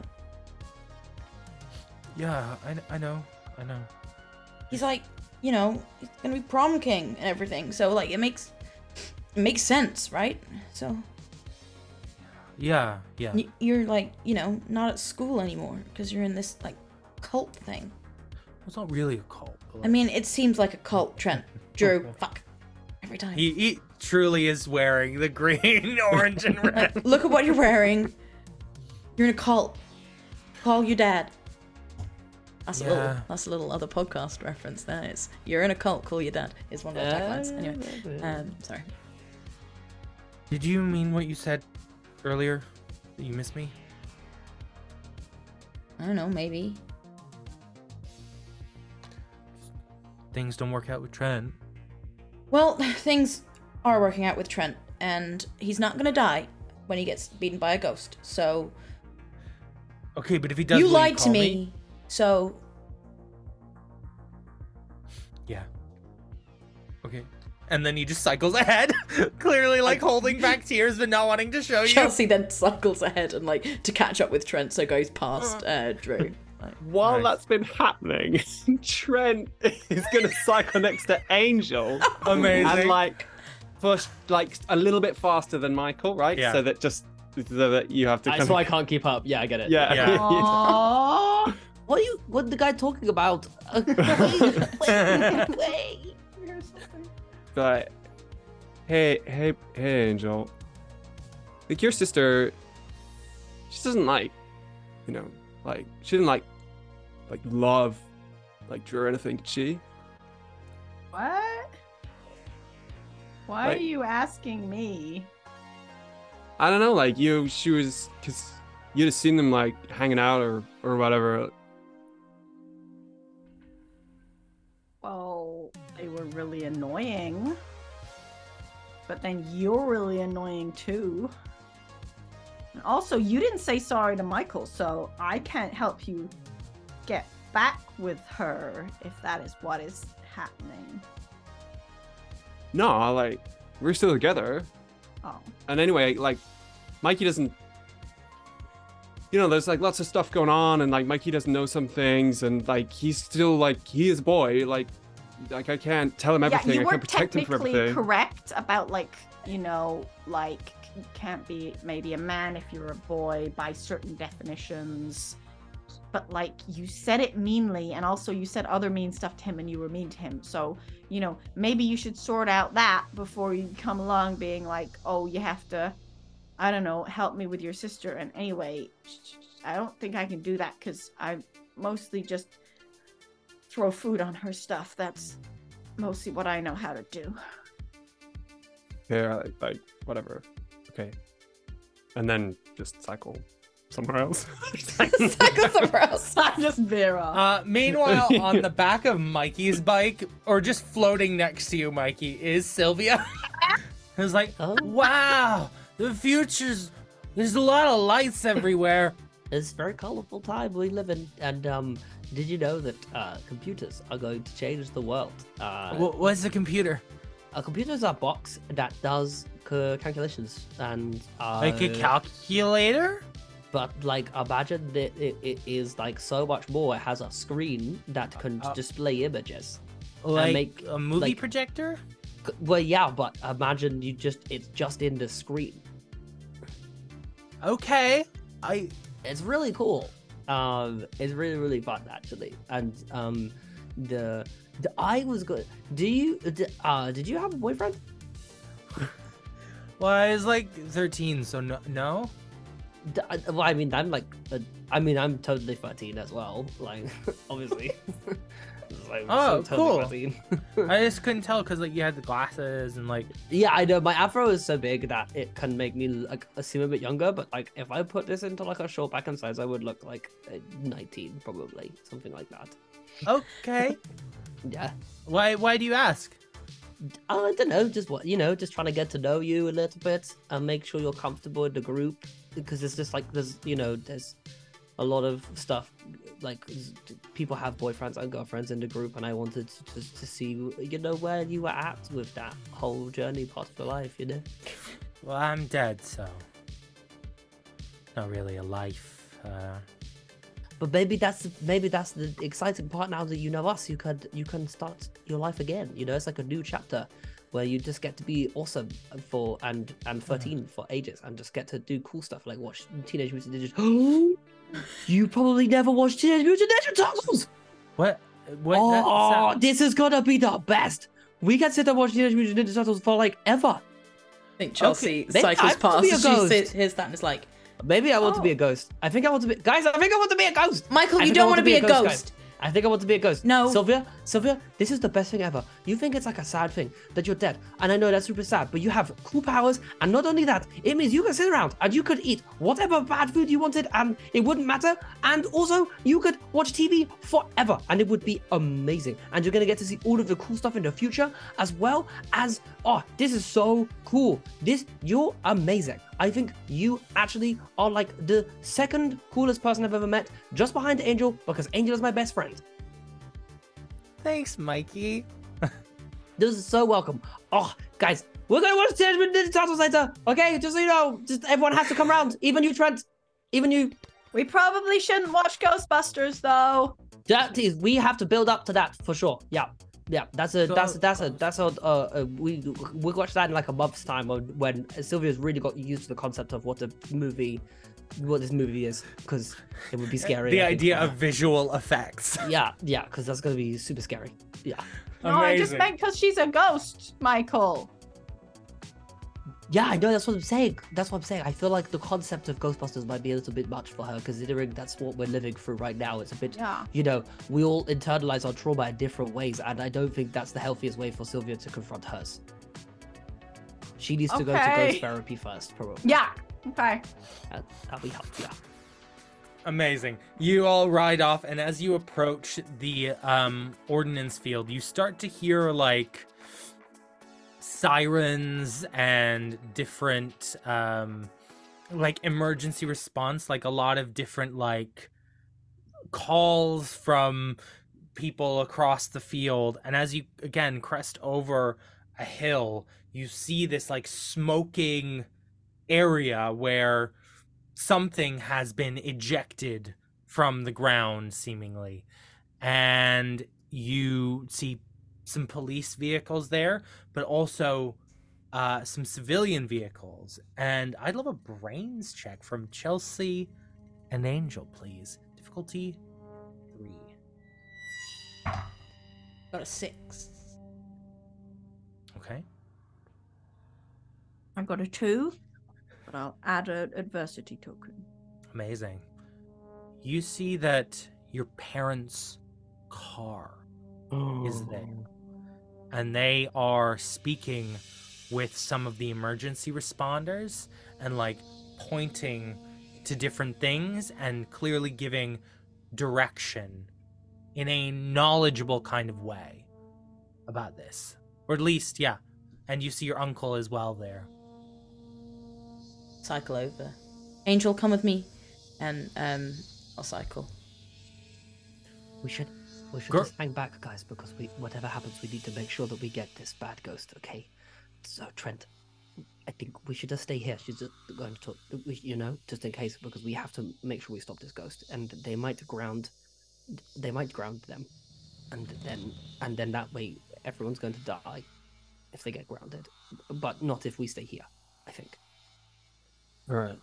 Speaker 3: yeah I, I know i know
Speaker 1: He's like, you know, he's gonna be prom king and everything. So like, it makes it makes sense, right? So
Speaker 3: yeah yeah
Speaker 1: y- you're like, you know, not at school anymore because you're in this like cult thing.
Speaker 3: it's not really a cult but,
Speaker 1: I
Speaker 3: like,
Speaker 1: mean, it seems like a cult, Trent. Drew, fuck, every time.
Speaker 3: he, he truly is wearing the green orange and red
Speaker 1: Like, look at what you're wearing. You're in a cult. Call your dad. That's a little
Speaker 3: Yeah.
Speaker 1: that's a little other podcast reference there. It's you're in a cult, call your dad is one of the taglines. Anyway. Um sorry.
Speaker 3: did you mean what you said earlier that you miss me
Speaker 1: I don't know, maybe.
Speaker 3: things don't work out with trent
Speaker 1: Well, things are working out with Trent, and he's not gonna die when he gets beaten by a ghost. So
Speaker 3: okay but if he does
Speaker 1: you
Speaker 3: will
Speaker 1: lied to
Speaker 3: call
Speaker 1: me, so
Speaker 3: Yeah. Okay. And then he just cycles ahead, clearly like holding back tears but not wanting to show you.
Speaker 1: Chelsea then cycles ahead and like to catch up with Trent, so goes past uh, Drew. Like,
Speaker 4: While
Speaker 3: Nice.
Speaker 4: that's been happening, Trent is gonna cycle next to Angel and
Speaker 3: Amazing.
Speaker 4: like push like a little bit faster than Michael, right?
Speaker 3: Yeah.
Speaker 4: So that just so that you have to
Speaker 5: That's
Speaker 4: come.
Speaker 5: why I can't keep up. Yeah, I get it.
Speaker 4: yeah.
Speaker 3: Yeah.
Speaker 2: Aww.
Speaker 6: What are you? What the guy talking about? Uh, wait, wait, wait.
Speaker 9: Like, hey, hey, hey, Angel. Like your sister, she doesn't like, you know, like she didn't like, like love, like Drew or anything. did She.
Speaker 2: What? Why
Speaker 9: Like-
Speaker 2: are you asking me?
Speaker 9: I don't know, like you, she was, cause you'd have seen them like hanging out or or whatever.
Speaker 2: Well, they were really annoying. But then you're really annoying too. And also, you didn't say sorry to Michael, so I can't help you get back with her if that is what is happening.
Speaker 9: No, like we're still together.
Speaker 2: Oh,
Speaker 9: and anyway, like Mikey doesn't you know, there's like lots of stuff going on and like Mikey doesn't know some things and like he's still like he is a boy, like like I can't tell him everything,
Speaker 2: yeah, you
Speaker 9: I
Speaker 2: were
Speaker 9: can't protect him from
Speaker 2: technically
Speaker 9: everything.
Speaker 2: correct about like you know, like you can't be maybe a man if you're a boy by certain definitions. But like you said it meanly, and also you said other mean stuff to him, and you were mean to him. So you know maybe you should sort out that before you come along being like, oh, you have to, I don't know, help me with your sister. And anyway, I don't think I can do that because I mostly just throw food on her stuff. That's mostly what I know how to do.
Speaker 9: Yeah, like, like whatever. Okay. And then just cycle somewhere else.
Speaker 1: cycle somewhere else.
Speaker 2: Just veer off.
Speaker 3: Uh, meanwhile, on the back of Mikey's bike, or just floating next to you, Mikey, is Sylvia. Who's like,
Speaker 6: Oh.
Speaker 3: wow, the future's there's a lot of lights everywhere.
Speaker 6: It's a very colorful time we live in, and um, did you know that uh, computers are going to change the world? Uh,
Speaker 3: Wha what's the computer?
Speaker 6: a computer is a box that does ca- calculations, and uh,
Speaker 3: Like a calculator?
Speaker 6: but like imagine that it, it is like so much more. It has a screen that can
Speaker 3: uh,
Speaker 6: display images.
Speaker 3: Like
Speaker 6: make-
Speaker 3: a movie
Speaker 6: like-
Speaker 3: projector?
Speaker 6: C- Well, yeah, but imagine you just—it's just in the screen.
Speaker 3: Okay. I
Speaker 6: It's really cool. Um, it's really really fun actually, and um, the the I was good. Do you d- uh did you have a boyfriend?
Speaker 3: Well, I was like 13, so no. no?
Speaker 6: D- I- well, I mean, I'm like, a, I mean, I'm totally 13 as well. Like, obviously. Like, I'm
Speaker 3: Oh, cool.
Speaker 6: 13.
Speaker 3: I just couldn't tell because like you had the glasses and like
Speaker 6: Yeah, I know. My afro is so big that it can make me like seem a bit younger. But like, if I put this into like a short back and size, I would look like uh, 19 probably, something like that.
Speaker 3: okay.
Speaker 6: Yeah.
Speaker 3: why why do you ask?
Speaker 6: Uh, I don't know, just what you know, just trying to get to know you a little bit and make sure you're comfortable in the group because it's just like there's you know there's a lot of stuff like s- people have boyfriends and girlfriends in the group and I wanted to just to see you know where you were at with that whole journey part of your life, you know.
Speaker 3: Well, I'm dead, so not really a life. Uh,
Speaker 6: But maybe that's maybe that's the exciting part now that you know us. You could you can start your life again. You know, it's like a new chapter where you just get to be awesome for and and 13 for ages and just get to do cool stuff like watch Teenage Mutant Ninja. you probably never watched Teenage Mutant Ninja Turtles.
Speaker 3: what? What? that
Speaker 6: oh,
Speaker 3: sound-
Speaker 6: this is gonna be the best. We can sit and watch Teenage Mutant Ninja Turtles for like ever.
Speaker 1: I think Chelsea
Speaker 6: Okay, maybe I
Speaker 1: cycles
Speaker 6: have to
Speaker 1: past.
Speaker 6: be
Speaker 1: She
Speaker 6: a ghost.
Speaker 1: sees- hears that and is like,
Speaker 6: Maybe I want to be a ghost. I think I want to be guys. I think I want to be a ghost.
Speaker 1: Oh. Michael, you
Speaker 6: I think I
Speaker 1: don't
Speaker 6: want
Speaker 1: want to be a ghost.
Speaker 6: guy. I think I want to be a ghost.
Speaker 1: No.
Speaker 6: Sylvia, Sylvia, this is the best thing ever. You think it's like a sad thing that you're dead, and I know that's super sad, but you have cool powers, and not only that, it means you can sit around and you could eat whatever bad food you wanted, and it wouldn't matter. And also, you could watch TV forever, and it would be amazing. And you're gonna get to see all of the cool stuff in the future, as well as oh, this is so cool. This you're amazing. I think you actually are like the second coolest person I've ever met, just behind Angel, because Angel is my best friend.
Speaker 3: Thanks, Mikey.
Speaker 6: This is so welcome. Oh, guys, we're gonna watch Teenage Mutant Ninja Turtles later. Okay, just so you know, just everyone has to come round. Even you, Trent. Even you.
Speaker 2: We probably shouldn't watch Ghostbusters though.
Speaker 6: That is, we have to build up to that for sure. Yeah, yeah. That's a that's a, that's a
Speaker 3: um,
Speaker 6: that's a uh, uh, we we watch that in like a month's time when, when Sylvia's really got used to the concept of what the movie, what this movie is, because it would be scary.
Speaker 3: Uh, The
Speaker 6: I think,
Speaker 3: idea
Speaker 6: for
Speaker 3: of visual effects.
Speaker 6: her. yeah, yeah, because that's gonna be super scary. Yeah,
Speaker 2: No, I just
Speaker 3: Amazing.
Speaker 2: meant because she's a ghost, Michael.
Speaker 6: Yeah, I know. That's what I'm saying. That's what I'm saying. I feel like the concept of Ghostbusters might be a little bit much for her, considering that's what we're living through right now. It's a bit,
Speaker 2: Yeah.
Speaker 6: you know, we all internalize our trauma in different ways, and I don't think that's the healthiest way for Sylvia to confront hers. She needs to go to
Speaker 2: Okay.
Speaker 6: ghost therapy first, probably.
Speaker 2: Yeah. Okay.
Speaker 6: That- That'll be helpful. Yeah.
Speaker 3: Amazing. You all ride off, and as you approach the um, ordnance field, you start to hear like sirens and different, um, like emergency response, like a lot of different like calls from people across the field. And as you again crest over a hill, you see this like smoking area where something has been ejected from the ground, seemingly. And you see some police vehicles there, but also uh, some civilian vehicles. And I'd love a brains check from Chelsea and Angel, please. Difficulty three.
Speaker 1: Got a six.
Speaker 3: Okay.
Speaker 2: I got a two, but I'll add an adversity token.
Speaker 3: Amazing. You see that your parents' car is
Speaker 6: Oh,
Speaker 3: there. And they are speaking with some of the emergency responders and like pointing to different things and clearly giving direction in a knowledgeable kind of way about this. Or at least, yeah. And you see your uncle as well there.
Speaker 1: Cycle over. Angel, come with me, and um, I'll cycle.
Speaker 6: We should, we should
Speaker 3: Gir-
Speaker 6: just hang back, guys, because we, whatever happens, we need to make sure that we get this bad ghost. Okay. So Trent, I think we should just stay here. She's just going to talk, we- you know, just in case, because we have to make sure we stop this ghost, and they might ground, they might ground them, and then, and then that way everyone's going to die if they get grounded, but not if we stay here. I think.
Speaker 5: All right.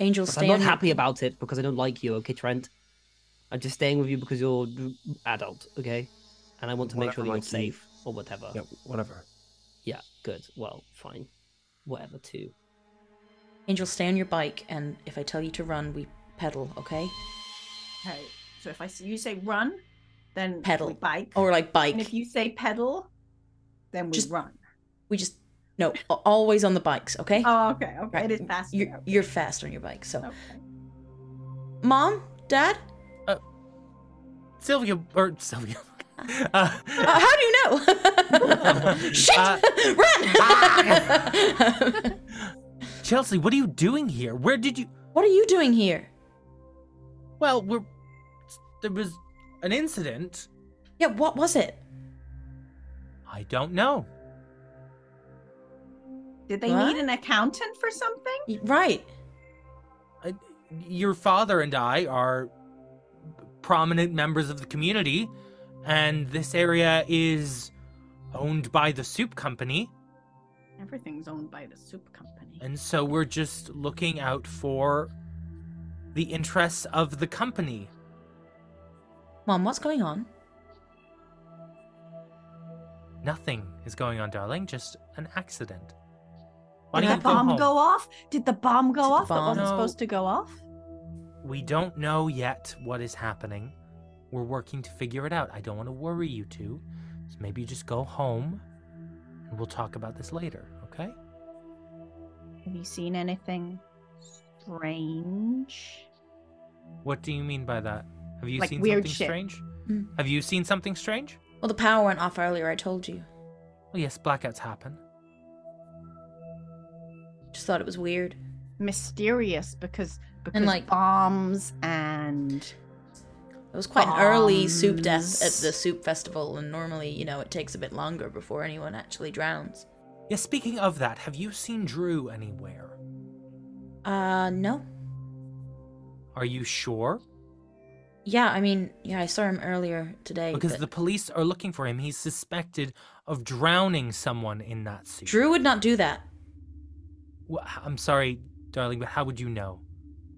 Speaker 1: Angel,
Speaker 6: But
Speaker 1: stay
Speaker 6: I'm not
Speaker 1: on your-
Speaker 6: happy about it because I don't like you. Okay, Trent. I'm just staying with you because you're adult, okay? And I want to make
Speaker 4: Whatever,
Speaker 6: sure that you're
Speaker 4: Mikey.
Speaker 6: safe or whatever.
Speaker 4: Yeah, whatever.
Speaker 6: Yeah, good. Well, fine. Whatever, too.
Speaker 1: Angel, stay on your bike, and if I tell you to run, we pedal, okay?
Speaker 2: Okay. So if I s- you say run, then
Speaker 1: Pedal.
Speaker 2: we bike.
Speaker 1: Or like bike.
Speaker 2: and if you say pedal, then we
Speaker 1: Just-
Speaker 2: run.
Speaker 1: we just no, a- always on the bikes, okay?
Speaker 2: Oh, okay. Okay.
Speaker 1: Right.
Speaker 2: It is faster.
Speaker 1: You're you're fast on your bike. So,
Speaker 2: Okay.
Speaker 1: mom, dad,
Speaker 3: Sylvia or Sylvia. Uh,
Speaker 1: uh, how do you know? Shit,
Speaker 3: Uh,
Speaker 1: run!
Speaker 3: Chelsea, what are you doing here? Where did you?
Speaker 1: what are you doing here?
Speaker 3: Well, we're there was an incident.
Speaker 1: Yeah, what was it?
Speaker 3: I don't know.
Speaker 2: Did they
Speaker 1: What?
Speaker 2: need an accountant for something?
Speaker 1: Y- Right.
Speaker 3: I, your father and I are prominent members of the community, and this area is owned by the soup company,
Speaker 2: Everything's owned by the soup company.
Speaker 3: and so we're just looking out for the interests of the company.
Speaker 1: Mom, what's going on?
Speaker 3: Nothing is going on, darling. Just an accident. Why
Speaker 2: Did
Speaker 3: don't
Speaker 2: the
Speaker 3: you go
Speaker 2: bomb
Speaker 3: home?
Speaker 2: go off? Did the bomb go
Speaker 1: Did the
Speaker 2: off? That
Speaker 1: bomb-
Speaker 2: wasn't
Speaker 3: No.
Speaker 2: supposed to go off.
Speaker 3: We don't know yet what is happening. We're working to figure it out. I don't want to worry you two. So maybe you just go home and we'll talk about this later, okay?
Speaker 2: Have you seen anything strange?
Speaker 3: What do you mean by that? Have you
Speaker 2: Like
Speaker 3: seen
Speaker 2: weird
Speaker 3: something
Speaker 2: shit. Hmm.
Speaker 3: strange?
Speaker 1: Mm.
Speaker 3: Have you seen something strange?
Speaker 1: Well, the power went off earlier. I told you.
Speaker 3: Well, yes, blackouts happen.
Speaker 1: Just thought it was weird.
Speaker 2: Mysterious because because
Speaker 1: like-
Speaker 2: bombs and
Speaker 1: It was quite an early soup
Speaker 2: Bombs.
Speaker 1: death at the soup festival, and normally, you know, it takes a bit longer before anyone actually drowns.
Speaker 3: Yes, speaking of that, have you seen Drew anywhere?
Speaker 1: Uh, no.
Speaker 3: Are you sure?
Speaker 1: Yeah, I mean, yeah, I saw him earlier today.
Speaker 3: Because
Speaker 1: but
Speaker 3: the police are looking for him. He's suspected of drowning someone in that soup.
Speaker 1: Drew would not do that.
Speaker 3: Wha- I'm sorry, darling, but how would you know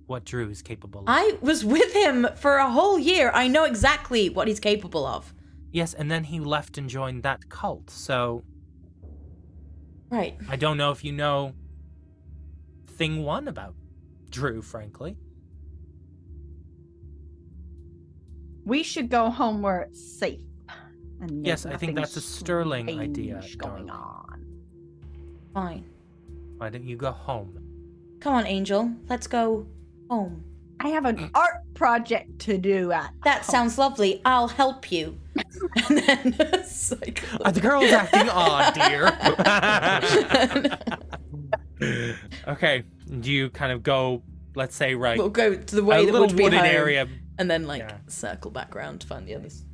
Speaker 3: what Drew is capable of?
Speaker 1: I was with him for a whole year. I know exactly what he's capable of.
Speaker 3: Yes, and then he left and joined that cult. So
Speaker 1: Right.
Speaker 3: I don't know if you know thing one about Drew, frankly.
Speaker 2: we should go home where it's safe. And there's
Speaker 3: Yes, I
Speaker 2: nothing
Speaker 3: think that's a sterling idea,
Speaker 2: strange Going
Speaker 3: darling.
Speaker 2: on.
Speaker 1: Fine.
Speaker 3: Why don't you go home?
Speaker 1: Come on, Angel. Let's go home.
Speaker 2: I have an art project to do at.
Speaker 1: That sounds lovely. I'll help you. and then cycle.
Speaker 3: Are the girls acting odd, dear? okay, you kind of go, let's say, right,
Speaker 1: we'll go to the
Speaker 3: a
Speaker 1: way that
Speaker 3: little
Speaker 1: would be
Speaker 3: wooded
Speaker 1: home,
Speaker 3: area.
Speaker 1: and then like
Speaker 3: Yeah.
Speaker 1: circle back around to find the others.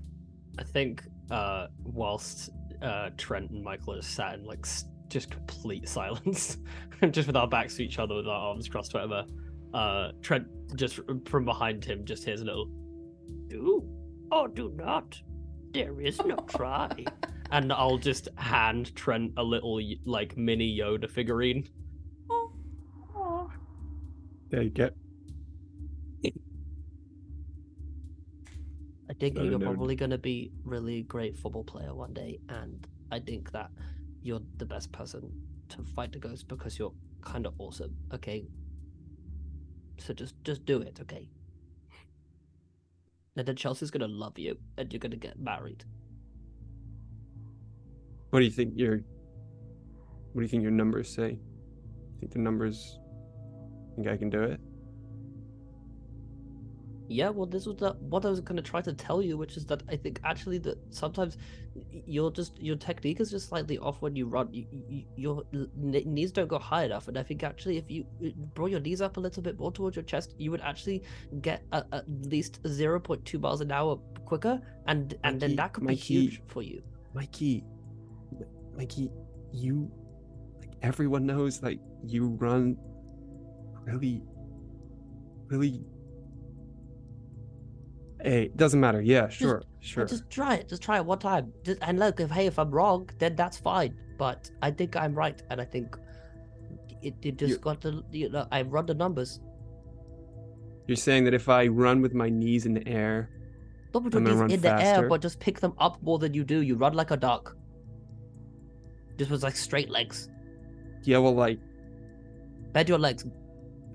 Speaker 5: I think uh, whilst uh, Trent and Michael are just sat in like s- just complete silence, just with our backs to each other, with our arms crossed, whatever. Uh, Trent just from behind him just hears a little
Speaker 6: Do or do not. There is no try.
Speaker 5: and I'll just hand Trent a little y- like mini Yoda figurine.
Speaker 9: There you get.
Speaker 6: I think
Speaker 9: No,
Speaker 6: you're
Speaker 9: no.
Speaker 6: probably going to be really great football player one day, and I think that you're the best person to fight the ghost because you're kind of awesome. Okay, so just just do it, okay? And then Chelsea's gonna love you, and you're gonna get married.
Speaker 9: What do you think your What do you think your numbers say? Think the numbers? Think I can do it?
Speaker 6: Yeah, well, this was the, what I was going to try to tell you, which is that I think actually that sometimes y- you're just your technique is just slightly off when you run. You, you, your l- kn- knees don't go high enough, and I think actually if you uh, brought your knees up a little bit more towards your chest, you would actually get a, at least zero point two miles an hour quicker, and and then
Speaker 9: Mikey,
Speaker 6: that could be
Speaker 9: Mikey.
Speaker 6: huge for you.
Speaker 9: Mikey, Mi- Mikey, you, like everyone knows, like you run really, really. Hey, doesn't matter. Yeah, sure,
Speaker 6: Well,
Speaker 9: sure.
Speaker 6: Just try it. Just try it one time. Just, and look, if hey, if I'm wrong, then that's fine. But I think I'm right, and I think it, it just
Speaker 9: You-
Speaker 6: got the you know I run the numbers.
Speaker 4: You're saying that if I run with my knees in the air,
Speaker 6: Don't put
Speaker 4: I'm
Speaker 6: your
Speaker 4: gonna run
Speaker 6: knees in the air,
Speaker 4: faster.
Speaker 6: but just pick them up more than you do. You run like a duck. Just was like straight legs.
Speaker 4: yeah, well, like
Speaker 6: Bend your legs,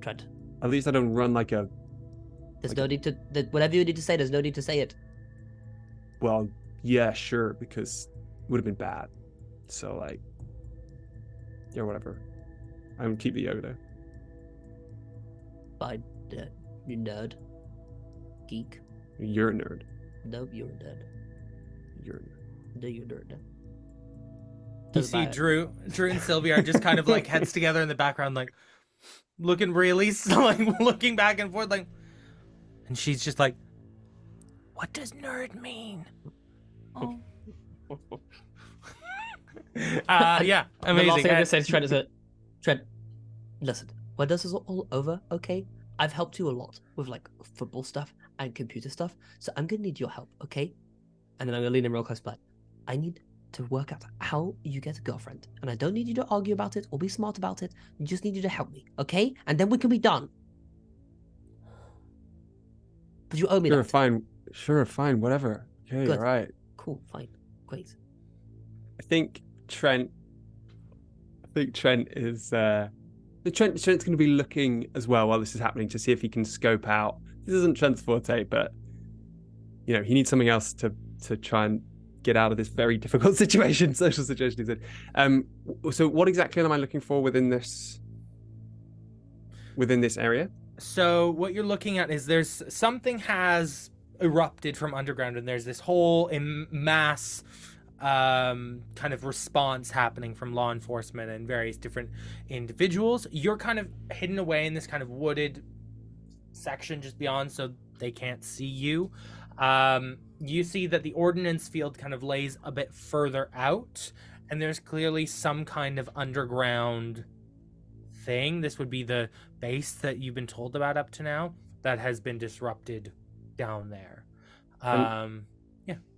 Speaker 6: Trent.
Speaker 4: at least I don't run like a
Speaker 6: There's
Speaker 4: Like-
Speaker 6: no need to. That whatever you need to say, there's no need to say it.
Speaker 4: well, yeah, sure, because it would have been bad. So like, yeah, whatever. I'm keep the yoga there.
Speaker 6: Fine, uh, you nerd, geek.
Speaker 4: You're a nerd.
Speaker 6: No, you're a nerd.
Speaker 4: You're a nerd.
Speaker 6: No, you're a nerd.
Speaker 3: You
Speaker 6: Doesn't
Speaker 3: see,
Speaker 6: matter.
Speaker 3: Drew, Drew and Sylvia are just kind of like heads together in the background, like looking really, s- like looking back and forth, like. And she's just like, "What does nerd mean?"
Speaker 1: Oh,
Speaker 3: uh, yeah,
Speaker 10: The last
Speaker 3: amazing.
Speaker 10: thing I
Speaker 3: Uh,
Speaker 10: just said to Trent is that
Speaker 6: Trent, listen. When this is all over, okay, I've helped you a lot with like football stuff and computer stuff, so I'm gonna need your help, okay? And then I'm gonna lean in real close, but I need to work out how you get a girlfriend, and I don't need you to argue about it or be smart about it. I just need you to help me, okay? And then we can be done. But you owe me
Speaker 4: Sure,
Speaker 6: that.
Speaker 4: fine. Sure, fine. Whatever. Okay,
Speaker 6: Good.
Speaker 4: all right.
Speaker 6: Cool, fine, great.
Speaker 4: I think Trent. I think Trent is. uh the Trent Trent's going to be looking as well while this is happening to see if he can scope out. This isn't Trent's forte, but you know he needs something else to to try and get out of this very difficult situation, social situation he's in. Um, w- so what exactly am I looking for within this? Within this area,
Speaker 3: so what you're looking at is there's something has erupted from underground, and there's this whole Im- mass um kind of response happening from law enforcement and various different individuals you're kind of hidden away in this kind of wooded section just beyond so they can't see you um you see that the ordnance field kind of lays a bit further out and there's clearly some kind of underground thing this would be the base that you've been told about up to now that has been disrupted down there
Speaker 4: Um,
Speaker 3: um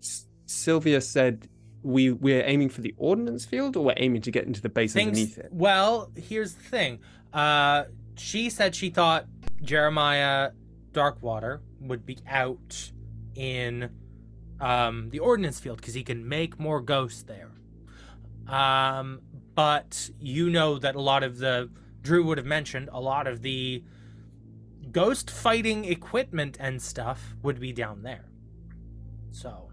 Speaker 4: S- Sylvia said we we're aiming for the ordnance field, or we're aiming to get into the base
Speaker 3: Things-
Speaker 4: underneath it.
Speaker 3: Well, here's the thing. Uh, she said she thought Jeremiah Darkwater would be out in um, the ordnance field because he can make more ghosts there. Um, but you know that a lot of the Drew would have mentioned a lot of the ghost fighting equipment and stuff would be down there. So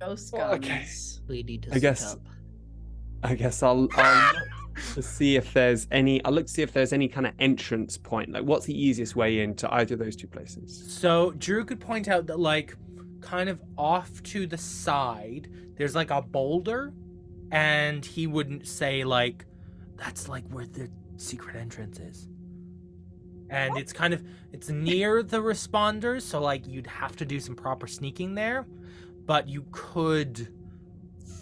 Speaker 2: Ghost
Speaker 4: Well, okay.
Speaker 2: guns.
Speaker 6: We need to.
Speaker 4: I
Speaker 6: set
Speaker 4: guess-
Speaker 6: up.
Speaker 4: I guess I'll, I'll look to see if there's any. I'll look to see if there's any kind of entrance point. Like, what's the easiest way into either of those two places?
Speaker 3: So Drew could point out that like kind of off to the side, there's like a boulder, and he wouldn't say like that's like where the secret entrance is. And it's kind of it's near the responders, so like you'd have to do some proper sneaking there, but you could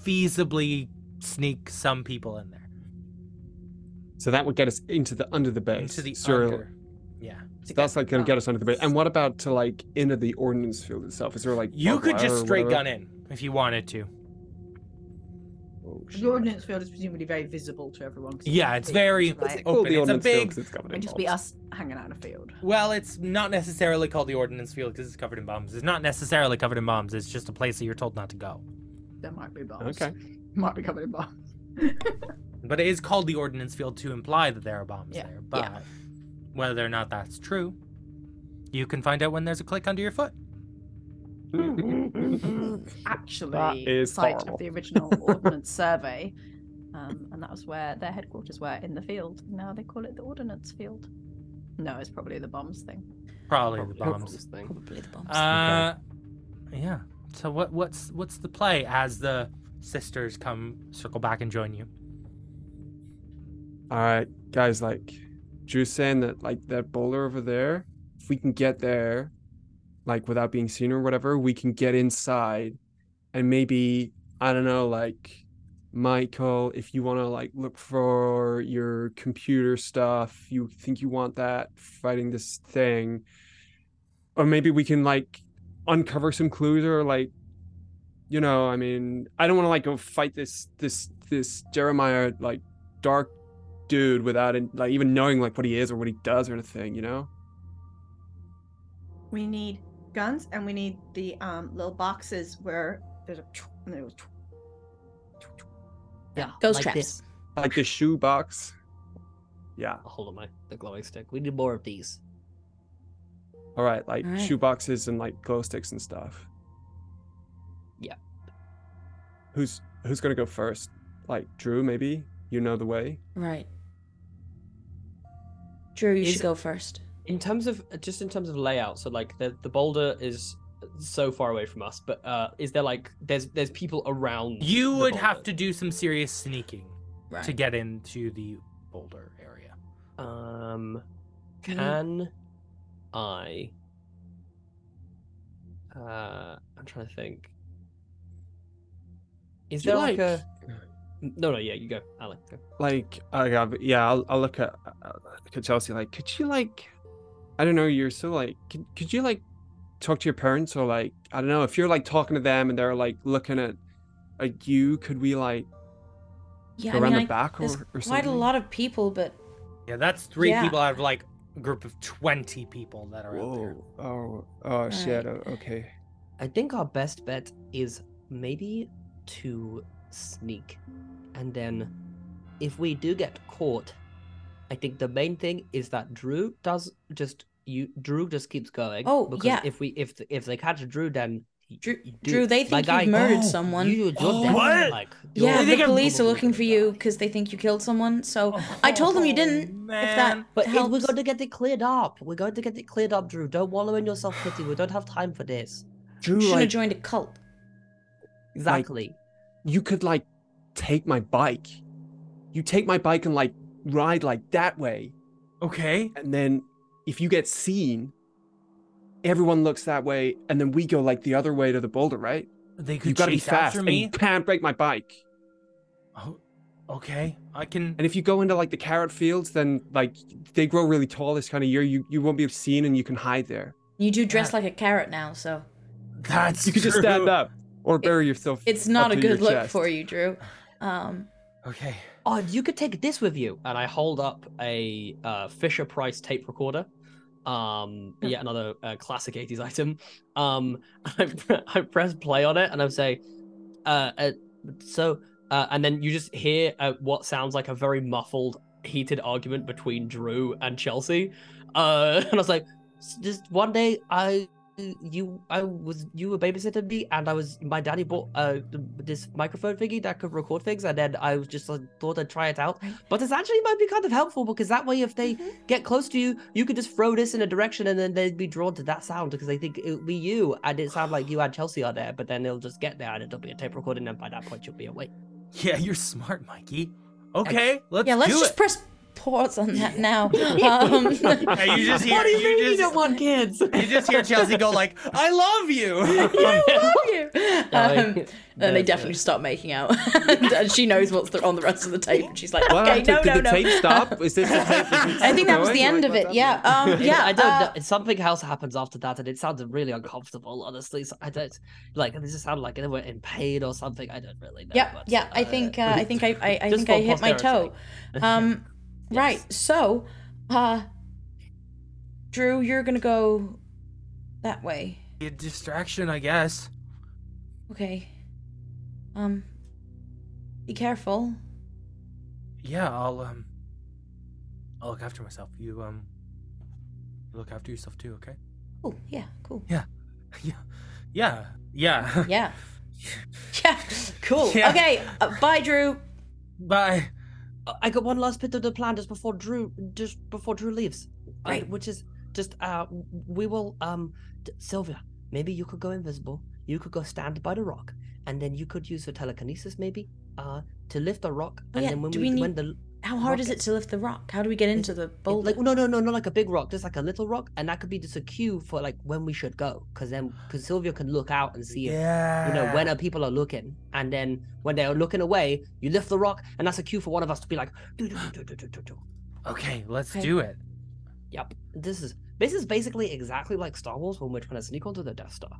Speaker 3: feasibly sneak some people in there
Speaker 4: So that would get us into the under the base.
Speaker 3: into the
Speaker 4: So
Speaker 3: under. Yeah.
Speaker 4: so that's like gonna get us under the base. And what about to like into the ordnance field itself? Is there like
Speaker 3: You could just straight gun
Speaker 4: it?
Speaker 3: in if you wanted to.
Speaker 4: Oh,
Speaker 2: The ordnance field is presumably very visible to everyone. 'cause
Speaker 3: Yeah, it's
Speaker 2: big,
Speaker 3: very-
Speaker 2: Right?
Speaker 3: open. It's a big-
Speaker 4: It's covered in
Speaker 2: It'd just be
Speaker 4: bombs.
Speaker 2: us hanging out in a field.
Speaker 3: Well, it's not necessarily called the Ordnance Field because it's covered in bombs. It's not necessarily covered in bombs. It's just a place that you're told not to go.
Speaker 2: There might be bombs.
Speaker 4: Okay.
Speaker 2: Might be covered in bombs.
Speaker 3: But it is called the Ordnance Field to imply that there are bombs
Speaker 2: Yeah,
Speaker 3: there. But
Speaker 2: yeah.
Speaker 3: whether or not that's true, you can find out when there's a click under your foot.
Speaker 2: Actually,
Speaker 4: is
Speaker 2: site
Speaker 4: horrible.
Speaker 2: of the original ordnance survey. Um, and that was where their headquarters were in the field. Now they call it the ordnance field. No, it's probably the bombs thing.
Speaker 3: Probably, the bombs.
Speaker 1: Probably the bombs.
Speaker 3: Uh, yeah. So what what's what's the play as the sisters come circle back and join you?
Speaker 4: All right, guys. Like, Drew's saying that like that bowler over there. If we can get there, like without being seen or whatever, we can get inside, and maybe I don't know, like Michael, if you want to like look for your computer stuff, you think you want that fighting this thing, or maybe we can like uncover some clues or like you know i mean i don't want to like go fight this this this jeremiah like dark dude without it, like even knowing like what he is or what he does or anything, you know?
Speaker 2: we need guns and we need the um little boxes where there's a and there was
Speaker 6: Yeah.
Speaker 1: Those
Speaker 6: like
Speaker 1: traps.
Speaker 6: This.
Speaker 4: Like the shoebox. Yeah.
Speaker 6: I'll Hold on, my the glowing stick. We need more of these.
Speaker 4: All right. Like
Speaker 1: All right.
Speaker 4: shoeboxes and like glow sticks and stuff.
Speaker 6: Yeah.
Speaker 4: Who's who's gonna go first? Like Drew, maybe. You know the way.
Speaker 1: Right. Drew, you
Speaker 11: Is-
Speaker 1: should go first.
Speaker 11: in terms of just in terms of layout so like the, the boulder is so far away from us but uh is there like there's there's people around
Speaker 3: You
Speaker 11: the
Speaker 3: would have to
Speaker 11: boulder?
Speaker 3: do some serious sneaking
Speaker 1: Right.
Speaker 3: to get into the boulder area.
Speaker 11: um
Speaker 1: Mhm.
Speaker 11: can i uh i'm trying to think is
Speaker 4: Do you
Speaker 11: there like,
Speaker 4: like-
Speaker 11: a no no yeah you go alan go.
Speaker 4: Like, I got, yeah, I'll, I'll look at I'll look at Chelsea. Like, could you like, I don't know. You're so like, could, could you like talk to your parents or like, I don't know. If you're like talking to them and they're like looking at like you, could we like
Speaker 1: Yeah,
Speaker 4: go
Speaker 1: I
Speaker 4: around
Speaker 1: mean,
Speaker 4: the
Speaker 1: I,
Speaker 4: back or,
Speaker 1: there's
Speaker 4: or something?
Speaker 1: quite a lot of people, but
Speaker 3: Yeah, that's three
Speaker 1: Yeah.
Speaker 3: people out of like a group of twenty people that are out there.
Speaker 4: Whoa! Oh, oh shit!
Speaker 1: Right.
Speaker 4: oh, Okay.
Speaker 6: I think our best bet is maybe to sneak. And then if we do get caught, I think the main thing is that Drew does just you Drew just keeps going.
Speaker 1: Oh,
Speaker 6: because
Speaker 1: yeah.
Speaker 6: if we if if they catch Drew then y-
Speaker 1: Drew,
Speaker 6: you do-
Speaker 1: Drew they
Speaker 6: my
Speaker 1: think
Speaker 6: guy-
Speaker 1: you've murdered
Speaker 3: Oh,
Speaker 1: someone.
Speaker 6: You, you're
Speaker 3: Oh,
Speaker 6: dead.
Speaker 3: what?
Speaker 6: Like,
Speaker 1: yeah,
Speaker 3: They think
Speaker 1: the
Speaker 3: I'm
Speaker 1: police are
Speaker 6: probably
Speaker 1: looking
Speaker 6: gonna
Speaker 1: for you
Speaker 6: die.
Speaker 1: because they think you killed someone. So I told them you didn't. if that
Speaker 3: Oh, man.
Speaker 6: But it, we're
Speaker 1: helps.
Speaker 6: going to get it cleared up. We're going to get it cleared up, Drew. Don't wallow in your self pity. We don't have time for this.
Speaker 4: Drew,
Speaker 1: shouldn't have
Speaker 4: like,
Speaker 1: joined a cult.
Speaker 6: Exactly.
Speaker 4: you could like take my bike. You take my bike and like ride like that way,
Speaker 3: Okay.
Speaker 4: and then if you get seen, everyone looks that way, and then we go like the other way to the boulder, right?
Speaker 3: They could
Speaker 4: You gotta be
Speaker 3: chase
Speaker 4: fast,
Speaker 3: after
Speaker 4: and you
Speaker 3: me.
Speaker 4: can't break my bike.
Speaker 3: Oh, okay. I can.
Speaker 4: And if you go into like the carrot fields, then like they grow really tall this kind of year. You you won't be seen, and you can hide there.
Speaker 1: You do dress
Speaker 3: Yeah.
Speaker 1: like a carrot now, so
Speaker 3: That's
Speaker 4: You could just stand
Speaker 3: true.
Speaker 4: up or bury yourself.
Speaker 1: it's not
Speaker 4: up
Speaker 1: a
Speaker 4: to your
Speaker 1: good look
Speaker 4: chest.
Speaker 1: for you, Drew. Um,
Speaker 3: Okay.
Speaker 6: Oh, you could take this with you.
Speaker 11: you and I hold up a uh, Fisher Price tape recorder. Um, yet another uh, classic 80s item. Um, I, I press play on it and I say, uh, uh so, uh, and then you just hear uh, what sounds like a very muffled, heated argument between Drew and Chelsea. Uh, and I was like, "S- just one day I. You, I was you were babysitting me, and I was my daddy bought uh this microphone thingy that could record things, and then I was just like thought I'd try it out, but this actually might be kind of helpful because that way, if they get close to you, you could just throw this in a direction and then they'd be drawn to that sound because they think it'll be you. And it sound like you and Chelsea are there, but then they'll just get there and it'll be a tape recording. And by that point, you'll be awake.
Speaker 3: Yeah, you're smart, Mikey. Okay, let's
Speaker 1: yeah, let's
Speaker 3: do
Speaker 1: just
Speaker 3: it.
Speaker 1: press pause on that now. Um,
Speaker 3: Yeah, you just hear
Speaker 6: What do you mean you
Speaker 3: just,
Speaker 6: don't want kids?
Speaker 3: you just hear Chelsea go like, "I love you."
Speaker 1: you. Um, and they definitely start making out, and, and she knows what's the, on the rest of the tape, and she's like,
Speaker 4: What
Speaker 1: "Okay,
Speaker 4: happened?
Speaker 1: no,
Speaker 4: Did
Speaker 1: no,
Speaker 4: the
Speaker 1: no."
Speaker 4: tape stop? Is this the tape? that's
Speaker 1: I think that was
Speaker 4: going?
Speaker 1: the end
Speaker 4: Like,
Speaker 1: of it.
Speaker 4: what's
Speaker 1: Yeah,
Speaker 4: happening?
Speaker 1: um, yeah.
Speaker 6: I don't
Speaker 1: uh,
Speaker 6: know. Something else happens after that, and it sounded really uncomfortable. Honestly, so I don't like. This just sounded like they were in pain or something. I don't really know.
Speaker 1: Yeah,
Speaker 6: but,
Speaker 1: yeah. I
Speaker 6: uh,
Speaker 1: think uh, I think I I, I
Speaker 6: Just
Speaker 1: think
Speaker 6: for
Speaker 1: I hit my toe.
Speaker 6: posterity.
Speaker 11: uh,
Speaker 1: Um, right. So, uh, Drew, you're gonna go that way.
Speaker 3: Be a distraction, I guess.
Speaker 1: Okay. Um, be careful.
Speaker 3: Yeah, I'll um, I'll look after myself. You um, look after yourself too, okay?
Speaker 1: Oh, yeah, cool.
Speaker 3: Yeah, yeah, yeah.
Speaker 1: Yeah. Yeah, cool.
Speaker 3: Yeah.
Speaker 1: Okay, uh, bye, Drew.
Speaker 3: Bye.
Speaker 6: Uh, I got one last bit of the plan just before Drew just before Drew leaves. uh,
Speaker 1: Great.
Speaker 6: which is just uh w- we will um d- Sylvia, maybe you could go invisible. You could go stand by the rock and then you could use your telekinesis maybe uh to lift the rock
Speaker 1: Oh,
Speaker 6: and
Speaker 1: yeah,
Speaker 6: then when
Speaker 1: do
Speaker 6: we,
Speaker 1: we
Speaker 6: when
Speaker 1: need
Speaker 6: the
Speaker 1: How hard is it to lift the rock? How do we get into the
Speaker 6: it-
Speaker 1: boulder?
Speaker 6: like no no no not like a big rock just like a little rock and that could be just a cue for like when we should go because then because Sylvia can look out and see if
Speaker 3: Yeah.
Speaker 6: you know when are people are looking and then when they are looking away you lift the rock and that's a cue for one of us to be like do do do do do do do
Speaker 3: Okay, let's
Speaker 1: Okay.
Speaker 3: do it.
Speaker 6: Yep. This is this is basically exactly like Star Wars when we're trying to sneak onto the Death Star.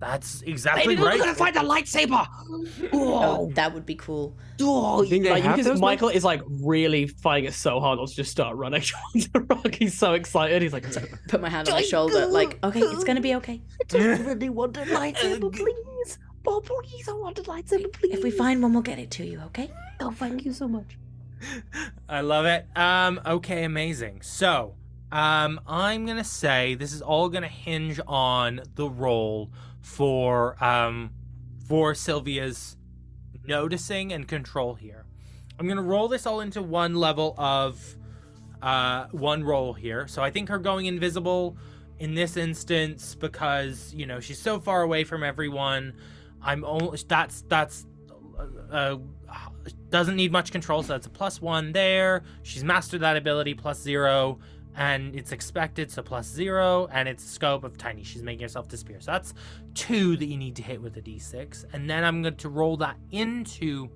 Speaker 3: That's
Speaker 6: Maybe
Speaker 3: exactly
Speaker 6: we're
Speaker 3: right.
Speaker 6: gonna find a lightsaber.
Speaker 1: Oh,
Speaker 6: Oh,
Speaker 1: that would be cool.
Speaker 6: oh,
Speaker 9: You think they
Speaker 5: Like,
Speaker 9: have
Speaker 5: because
Speaker 9: those now?
Speaker 5: Michael is like really fighting it so hard not to just start running towards the rock. He's so excited. He's like,
Speaker 1: Put my hand on his shoulder, like, okay, it's gonna be okay.
Speaker 6: just really want a lightsaber, please. Oh, please, I want a lightsaber, please.
Speaker 1: If we find one, we'll get it to you, okay?
Speaker 6: oh, thank you so much.
Speaker 3: I love it. Um, okay, amazing. So, um, I'm gonna say this is all gonna hinge on the role for um for Sylvia's noticing and control here. I'm gonna roll this all into one level of uh one role here. So I think her going invisible in this instance because you know she's so far away from everyone. I'm only that's that's uh, doesn't need much control, so that's a plus one there. She's mastered that ability, plus zero, and it's expected, so plus zero, and it's scope of tiny. She's making herself disappear. So that's two that you need to hit with a d6, and then I'm going to roll that into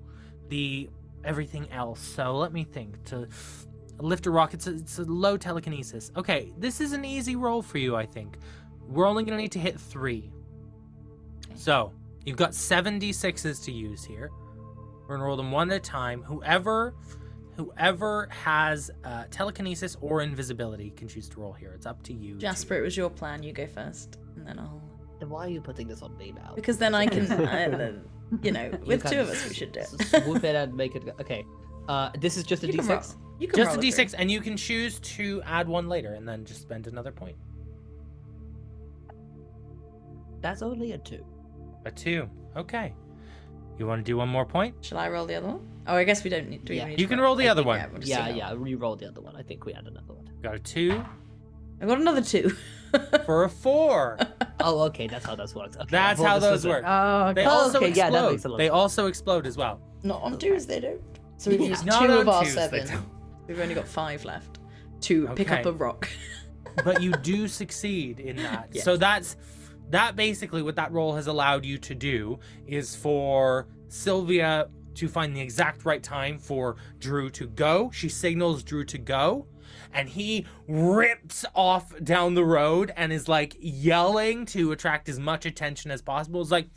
Speaker 3: the everything else. So let me think. To lift a rock, it's a, it's a low telekinesis. Okay, this is an easy roll for you, I think. We're only going to need to hit three. So you've got seven d6s to use here. We're gonna roll them one at a time. Whoever, whoever has uh, telekinesis or invisibility can choose to roll here. It's up to you. two.
Speaker 1: Jasper, it was your plan. You go first, and then I'll.
Speaker 6: Then why are you putting this on me now?
Speaker 1: Because then I can, uh, you know,
Speaker 6: You
Speaker 1: with
Speaker 6: can
Speaker 1: two of us, we should do
Speaker 6: s-
Speaker 1: it.
Speaker 6: Swoop it and make it. go- Okay. Uh, this is just a
Speaker 1: You can roll.
Speaker 6: d6.
Speaker 1: You can
Speaker 3: Just a
Speaker 1: roll
Speaker 3: d6,
Speaker 1: three.
Speaker 3: and you can choose to add one later, and then just spend another point.
Speaker 6: That's only a two.
Speaker 3: A two. Okay. You want to do one more point?
Speaker 1: Shall I roll the other one? Oh, I guess we don't need. Do we
Speaker 6: Yeah.
Speaker 1: even need
Speaker 3: You
Speaker 1: to
Speaker 3: can roll the
Speaker 1: I
Speaker 3: other
Speaker 1: think,
Speaker 3: one.
Speaker 1: Yeah, we'll just
Speaker 6: Yeah,
Speaker 1: do that.
Speaker 6: yeah. Re-roll the other one. I think we had another one.
Speaker 3: Got a two
Speaker 1: I got another two.
Speaker 3: for a four.
Speaker 6: Oh, okay. That's how this works. Okay, I
Speaker 3: That's
Speaker 6: thought
Speaker 3: how
Speaker 6: this was
Speaker 3: those
Speaker 6: a-
Speaker 3: work.
Speaker 2: Oh,
Speaker 3: They
Speaker 2: okay.
Speaker 3: also
Speaker 6: okay, yeah,
Speaker 3: explode.
Speaker 6: that makes a lot
Speaker 3: they
Speaker 6: of
Speaker 3: also explode as well.
Speaker 1: Not on twos, they don't. So we've
Speaker 6: Yeah.
Speaker 1: used
Speaker 3: Not
Speaker 1: two
Speaker 3: on
Speaker 1: of our
Speaker 3: twos, they
Speaker 1: seven.
Speaker 3: don't.
Speaker 1: We've only got five left to pick up
Speaker 3: Okay.
Speaker 1: a rock.
Speaker 3: but you do succeed in that.
Speaker 1: Yes.
Speaker 3: So that's that basically what that role has allowed you to do is for Sylvia to find the exact right time for Drew to go. She signals Drew to go and he rips off down the road and is like yelling to attract as much attention as possible. It's like,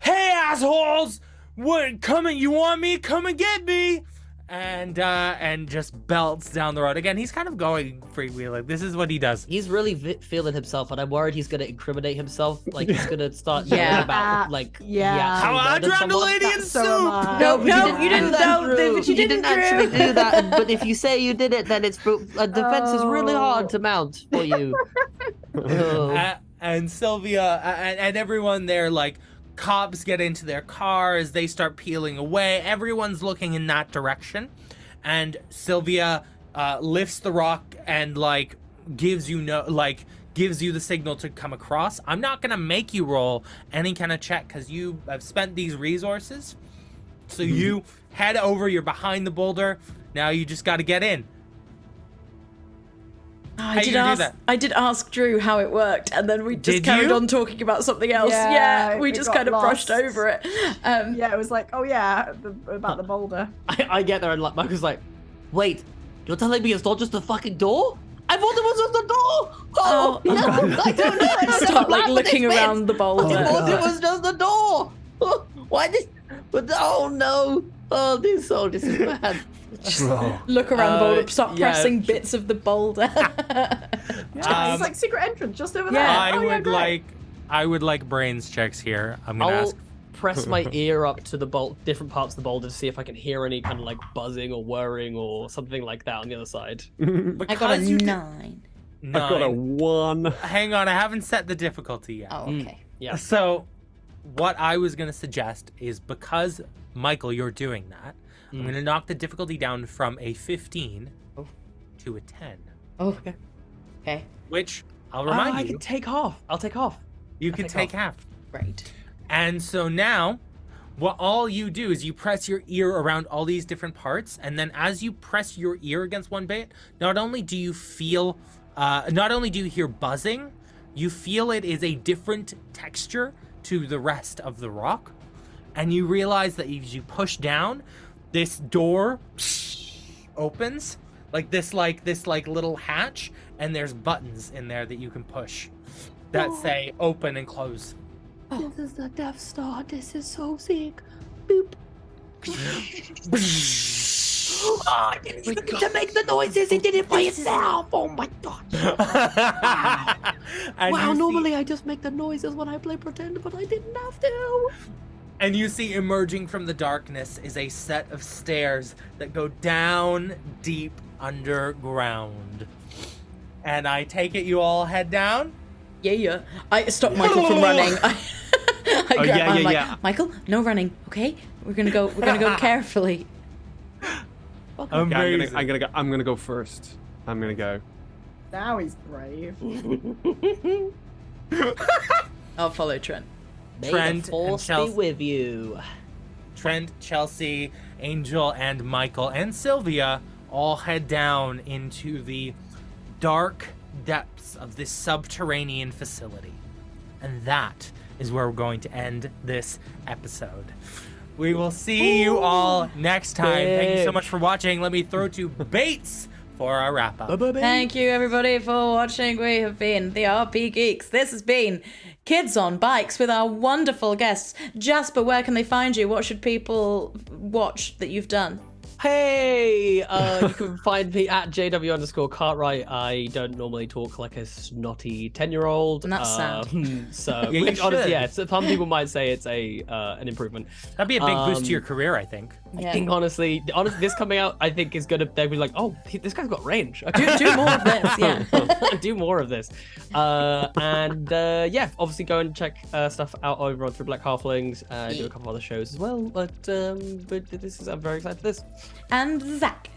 Speaker 3: "Hey assholes, what come and you want me? Come and get me!" And uh, and just belts down the road again. He's kind of going freewheeling. This is what he does.
Speaker 6: He's really vi- feeling himself, and I'm worried he's gonna incriminate himself. Like he's gonna start yelling
Speaker 1: Uh, Yeah.
Speaker 6: about like he
Speaker 2: Yeah.
Speaker 6: actually
Speaker 3: How I
Speaker 6: murdered
Speaker 3: drowned a
Speaker 6: someone.
Speaker 3: lady in
Speaker 2: So
Speaker 3: soup.
Speaker 2: am I.
Speaker 1: No,
Speaker 6: but you
Speaker 1: no,
Speaker 6: didn't
Speaker 1: you
Speaker 6: do
Speaker 1: didn't,
Speaker 6: that,
Speaker 1: though, David,
Speaker 6: Drew.
Speaker 1: you didn't,
Speaker 6: actually
Speaker 1: Drew.
Speaker 6: do that. and- But if you say you did it, then it's pro- a defense is really
Speaker 2: Oh.
Speaker 6: hard to mount for you. Oh.
Speaker 1: Uh,
Speaker 3: A- Uh, and Sylvia a- and, and everyone there, like cops get into their cars, they start peeling away. Everyone's looking in that direction, and Sylvia uh, lifts the rock and like gives you no like gives you the signal to come across. I'm not gonna make you roll any kind of check because you have spent these resources. So you head over. You're behind the boulder. Now you just got to get in.
Speaker 1: I
Speaker 3: you
Speaker 1: did
Speaker 3: gonna do
Speaker 1: ask.
Speaker 3: that?
Speaker 1: I did ask Drew how it worked, and then we just
Speaker 3: Did
Speaker 1: carried
Speaker 3: you?
Speaker 1: on talking about something else.
Speaker 2: Yeah,
Speaker 1: Yeah, we
Speaker 2: it
Speaker 1: just
Speaker 2: got
Speaker 1: kind of brushed
Speaker 2: lost.
Speaker 1: over it. Um,
Speaker 2: Yeah, it was like, oh yeah, the, about the boulder.
Speaker 5: I, I get there and like Michael's like,
Speaker 6: Wait, you're telling me it's not just a fucking door? I thought it was just a door.
Speaker 1: Oh,
Speaker 6: Oh, no, I don't know. I don't
Speaker 1: Start
Speaker 6: know
Speaker 1: like
Speaker 6: what this
Speaker 1: looking
Speaker 6: means.
Speaker 1: around the
Speaker 6: I
Speaker 1: boulder.
Speaker 6: thought it was just a door. Why did? But oh no. Oh, this. Oh, this is bad.
Speaker 4: Bro.
Speaker 1: Look around the
Speaker 5: Uh,
Speaker 1: boulder. Start
Speaker 5: yeah.
Speaker 1: pressing bits of the boulder.
Speaker 2: Yeah,
Speaker 3: Um,
Speaker 2: it's like secret entrance just
Speaker 1: Yeah.
Speaker 2: over there.
Speaker 3: I
Speaker 2: Oh, yeah,
Speaker 3: would
Speaker 2: great.
Speaker 3: like I would like brains checks here. I'm gonna
Speaker 5: I'll
Speaker 3: ask.
Speaker 5: press my ear up to the bolt, different parts of the boulder to see if I can hear any kind of like buzzing or whirring or something like that on the other side.
Speaker 1: um, I got a
Speaker 3: Because you did
Speaker 1: nine.
Speaker 4: I've got a
Speaker 3: nine-
Speaker 4: one.
Speaker 3: Hang on, I haven't set the difficulty yet.
Speaker 1: Oh, okay.
Speaker 5: Yeah.
Speaker 3: So, what I was gonna suggest is because Michael, you're doing that, I'm
Speaker 4: Mm.
Speaker 3: gonna knock the difficulty down from a 15 to a 10,
Speaker 1: Oh, okay. Okay,
Speaker 3: which I'll
Speaker 5: Oh,
Speaker 3: remind
Speaker 5: I
Speaker 3: you,
Speaker 5: can take half. I'll take half.
Speaker 3: you can
Speaker 5: take
Speaker 3: take half.
Speaker 1: great.
Speaker 3: And so now, what all you do is you press your ear around all these different parts, and then as you press your ear against one bit, not only do you feel, uh, not only do you hear buzzing, you feel it is a different texture to the rest of the rock, and you realize that as you push down, this door opens like this, like this, like little hatch, and there's buttons in there that you can push that say open and close.
Speaker 8: This is the Death Star. This is so sick. Boop. oh, I didn't even need to make the noises. It did it by itself. Oh my god.
Speaker 3: and
Speaker 8: wow,
Speaker 3: you see-
Speaker 8: normally I just make the noises when I play pretend, but I didn't have to.
Speaker 3: And you see emerging from the darkness is a set of stairs that go down deep underground. And I take it you all head down?
Speaker 1: Yeah, yeah. I stopped Michael from running. I, I grabbed
Speaker 4: Oh, yeah,
Speaker 1: him, I'm
Speaker 4: yeah,
Speaker 1: like,
Speaker 4: yeah.
Speaker 1: Michael, no running, okay? We're gonna go. We're gonna go carefully.
Speaker 9: Yeah, I'm gonna,
Speaker 3: Amazing.
Speaker 9: I'm gonna go. I'm gonna go first. I'm gonna go.
Speaker 2: Now he's brave.
Speaker 1: I'll follow Trent.
Speaker 6: May
Speaker 3: Trent
Speaker 6: the
Speaker 3: and
Speaker 6: force be
Speaker 3: Chelsea.
Speaker 6: with you.
Speaker 3: Trent, Chelsea, Angel, and Michael, and Sylvia all head down into the dark depths of this subterranean facility. And that is where we're going to end this episode. We will see you all next time. Thank you so much for watching. Let me throw to Bates for our wrap up.
Speaker 1: Thank you, everybody, for watching. We have been the RP Geeks. This has been Kids on Bikes with our wonderful guests. Jasper, where can they find you? What should people watch that you've done?
Speaker 6: Hey, uh, you can find me at JW underscore Cartwright. I don't normally talk like a snotty 10 year old.
Speaker 1: And that's sad.
Speaker 6: So,
Speaker 3: you
Speaker 6: which, honestly,
Speaker 3: should.
Speaker 6: yeah, it's, some people might say it's a uh, an improvement.
Speaker 3: That'd be a big boost
Speaker 6: Um,
Speaker 3: to your career, I think.
Speaker 1: Yeah.
Speaker 6: I think, honestly, honestly, this coming out, I think is going to, they'll be like, oh, he- this guy's got range. Okay.
Speaker 1: Do, do more of this, yeah.
Speaker 6: do more of this. Uh, and uh, yeah, obviously go and check uh, stuff out over on Three Black Halflings. Uh, do a couple other shows as well. But, um, but this is I'm very excited for this.
Speaker 1: And Zach,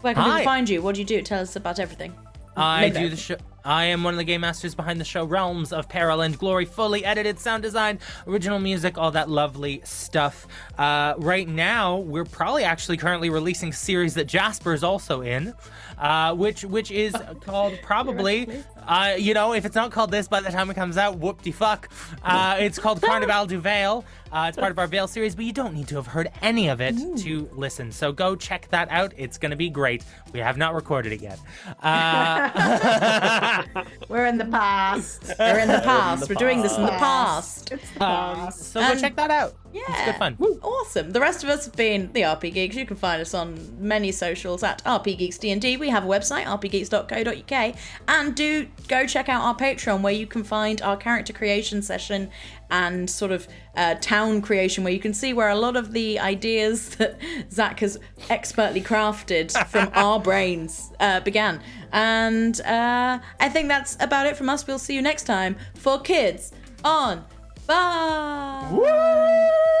Speaker 1: where can
Speaker 3: Hi.
Speaker 1: people find you? What do you do? Tell us about everything.
Speaker 3: I
Speaker 1: Maybe.
Speaker 3: do the show. I am one of the game masters behind the show Realms of Peril and Glory, fully edited sound design, original music, all that lovely stuff. Uh, right now, we're probably actually currently releasing a series that Jasper is also in, uh, which which is called probably, uh, you know, if it's not called this by the time it comes out, whoop de fuck. Uh, it's called Carnival du Vale. Uh, it's part of our Veil series, but you don't need to have heard any of it to listen. So go check that out. It's going to be great. We have not recorded it yet. Uh,
Speaker 2: We're in the past.
Speaker 1: We're in the past. We're doing this in the past.
Speaker 2: It's the
Speaker 3: um,
Speaker 2: past.
Speaker 3: so
Speaker 1: And-
Speaker 3: go check that out.
Speaker 1: Yeah.
Speaker 3: It's good fun.
Speaker 1: Awesome. The rest of us have been the RP Geeks. You can find us on many socials at RP Geeks D&D. We have a website, rpgeeks.co.uk. And do go check out our Patreon where you can find our character creation session and sort of uh, town creation where you can see where a lot of the ideas that Zach has expertly crafted from our brains uh, began. And uh, I think that's about it from us. We'll see you next time for Kids on Bye.